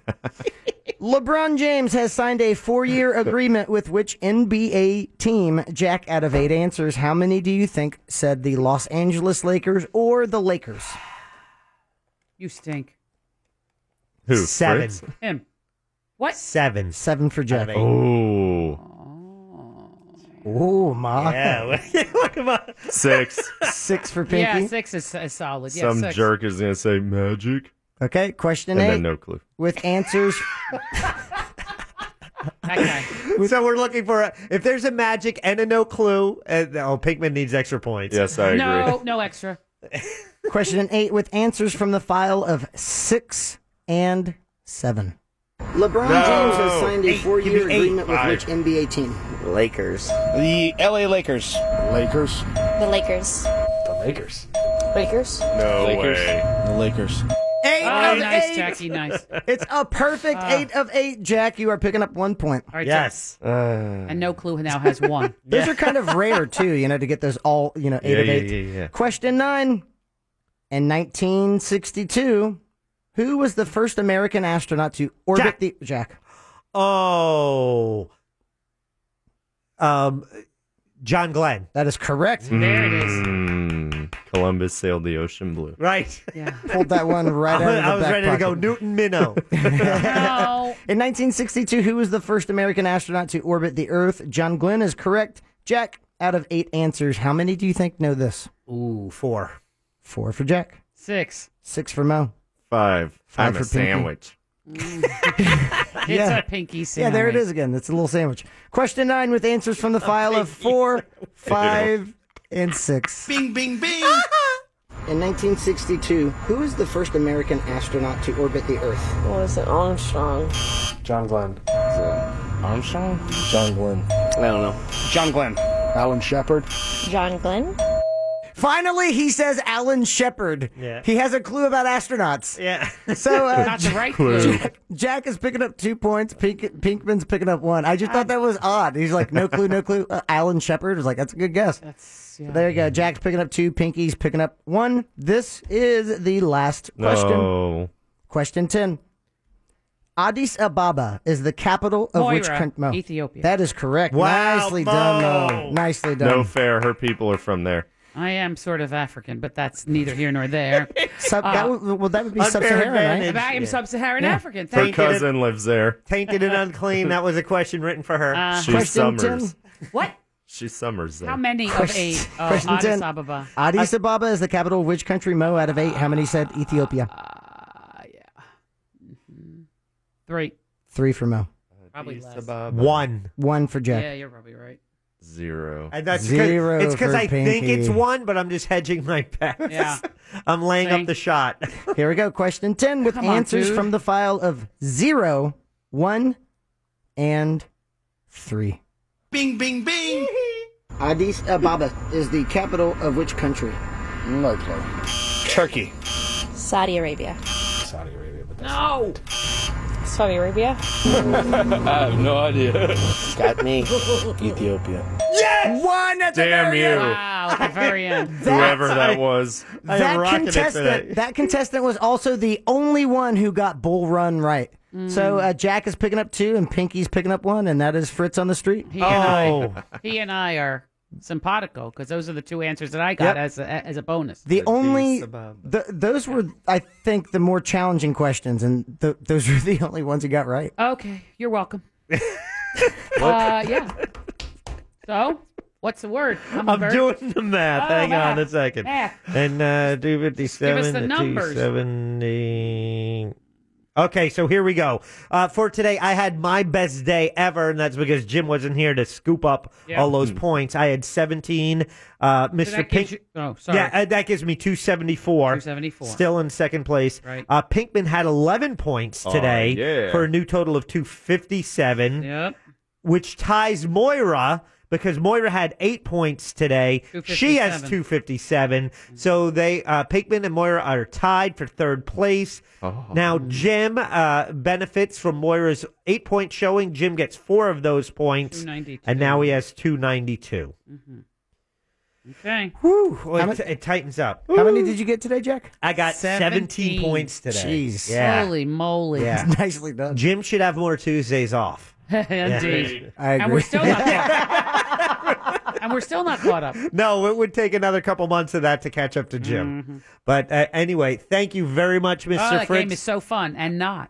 Speaker 7: LeBron James has signed a four-year agreement with which NBA team? Jack, out of eight answers, how many do you think said the Los Angeles Lakers or the Lakers?
Speaker 8: You stink.
Speaker 9: Who?
Speaker 6: Seven.
Speaker 9: Fritz?
Speaker 8: Him. What?
Speaker 6: Seven.
Speaker 7: Seven for Jack.
Speaker 9: Oh.
Speaker 7: Oh my!
Speaker 6: Yeah. Look at my.
Speaker 9: Six.
Speaker 7: Six for Pinky.
Speaker 8: Yeah, six is, is solid. Yeah,
Speaker 9: Some
Speaker 8: six.
Speaker 9: jerk is going to say magic.
Speaker 7: Okay, question
Speaker 9: And
Speaker 7: eight
Speaker 9: then no clue.
Speaker 7: with answers.
Speaker 8: That guy.
Speaker 6: So we're looking for a, if there's a magic and a no clue. And, oh, Pinkman needs extra points.
Speaker 9: Yes, I agree.
Speaker 8: No, Oh, no extra.
Speaker 7: question eight with answers from the file of six and seven.
Speaker 9: No.
Speaker 20: LeBron James has signed a
Speaker 9: Eight.
Speaker 20: four-year
Speaker 9: Give me eight.
Speaker 20: agreement
Speaker 9: Five.
Speaker 20: with which NBA team?
Speaker 22: Lakers. The LA Lakers. Lakers.
Speaker 3: The Lakers.
Speaker 22: The Lakers.
Speaker 3: Lakers.
Speaker 9: No
Speaker 22: Lakers.
Speaker 9: way.
Speaker 22: The Lakers.
Speaker 7: Eight
Speaker 8: Oh,
Speaker 7: of
Speaker 8: nice,
Speaker 7: eight.
Speaker 8: Jackie, nice.
Speaker 7: It's a perfect
Speaker 8: Ah.
Speaker 7: eight of eight, Jack. You are picking up one point.
Speaker 8: All right, Yes. Uh. And no clue now has one.
Speaker 7: Those are kind of rare too, you know, to get those all, you know, eight
Speaker 8: Yeah,
Speaker 7: of
Speaker 8: yeah,
Speaker 7: eight.
Speaker 8: yeah, yeah.
Speaker 7: Question nine. In 1962, who was the first American astronaut to orbit the Jack?
Speaker 6: Oh, um, John Glenn.
Speaker 7: That is correct.
Speaker 9: Mm, Columbus sailed the ocean blue.
Speaker 6: Right.
Speaker 8: Yeah.
Speaker 7: Pulled that one right out of the
Speaker 6: I was
Speaker 7: back
Speaker 6: ready to go
Speaker 7: pocket.
Speaker 6: Newton Minnow.
Speaker 8: Oh.
Speaker 7: In 1962, who was the first American astronaut to orbit the Earth? John Glenn is correct. Jack, out of eight answers, how many do you think know this?
Speaker 6: Ooh, four.
Speaker 7: Four for Jack.
Speaker 8: Six.
Speaker 7: Six for Mo.
Speaker 9: Five.
Speaker 7: Five
Speaker 9: I'm
Speaker 7: for
Speaker 9: a
Speaker 7: Pinky.
Speaker 9: sandwich.
Speaker 8: It's
Speaker 7: Yeah.
Speaker 8: a pinky
Speaker 7: Yeah,
Speaker 8: sandwich.
Speaker 7: there it is again. It's a little sandwich. Question nine with answers from the file of four, five, and six.
Speaker 20: Bing, bing, bing. In 1962, who was the first American astronaut to orbit the Earth?
Speaker 3: Was it Armstrong?
Speaker 21: John Glenn.
Speaker 22: Armstrong? John Glenn. I don't know. John Glenn. Alan Shepard.
Speaker 3: John Glenn?
Speaker 7: Finally, he says Alan Shepard.
Speaker 3: Yeah.
Speaker 7: He has a clue about astronauts.
Speaker 6: Yeah.
Speaker 7: So uh,
Speaker 8: Not the right
Speaker 7: Jack-
Speaker 8: clue.
Speaker 7: Jack, Jack is picking up two points. Pink, Pinkman's picking up one. I just thought that was odd. He's like, no clue, no clue. Uh, Alan Shepard was like, that's a good guess. So there you go. Jack's picking up two. Pinky's picking up one. This is the last question.
Speaker 9: No.
Speaker 7: Question 10. Addis Ababa is the capital of which
Speaker 8: Moira,
Speaker 7: country?
Speaker 8: Ethiopia.
Speaker 7: That is correct.
Speaker 8: Wow,
Speaker 7: Nicely done,
Speaker 8: Mo.
Speaker 7: Mo. Nicely done.
Speaker 9: No fair. Her people are from there.
Speaker 8: I am sort of African, but that's neither here nor there.
Speaker 7: Sub-
Speaker 8: Uh,
Speaker 7: that would, well, that would be
Speaker 8: unfair
Speaker 7: sub-Saharan, right?
Speaker 8: advantage. I am sub-Saharan African.
Speaker 9: Her
Speaker 8: Thank you.
Speaker 9: cousin lives there.
Speaker 6: Tainted and unclean. That was a question written for her.
Speaker 8: Uh,
Speaker 9: She summers.
Speaker 8: What?
Speaker 9: She summers there.
Speaker 8: How many of
Speaker 7: Question-
Speaker 8: eight? Oh,
Speaker 7: question
Speaker 8: Addis
Speaker 7: 10.
Speaker 8: Ababa.
Speaker 7: Addis Ababa is the capital of which country, Mo, out of eight? How many said Ethiopia?
Speaker 8: Three.
Speaker 7: Three for Mo.
Speaker 8: Probably less.
Speaker 6: One.
Speaker 7: One for Jack.
Speaker 8: Yeah, you're probably right.
Speaker 9: Zero.
Speaker 6: And Uh, that's 'cause-
Speaker 7: Zero
Speaker 6: It's because
Speaker 7: for
Speaker 6: I think it's
Speaker 7: Pinky.
Speaker 6: one, but I'm just hedging my bets.
Speaker 8: Yeah.
Speaker 6: I'm laying up the shot.
Speaker 7: Here we go. Question 10 with
Speaker 6: Come on,
Speaker 7: answers
Speaker 6: dude.
Speaker 7: from the file of zero, one, and three.
Speaker 20: Bing, bing, bing. Addis Ababa is the capital of which country? No clue. Turkey.
Speaker 3: Saudi Arabia.
Speaker 21: Saudi Arabia. But that's
Speaker 8: no!
Speaker 3: Saudi Arabia?
Speaker 22: I have no idea. Got me. Ethiopia.
Speaker 7: Yes! One at
Speaker 9: Damn
Speaker 7: the very
Speaker 9: you.
Speaker 7: end.
Speaker 8: Wow, at the very end.
Speaker 9: Whoever that was.
Speaker 7: That contestant, that contestant was also the only one who got Bull Run right.
Speaker 8: Mm.
Speaker 7: So uh, Jack is picking up two, and Pinky's picking up one, and that is Fritz on the street.
Speaker 8: He
Speaker 6: Oh.
Speaker 9: Oh.
Speaker 8: and I, he and I are simpatico because those are the two answers that I
Speaker 7: Yep.
Speaker 8: got as a, as a bonus.
Speaker 7: The only th those were, I think, the more challenging questions, and th- those were the only ones he got right.
Speaker 8: Okay, you're welcome.
Speaker 7: What?
Speaker 8: Uh, yeah. So, what's the word?
Speaker 6: I'm,
Speaker 8: very-
Speaker 6: doing the math.
Speaker 8: Oh,
Speaker 6: Hang on a
Speaker 8: math.
Speaker 6: second.
Speaker 8: Math.
Speaker 6: And uh, do 57
Speaker 8: the
Speaker 6: to
Speaker 8: numbers.
Speaker 6: 270. Okay, so here we go. Uh, for today, I had my best day ever, and that's because Jim wasn't here to scoop up
Speaker 8: Yeah.
Speaker 6: all those points. I had 17. Uh, Mr.
Speaker 8: that
Speaker 6: Pink.
Speaker 8: gives you- oh, sorry.
Speaker 6: Yeah, uh, that gives me 274.
Speaker 8: 274.
Speaker 6: Still in second place.
Speaker 8: Right.
Speaker 6: Uh, Pinkman had 11 points
Speaker 9: Aw,
Speaker 6: today
Speaker 9: yeah.
Speaker 6: for a new total of 257.
Speaker 8: Yep.
Speaker 6: Which ties Moira because Moira had eight points today. She has
Speaker 8: 257.
Speaker 6: 257. So they uh, Pinkman and Moira are tied for third place.
Speaker 7: Oh.
Speaker 6: Now Jim uh, benefits from Moira's eight point showing. Jim gets four of those points,
Speaker 8: 292.
Speaker 6: and now he has 292.
Speaker 8: Mm-hmm. Okay.
Speaker 6: Whew, well,
Speaker 8: How
Speaker 6: it,
Speaker 8: much-
Speaker 6: it tightens up.
Speaker 7: How many did you get today, Jack?
Speaker 6: I got 17 points today.
Speaker 7: Jeez.
Speaker 6: Yeah.
Speaker 8: Holy moly.
Speaker 6: Yeah.
Speaker 7: Nicely done.
Speaker 6: Jim should have more Tuesdays off.
Speaker 8: Indeed.
Speaker 6: I agree.
Speaker 8: And we're still not caught up. and we're still not caught up.
Speaker 6: No, it would take another couple months of that to catch up to Jim. But uh, anyway, thank you very much, Mr.
Speaker 8: Mm-hmm. Oh, that
Speaker 6: Fritz.
Speaker 8: game is so fun and not.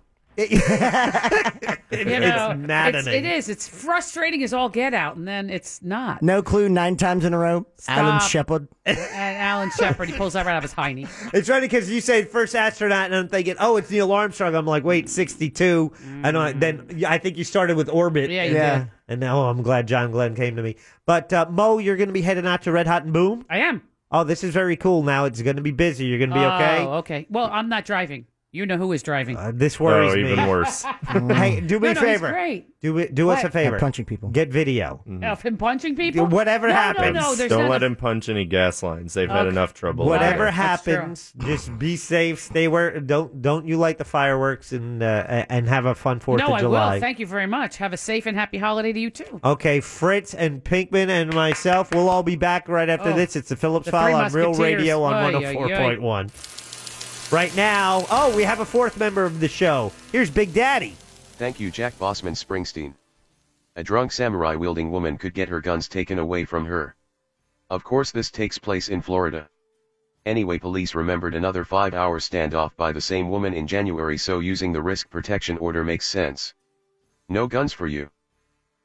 Speaker 6: It's maddening.
Speaker 8: It's, it is. It's frustrating as all get out, and then it's not.
Speaker 7: No clue. Nine times in a row. Alan
Speaker 8: Stop.
Speaker 7: Shepard.
Speaker 8: And Alan Shepard, he pulls that right out of his hiney.
Speaker 6: It's funny because you say first astronaut, and I'm thinking, oh, it's Neil Armstrong. I'm like, wait, 62. And I, then I think you started with orbit.
Speaker 8: Mm. Yeah, you Yeah. did.
Speaker 6: And now oh, I'm glad John Glenn came to me. But uh, Mo, you're going to be heading out to Red Hot and Boom.
Speaker 8: I am.
Speaker 6: Oh, this is very cool. Now it's going to be busy. You're going to be okay.
Speaker 8: Oh, okay. Well, I'm not driving. You know who is driving.
Speaker 6: This worries
Speaker 9: Oh,
Speaker 6: me.
Speaker 9: even worse.
Speaker 6: hey, do me
Speaker 8: No,
Speaker 6: a
Speaker 8: no, he's
Speaker 6: favor.
Speaker 8: great.
Speaker 6: Do it. Do us
Speaker 8: What?
Speaker 6: a favor.
Speaker 9: Yeah,
Speaker 6: punching people. Get video.
Speaker 8: Yeah, of him punching people.
Speaker 6: Mm. Whatever
Speaker 8: no,
Speaker 6: happens.
Speaker 8: No, no, there's
Speaker 9: Don't
Speaker 8: not
Speaker 9: let
Speaker 8: a-
Speaker 9: him punch any gas lines. They've had
Speaker 8: Okay.
Speaker 9: enough trouble.
Speaker 6: Whatever
Speaker 9: already.
Speaker 6: happens, just be safe. Stay where. Don't don't you like the fireworks and uh, and have a fun Fourth
Speaker 8: No,
Speaker 6: of
Speaker 8: I
Speaker 6: July.
Speaker 8: will. Thank you very much. Have a safe and happy holiday to you too.
Speaker 6: Okay, Fritz and Pinkman and myself, we'll all be back right after
Speaker 8: Oh,
Speaker 6: this. It's the Phillips
Speaker 8: the Three
Speaker 6: File on Real
Speaker 8: Musketeers.
Speaker 6: Radio on
Speaker 8: Oy, oy,
Speaker 6: 104.1. Right now, oh, we have a fourth member of the show. Here's Big Daddy.
Speaker 10: Thank you, Jack Bossman Springsteen. A drunk samurai wielding woman could get her guns taken away from her. Of course, this takes place in Florida. Anyway, police remembered another five hour standoff by the same woman in January, so using the risk protection order makes sense. No guns for you.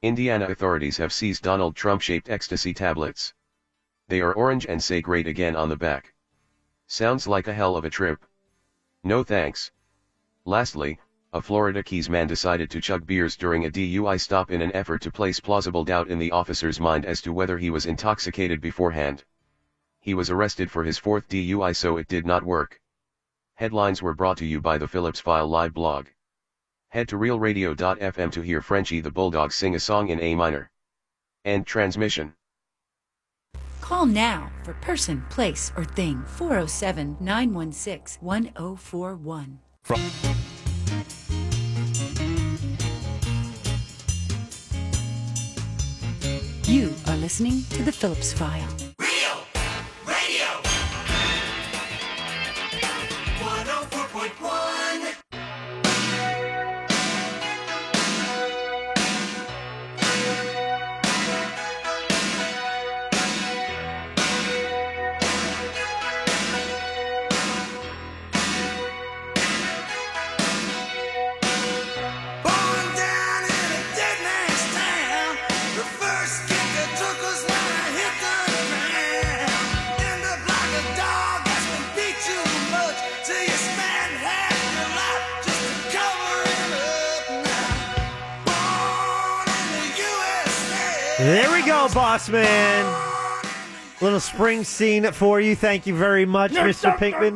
Speaker 10: Indiana authorities have seized Donald Trump shaped ecstasy tablets. They are orange and say great again on the back. Sounds like a hell of a trip. No thanks. Lastly, a Florida Keys man decided to chug beers during a DUI stop in an effort to place plausible doubt in the officer's mind as to whether he was intoxicated beforehand. He was arrested for his fourth DUI, so it did not work. Headlines were brought to you by the Phillips File Live blog. Head to realradio.fm to hear Frenchie the Bulldog sing a song in A minor. End transmission.
Speaker 17: Call now for person, place, or thing 407 916 1041. You are listening to The Phillips File.
Speaker 4: Radio 104.1. Born down in a dead man's town. The first kick I took was when I hit the ground. End up like a dog that's been beat too much till you spend half your life just to cover him up now. Born in the USA.
Speaker 6: There we go, boss man. Little spring scene for you. Thank you very much, Mr. Pinkman.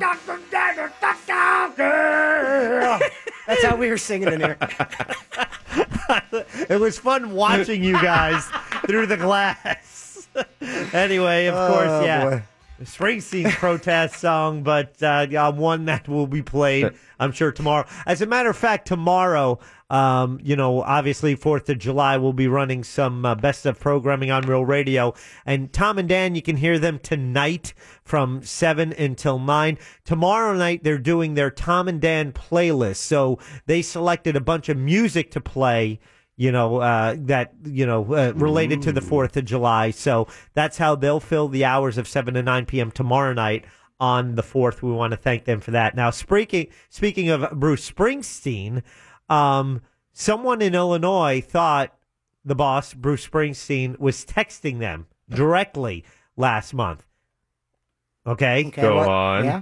Speaker 7: That's how we were singing in here.
Speaker 6: it was fun watching you guys through the glass. anyway, of
Speaker 7: Oh,
Speaker 6: course, yeah.
Speaker 7: boy.
Speaker 6: Springsteen's protest song, but uh, yeah, one that will be played, I'm sure, tomorrow. As a matter of fact, tomorrow, um, you know, obviously, 4th of July, we'll be running some uh, best of programming on Real Radio. And Tom and Dan, you can hear them tonight from 7 until 9. Tomorrow night, they're doing their Tom and Dan playlist. So they selected a bunch of music to play you know uh, that you know uh, related to the Fourth of July. So that's how they'll fill the hours of seven to nine p.m. tomorrow night on the fourth. We want to thank them for that. Now speaking speaking of Bruce Springsteen, um, someone in Illinois thought the boss Bruce Springsteen was texting them directly last month. Okay,
Speaker 9: Okay, Go what- on. yeah.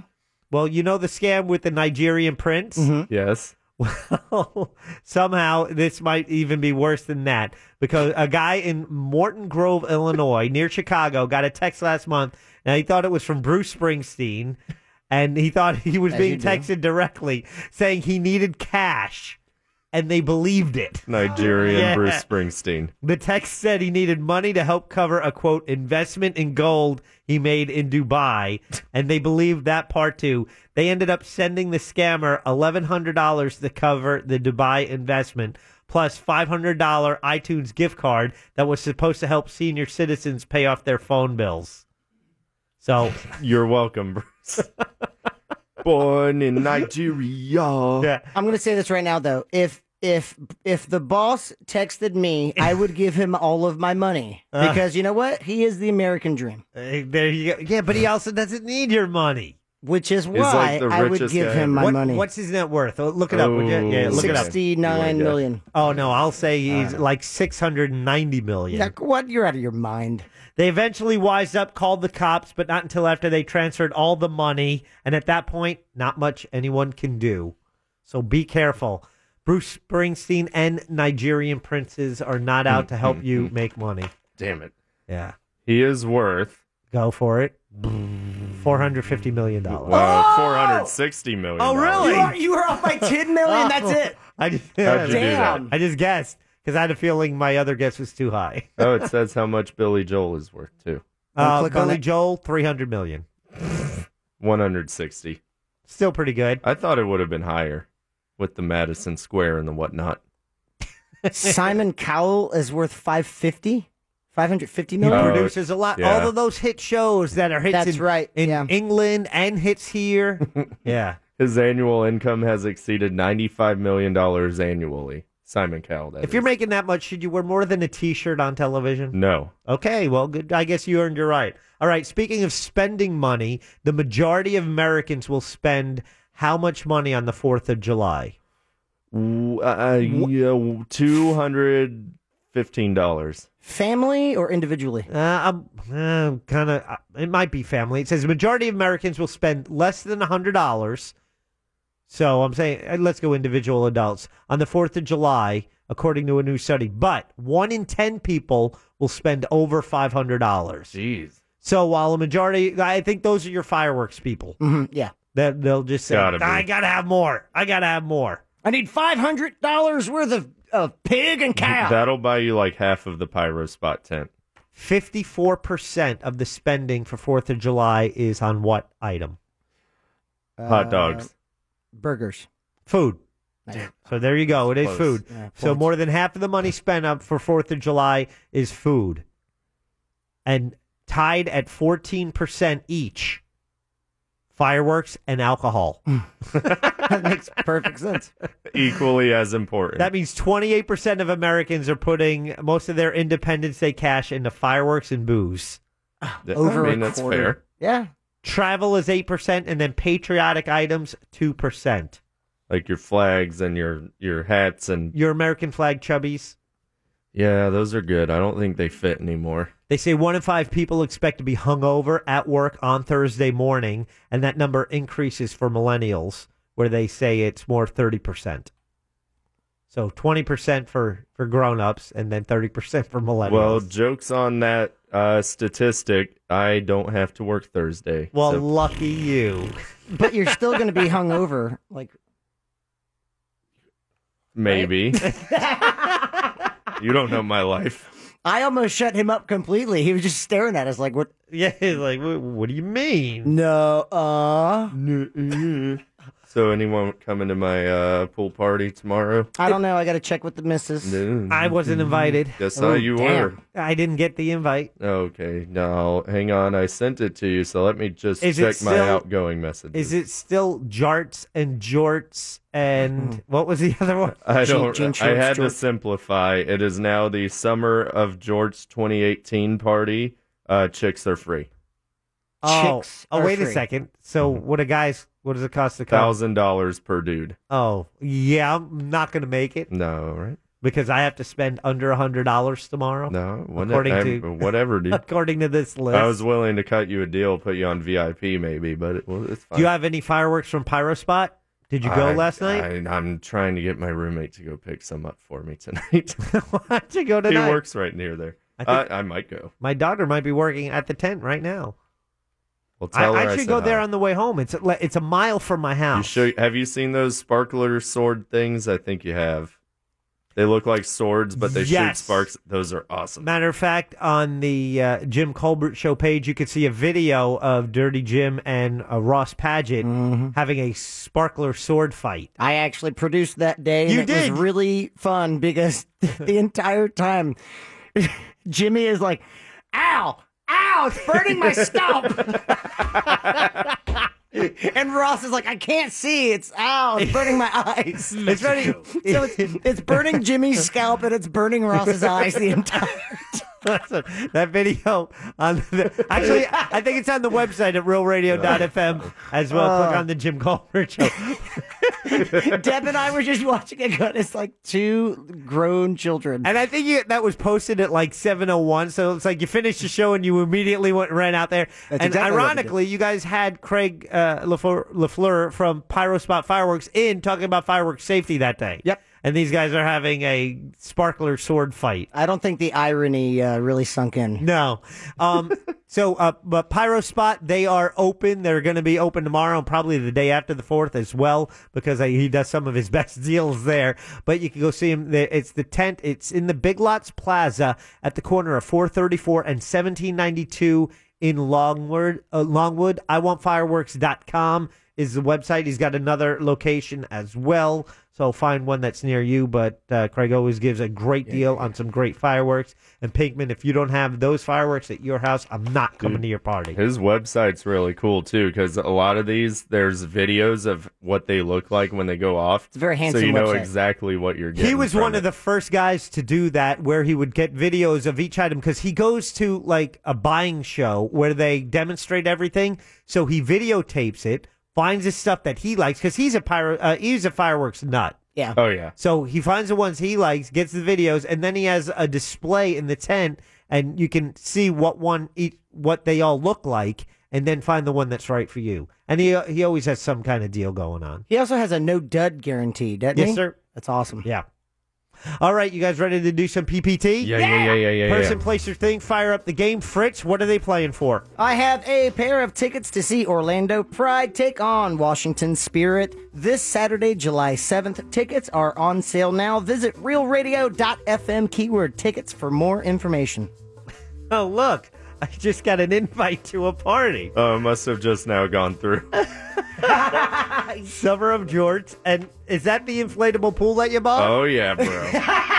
Speaker 6: Well, you know the scam with the Nigerian prince.
Speaker 9: Yes.
Speaker 6: Well, somehow this might even be worse than that because a guy in Morton Grove, Illinois, near Chicago, got a text last month and he thought it was from Bruce Springsteen and he thought he was
Speaker 9: As you
Speaker 6: being
Speaker 9: do.
Speaker 6: texted directly saying he needed cash and they believed it.
Speaker 9: Nigerian
Speaker 6: Yeah.
Speaker 9: Bruce Springsteen.
Speaker 6: The text said he needed money to help cover a quote investment in gold he made in Dubai, and they believed that part too. They ended up sending the scammer eleven hundred dollars to cover the Dubai investment, plus five hundred dollar iTunes gift card that was supposed to help senior citizens pay off their phone bills. So
Speaker 9: you're welcome, Bruce. Born in Nigeria.
Speaker 6: Yeah.
Speaker 7: I'm gonna say this right now though. If if if the boss texted me, I would give him all of my money
Speaker 6: Uh.
Speaker 7: because you know what? He is the American dream.
Speaker 6: there you go. Yeah, but he also doesn't need your money.
Speaker 7: Which is why I would give him my
Speaker 6: What-
Speaker 7: money.
Speaker 6: What's his net worth? Oh, Look it up. would you? Yeah, look it up.
Speaker 7: 69 million. Uh.
Speaker 6: Oh no, I'll say he's like six hundred and ninety million.
Speaker 7: Like, what? You're out of your mind.
Speaker 6: They eventually wised up, called the cops, but not until after they transferred all the money. And at that point, not much anyone can do. So be careful. Bruce Springsteen and Nigerian princes are not out to help you make money.
Speaker 9: Damn it.
Speaker 6: Yeah.
Speaker 9: He is worth
Speaker 6: Go for it. Four hundred fifty million dollars.
Speaker 9: Wow, four hundred sixty million.
Speaker 6: Oh,
Speaker 4: Oh,
Speaker 7: You are, you are off by 10 million.
Speaker 9: Oh.
Speaker 7: That's it.
Speaker 6: I just,
Speaker 9: How'd you do that?
Speaker 6: I just guessed because I had a feeling my other guess was too high.
Speaker 9: Oh, it says how much Billy Joel is worth too.
Speaker 6: Uh, Billy Joel, three hundred million.
Speaker 9: One hundred sixty.
Speaker 6: Still pretty good.
Speaker 9: I thought it would have been higher with the Madison Square and the whatnot.
Speaker 7: Simon Cowell is worth 550 550
Speaker 6: He
Speaker 7: million.
Speaker 6: produces a lot. All of those hit shows that are hits
Speaker 7: That's
Speaker 6: in, in England and hits here. yeah.
Speaker 9: His annual income has exceeded ninety-five million dollars annually. Simon Cowell. that
Speaker 6: if you're
Speaker 9: is.
Speaker 6: making that much, should you wear more than a T-shirt on television?
Speaker 9: no,
Speaker 6: Okay, well, good. I guess you earned your right. All right. Speaking of spending money, the majority of Americans will spend how much money on the Fourth of July?
Speaker 9: uh, yeah, two hundred fifteen dollars.
Speaker 6: Family or individually? Uh, I'm, uh, kind of. Uh, it might be family. It says the majority of Americans will spend less than hundred dollars. So I'm saying uh, let's go individual adults on the Fourth of July, according to a new study. But one in ten people will spend over five hundred dollars.
Speaker 9: Jeez.
Speaker 6: So while a majority, I think those are your fireworks people.
Speaker 7: Mhm, yeah.
Speaker 6: That they'll just say,
Speaker 7: Gotta be.
Speaker 6: "I gotta have more. I gotta have more."
Speaker 7: I need $500 worth of, of pig and cow.
Speaker 9: That'll buy you like half of the pyro spot tent.
Speaker 6: 54% of the spending for 4th of July is on what item?
Speaker 9: Hot dogs.
Speaker 7: Uh, Burgers.
Speaker 6: Food. So there you go. It is
Speaker 7: Close.
Speaker 6: food.
Speaker 7: Yeah,
Speaker 6: so
Speaker 7: points.
Speaker 6: more than half of the money spent up for 4th of July is food. And tied at 14% each, fireworks and alcohol.
Speaker 7: that makes perfect sense.
Speaker 9: Equally as important.
Speaker 6: That means 28% of Americans are putting most of their Independence Day cash into fireworks and booze.
Speaker 9: Th- Over I mean, a that's quarter. fair.
Speaker 7: Yeah.
Speaker 6: Travel is 8%, and then patriotic items, 2%.
Speaker 9: like your flags and your your hats and
Speaker 6: Your American flag chubbies.
Speaker 9: yeah, those are good. I don't think they fit anymore.
Speaker 6: They say one in five people expect to be hungover at work on Thursday morning, and that number increases for millennials, where they say it's more 30%. So 20% for, for grown ups, and then 30% for millennials.
Speaker 9: Well, jokes on that uh, statistic. I don't have to work Thursday.
Speaker 6: Well,
Speaker 9: so-
Speaker 6: lucky you.
Speaker 7: But you're still going to be hungover. Like,
Speaker 9: maybe you don't know my life.
Speaker 7: I almost shut him up completely. He was just staring at us like, what?
Speaker 6: Yeah, like, what, what do you mean?
Speaker 7: No, uh.
Speaker 9: So anyone coming to my uh, pool party tomorrow?
Speaker 7: I don't know. I got to check with the missus.
Speaker 6: I wasn't invited.
Speaker 9: Mm-hmm. Yes, I- you were.
Speaker 6: I didn't get the invite.
Speaker 9: Okay, now hang on. I sent it to you, so let me just
Speaker 6: Is it
Speaker 9: check my
Speaker 6: still-
Speaker 9: outgoing message.
Speaker 6: Is it still jarts and jorts and
Speaker 9: Mm-hmm.
Speaker 6: what was the other one?
Speaker 9: I don't. I had to simplify. It is now the summer of George 2018 party. Uh, chicks are free.
Speaker 6: Oh,
Speaker 9: Chicks
Speaker 6: oh
Speaker 9: are
Speaker 6: wait a
Speaker 9: free.
Speaker 6: second. So what a guy's what does it cost to come?
Speaker 9: Mm-hmm. Thousand dollars per dude.
Speaker 6: Oh yeah, I'm not gonna make it
Speaker 9: No, right?
Speaker 6: because I have to spend under a hundred dollars tomorrow.
Speaker 9: No, what-
Speaker 6: according
Speaker 9: I'm-
Speaker 6: to
Speaker 9: whatever, dude.
Speaker 6: according to this list.
Speaker 9: I was willing to cut you a deal, put you on VIP, maybe, but it, well, it's fine.
Speaker 6: Do you have any fireworks from Pyrospot? Did you go
Speaker 9: I-
Speaker 6: last night?
Speaker 9: I, I'm trying to get my roommate to go pick some up for me tonight.
Speaker 6: Did you go
Speaker 9: he
Speaker 6: tonight?
Speaker 9: works right near there.
Speaker 6: I
Speaker 9: I,
Speaker 6: think-
Speaker 9: I might go.
Speaker 6: My daughter might be working at the tent right now.
Speaker 9: Well,
Speaker 6: I,
Speaker 9: tell her
Speaker 6: I should
Speaker 9: said
Speaker 6: go there
Speaker 9: hi.
Speaker 6: on the way home. It's a, it's a mile from my
Speaker 9: You
Speaker 6: house.
Speaker 9: should, have you seen those sparkler sword things? I think you have. They look like swords, but they
Speaker 6: Yes.
Speaker 9: shoot sparks. Those are awesome.
Speaker 6: Matter of fact, on the uh, Jim Colbert show page, you could see a video of Dirty Jim and uh, Ross Paget
Speaker 9: Mm-hmm.
Speaker 6: having a sparkler sword fight.
Speaker 7: I actually produced that day.
Speaker 6: You
Speaker 7: and It
Speaker 6: did?
Speaker 7: was really fun because the entire time, Jimmy is like, "Ah, ow, ow, it's burning my scalp. and Ross is like, I can't see. It's, ow, it's burning my eyes.
Speaker 6: It's very-
Speaker 7: so it's, it's burning Jimmy's scalp and it's burning Ross's eyes the entire
Speaker 6: Listen, that video on the, actually, I think it's on the website at realradio.fm as well. Click
Speaker 7: Oh.
Speaker 6: on the Jim Colbert show.
Speaker 7: Deb and I were just watching it. and It's like two grown children.
Speaker 6: And I think you, that was posted at like 7:01, so it's like you finished the show and you immediately went and ran out there.
Speaker 7: That's
Speaker 6: and
Speaker 7: exactly what we did.
Speaker 6: ironically, you guys had Craig uh, Lafleur, Lafleur from Pyrospot Fireworks in talking about fireworks safety that day. Yep. and these guys are having a sparkler sword fight.
Speaker 7: I don't think the irony uh, really sunk in.
Speaker 6: No. Um, so, uh, but Pyro Spot, they are open. They're going to be open tomorrow and probably the day after the 4th as well because I, he does some of his best deals there. But you can go see him. There- It's the tent. It's in the Big Lots Plaza at the corner of 434 and 1792 in Longwood. Uh, Longwood. IWantFireworks.com is the website. He's got another location as well. So find one that's near you. But uh, Craig always gives a great deal on some great fireworks. And Pinkman, if you don't have those fireworks at your house, I'm not coming to your party.
Speaker 9: His website's really cool too, because a lot of these there's videos of what they look like when they go off. It's
Speaker 6: a very
Speaker 9: So
Speaker 6: handsome
Speaker 9: you know
Speaker 6: website.
Speaker 9: exactly what you're getting.
Speaker 6: He was
Speaker 9: from
Speaker 6: one
Speaker 9: it.
Speaker 6: of the first guys to do that, where he would get videos of each item because he goes to like a buying show where they demonstrate everything. So he videotapes it, finds the stuff that he likes because he's a pyro, uh, he's a fireworks nut.
Speaker 7: Yeah.
Speaker 9: Oh yeah.
Speaker 6: So he finds the ones he likes, gets the videos, and then he has a display in the tent, and you can see what one each, what they all look like, and then find the one that's right for you. And he he always has some kind of deal going on.
Speaker 7: He also has a no dud guarantee, doesn't
Speaker 6: Yes,
Speaker 7: he?
Speaker 6: sir.
Speaker 7: That's awesome.
Speaker 6: Yeah. All right, you guys ready to do some PPT?
Speaker 9: Yeah, yeah, yeah, yeah, yeah.
Speaker 6: Person, place your thing, fire up the game. Fritz, what are they playing for?
Speaker 7: I have a pair of tickets to see Orlando Pride take on Washington Spirit this Saturday, July 7th. Tickets are on sale now. Visit realradio.fm keyword tickets for more information.
Speaker 6: Oh, look, I just got an invite to a party.
Speaker 9: Oh, it must have just now gone through.
Speaker 6: Summer of Jorts. And is that the inflatable pool that you bought?
Speaker 9: Oh yeah, bro.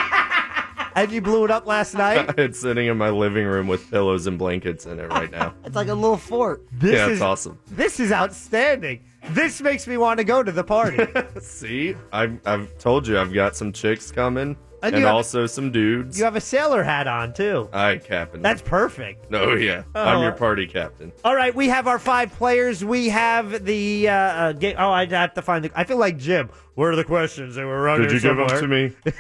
Speaker 6: And you blew it up last night?
Speaker 9: it's sitting in my living room with pillows and blankets in it right now.
Speaker 7: It's like a little fort.
Speaker 9: yeah, it's awesome.
Speaker 6: This is outstanding. This makes me want to go to the party.
Speaker 9: See, I've I've told you I've got some chicks coming
Speaker 6: And
Speaker 9: and,
Speaker 6: you have-
Speaker 9: also some dudes.
Speaker 6: you have a sailor hat on, too.
Speaker 9: I captain.
Speaker 6: That's perfect.
Speaker 9: No, yeah,
Speaker 6: Oh.
Speaker 9: I'm your party captain.
Speaker 6: All right, we have our five players. We have the uh, uh, game. Oh, I have to find the. I feel like Jim. Where are the questions? They were around
Speaker 9: Did
Speaker 6: here
Speaker 9: you give 'em
Speaker 6: somewhere.
Speaker 9: to me?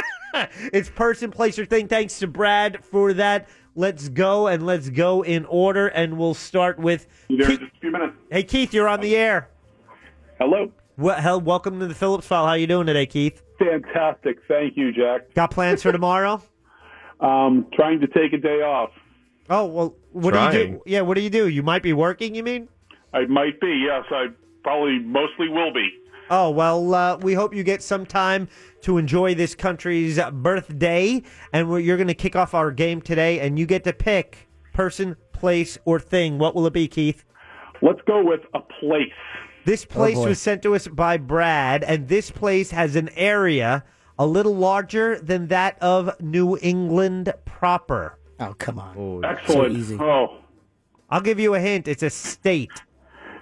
Speaker 6: it's person, place, or thing. Thanks to Brad for that. Let's go and let's go in order, and we'll start with. Keith. Hey Keith, you're on the air.
Speaker 1: Hello.
Speaker 6: Well, hell, welcome to the Phillips File. How you doing today, Keith?
Speaker 1: Fantastic. Thank you, Jack.
Speaker 6: Got plans for tomorrow?
Speaker 1: Um, trying to take a day off.
Speaker 6: Oh well, what do you
Speaker 1: Trying.
Speaker 6: do? Yeah, what do you do? You might be working. You mean?
Speaker 1: I might be, yes. I probably mostly will be.
Speaker 6: Oh, well, uh, we hope you get some time to enjoy this country's birthday. And we're, you're going to kick off our game today, and you get to pick person, place, or thing. What will it be, Keith?
Speaker 1: Let's go with a place.
Speaker 6: This
Speaker 7: Oh,
Speaker 6: place
Speaker 1: boy.
Speaker 6: was sent to us by Brad, and this place has an area a little larger than that of New England proper.
Speaker 7: Oh, come on.
Speaker 1: Excellent. Oh,
Speaker 6: I'll give you a hint. It's a state,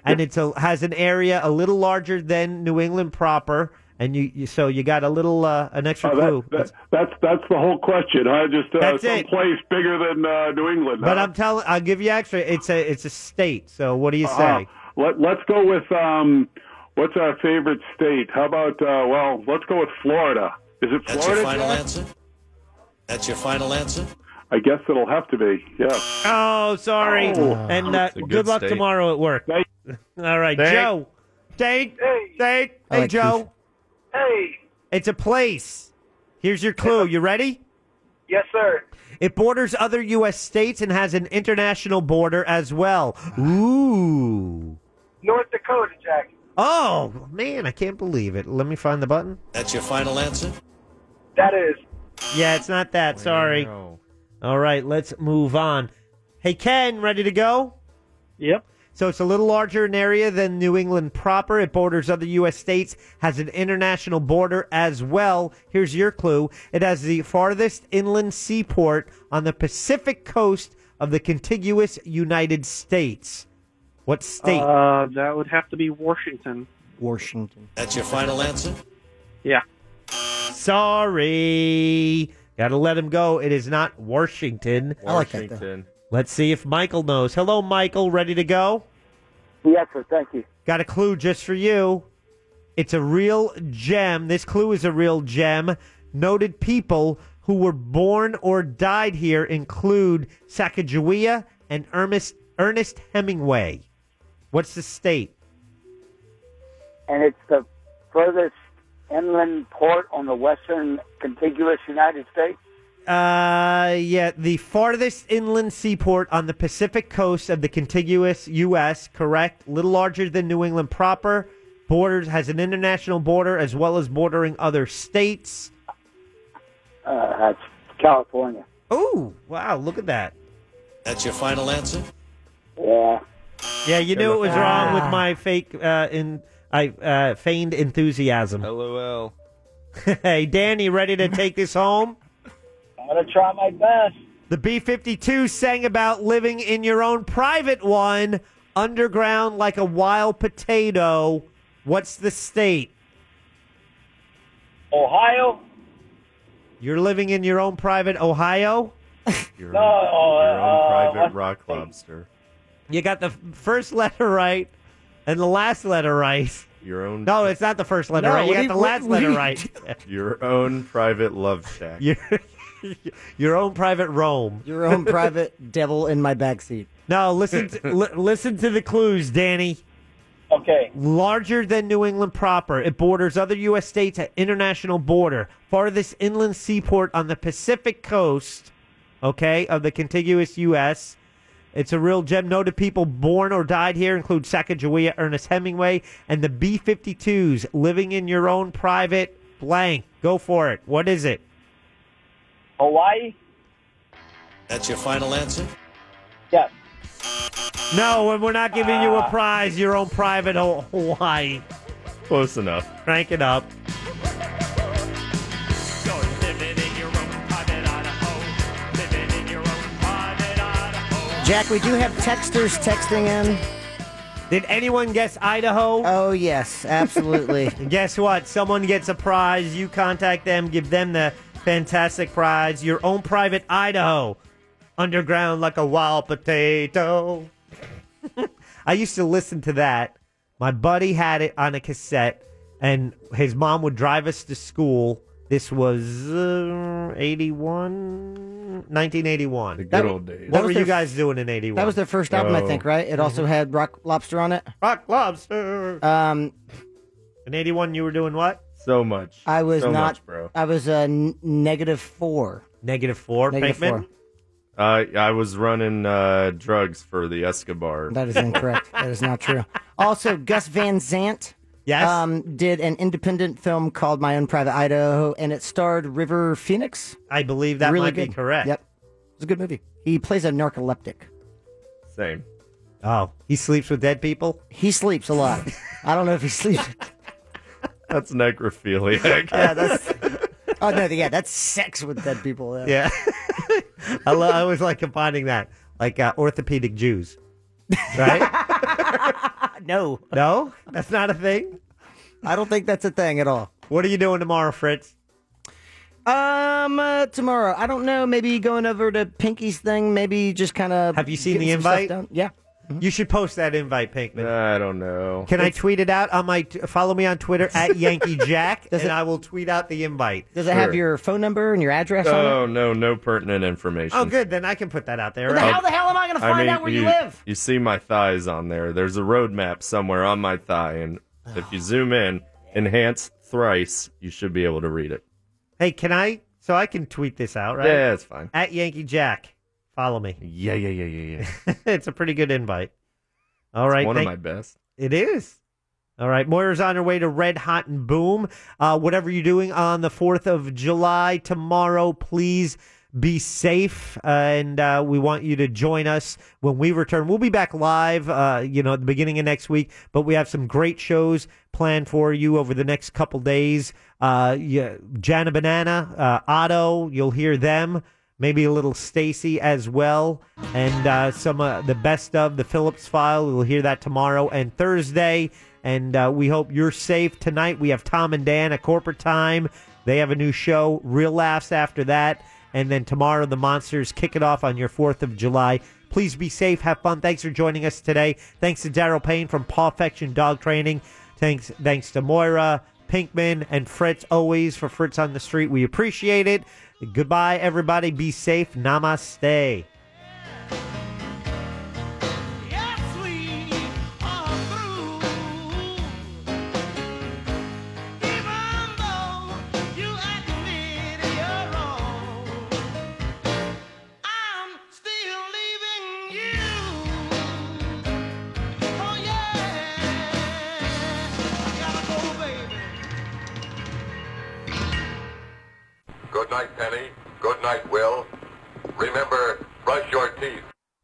Speaker 6: and it's a has an area a little larger than New England proper, and you, you so you got a little uh, an extra
Speaker 1: oh,
Speaker 6: clue.
Speaker 1: that, that, that's that's the whole question, huh? Just uh,
Speaker 6: That's
Speaker 1: some
Speaker 6: it.
Speaker 1: place bigger than uh, New England.
Speaker 6: but
Speaker 1: huh?
Speaker 6: I'm telling, I'll give you extra. It's a it's a state. So what do you
Speaker 1: Uh,
Speaker 6: say?
Speaker 1: let, let's go with um, what's our favorite state? How about uh, well, let's go with Florida. Is it
Speaker 16: That's
Speaker 1: Florida?
Speaker 16: your final
Speaker 1: Jack?
Speaker 16: answer? That's your final answer?
Speaker 1: I guess it'll have to be. Yeah.
Speaker 6: oh, sorry.
Speaker 1: Oh.
Speaker 6: and uh,
Speaker 1: It's a
Speaker 6: good,
Speaker 1: good
Speaker 6: luck
Speaker 1: state.
Speaker 6: tomorrow at work. All right,
Speaker 1: Thank-
Speaker 6: Joe. Date, date.
Speaker 1: I
Speaker 6: Hey,
Speaker 1: like
Speaker 6: Joe.
Speaker 23: Hey,
Speaker 6: It's a place. Here's your clue. You ready?
Speaker 23: yes, sir.
Speaker 6: It borders other U.S. states and has an international border as well. Ooh.
Speaker 23: North Dakota, Jack.
Speaker 6: Oh man, I can't believe it. Let me find the button.
Speaker 16: That's your final answer?
Speaker 23: That is.
Speaker 6: Yeah, it's not that. Sorry. All right, let's move on. Hey, Ken, ready to go? Yep. So it's a little larger in area than New England proper. It borders other U.S. states, has an international border as well. Here's your clue it has the farthest inland seaport on the Pacific coast of the contiguous United States. What state?
Speaker 23: Uh, that would have to be Washington.
Speaker 7: Washington.
Speaker 16: That's your final answer?
Speaker 23: Yeah.
Speaker 6: Sorry. Gotta let him go. It is not Washington.
Speaker 16: I like that, though. Washington.
Speaker 6: Let's see if Michael knows. Hello, Michael. Ready to go?
Speaker 23: Yes, sir. Thank you.
Speaker 6: Got a clue just for you. It's a real gem. This clue is a real gem. Noted people who were born or died here include Sacagawea and Ernest, Ernest Hemingway. What's the state?
Speaker 23: And it's the furthest inland port on the western contiguous United States?
Speaker 6: Uh, yeah, the farthest inland seaport on the Pacific coast of the contiguous U.S. Correct, little larger than New England proper. Borders has an international border as well as bordering other states.
Speaker 23: Uh, that's California.
Speaker 6: Oh, wow! Look at that.
Speaker 16: That's your final answer?
Speaker 23: Yeah.
Speaker 6: Yeah, you knew it was wrong with
Speaker 16: Ah.
Speaker 6: my fake uh, in I uh, feigned enthusiasm.
Speaker 9: LOL.
Speaker 6: hey, Danny, ready to take this home?
Speaker 23: I'm gonna try my best.
Speaker 6: The B 52 sang about living in your own private one, underground like a wild potato. What's the state?
Speaker 23: Ohio?
Speaker 6: You're living in your own private Ohio?
Speaker 9: Your,
Speaker 23: No,
Speaker 9: your
Speaker 23: uh,
Speaker 9: own
Speaker 23: uh,
Speaker 9: private
Speaker 23: what's
Speaker 9: rock lobster.
Speaker 6: You got the f- first letter right and the last letter right.
Speaker 9: Your own.
Speaker 6: No, it's not the first letter
Speaker 9: No,
Speaker 6: right. You
Speaker 9: what
Speaker 6: got
Speaker 9: do
Speaker 6: the
Speaker 9: you-
Speaker 6: last
Speaker 9: what- what
Speaker 6: letter
Speaker 9: do you-
Speaker 6: right.
Speaker 9: Your own private love shack.
Speaker 6: your, your own private Rome.
Speaker 7: Your own private devil in my backseat.
Speaker 6: No, listen to, li- listen to the clues, Danny.
Speaker 23: Okay.
Speaker 6: Larger than New England proper, it borders other U.S. states at international border. Farthest inland seaport on the Pacific coast, okay, of the contiguous U.S. It's a real gem. Noted people born or died here include Sacagawea, Ernest Hemingway, and the B-52s. Living in your own private blank. Go for it. What is it?
Speaker 23: Hawaii?
Speaker 16: That's your final answer?
Speaker 23: Yes.
Speaker 6: No, and we're not giving you a
Speaker 9: Ah.
Speaker 6: prize. Your own private Ho- Hawaii.
Speaker 9: Close enough.
Speaker 6: Crank it up.
Speaker 7: Jack, we do have texters texting in.
Speaker 6: Did anyone guess Idaho?
Speaker 7: Oh, yes, absolutely.
Speaker 6: Guess what? Someone gets a prize. You contact them, give them the fantastic prize. Your own private Idaho. Underground like a wild potato. I used to listen to that. My buddy had it on a cassette, and his mom would drive us to school. This was uh, 81, 1981. The
Speaker 7: good old days. Oh.
Speaker 6: What
Speaker 7: That
Speaker 6: were
Speaker 7: was their-
Speaker 6: you guys doing in 81?
Speaker 7: That was their first album, I think, right? It also had Rock Lobster on it.
Speaker 6: Oh. Mm-hmm. Rock Lobster.
Speaker 7: Um,
Speaker 6: In 81, you were doing what?
Speaker 9: So much.
Speaker 7: I was
Speaker 9: So
Speaker 7: not.
Speaker 9: much, bro.
Speaker 7: I was uh, n- negative four.
Speaker 6: Negative four.
Speaker 7: Negative
Speaker 6: Pinkman?
Speaker 7: four.
Speaker 9: I I was running uh, drugs for the Escobar.
Speaker 7: That is incorrect. that is not true. Also, Gus Van Zant.
Speaker 9: Yes?
Speaker 7: Um, did an independent film called My Own Private Idaho, and it starred River Phoenix.
Speaker 6: I believe that
Speaker 7: really
Speaker 6: might be
Speaker 7: good.
Speaker 6: correct.
Speaker 7: Yep, it's a good movie. He plays a narcoleptic.
Speaker 9: Same.
Speaker 6: Oh, he sleeps with dead people.
Speaker 7: He sleeps a lot. I don't know if he sleeps.
Speaker 9: That's necrophiliac.
Speaker 7: yeah, that's. Oh no, yeah, that's sex with dead people.
Speaker 6: Yeah. I, lo- I always like combining that, like uh, orthopedic Jews, right?
Speaker 7: no,
Speaker 6: no, that's not a thing.
Speaker 7: I don't think that's a thing at all.
Speaker 6: What are you doing tomorrow, Fritz?
Speaker 7: Um, uh, tomorrow. I don't know. Maybe going over to Pinky's thing. Maybe just kind of.
Speaker 6: Have you seen the invite?
Speaker 7: Yeah. Mm-hmm.
Speaker 6: You should post that invite, Pinkman.
Speaker 9: I don't know.
Speaker 6: Can I tweet it out on my? T- follow me on Twitter at Yankee Jack, and I will tweet out the invite.
Speaker 7: Does it have your phone number and your address on
Speaker 9: Oh
Speaker 7: it?
Speaker 9: no, no pertinent information.
Speaker 6: Oh, good. Then I can put that out there.
Speaker 7: Where the
Speaker 6: right?
Speaker 7: hell the hell am I going to
Speaker 9: I
Speaker 7: find
Speaker 9: mean,
Speaker 7: out where you, live?
Speaker 9: You see my thighs on there. There's a road map somewhere on my thigh, and if you zoom in, enhance thrice, you should be able to read it.
Speaker 6: Hey, can I? So I can tweet this out, right?
Speaker 9: Yeah, it's fine.
Speaker 6: At Yankee Jack, follow me.
Speaker 9: Yeah, yeah, yeah, yeah,
Speaker 6: yeah. it's a pretty good invite. All right,
Speaker 9: one of
Speaker 6: thank-
Speaker 9: my best.
Speaker 6: It is. All right, Moira's on her way to Red Hot and Boom. Uh, whatever you're doing on the Fourth of July tomorrow, please be safe, uh, and uh, we want you to join us when we return. We'll be back live, uh, you know, at the beginning of next week, but we have some great shows planned for you over the next couple days. Uh, yeah, Jana Banana, uh, Otto, you'll hear them maybe a little Stacy as well, and uh, some uh, the best of the Phillips file. We'll hear that tomorrow and Thursday, and uh, we hope you're safe tonight. We have Tom and Dan at corporate time. They have a new show, real laughs after that, and then tomorrow the monsters kick it off on your Fourth of July. Please be safe, have fun. Thanks for joining us today. Thanks to Daryl Payne from Pawfection Dog Training. Thanks, thanks to Moira. Pinkman and Fritz always for Fritz on the Street. We appreciate it. Goodbye, everybody. Be safe. Namaste.
Speaker 4: Even though Oh,
Speaker 5: Good night, Penny. Good night, Will. Remember, brush your teeth.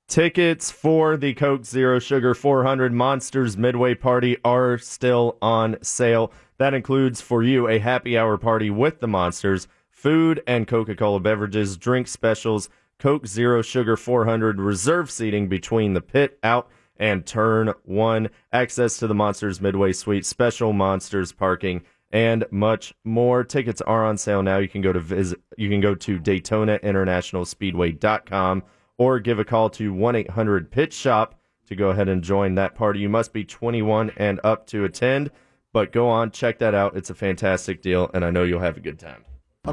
Speaker 9: Tickets for the Coke Zero Sugar 400 Monsters Midway Party are still on sale. That includes for you a happy hour party with the Monsters, food and Coca Cola beverages, drink specials, Coke Zero Sugar 400 reserve seating between the pit out and turn one, access to the Monsters Midway Suite, special Monsters parking, and much more. Tickets are on sale now. You can go to visit, you can go to DaytonaInternationalSpeedway.com or give a call to 1 800 Pit Shop to go ahead and join that party. You must be 21 and up to attend, but go on, check that out. It's a fantastic deal, and I know you'll have a good time.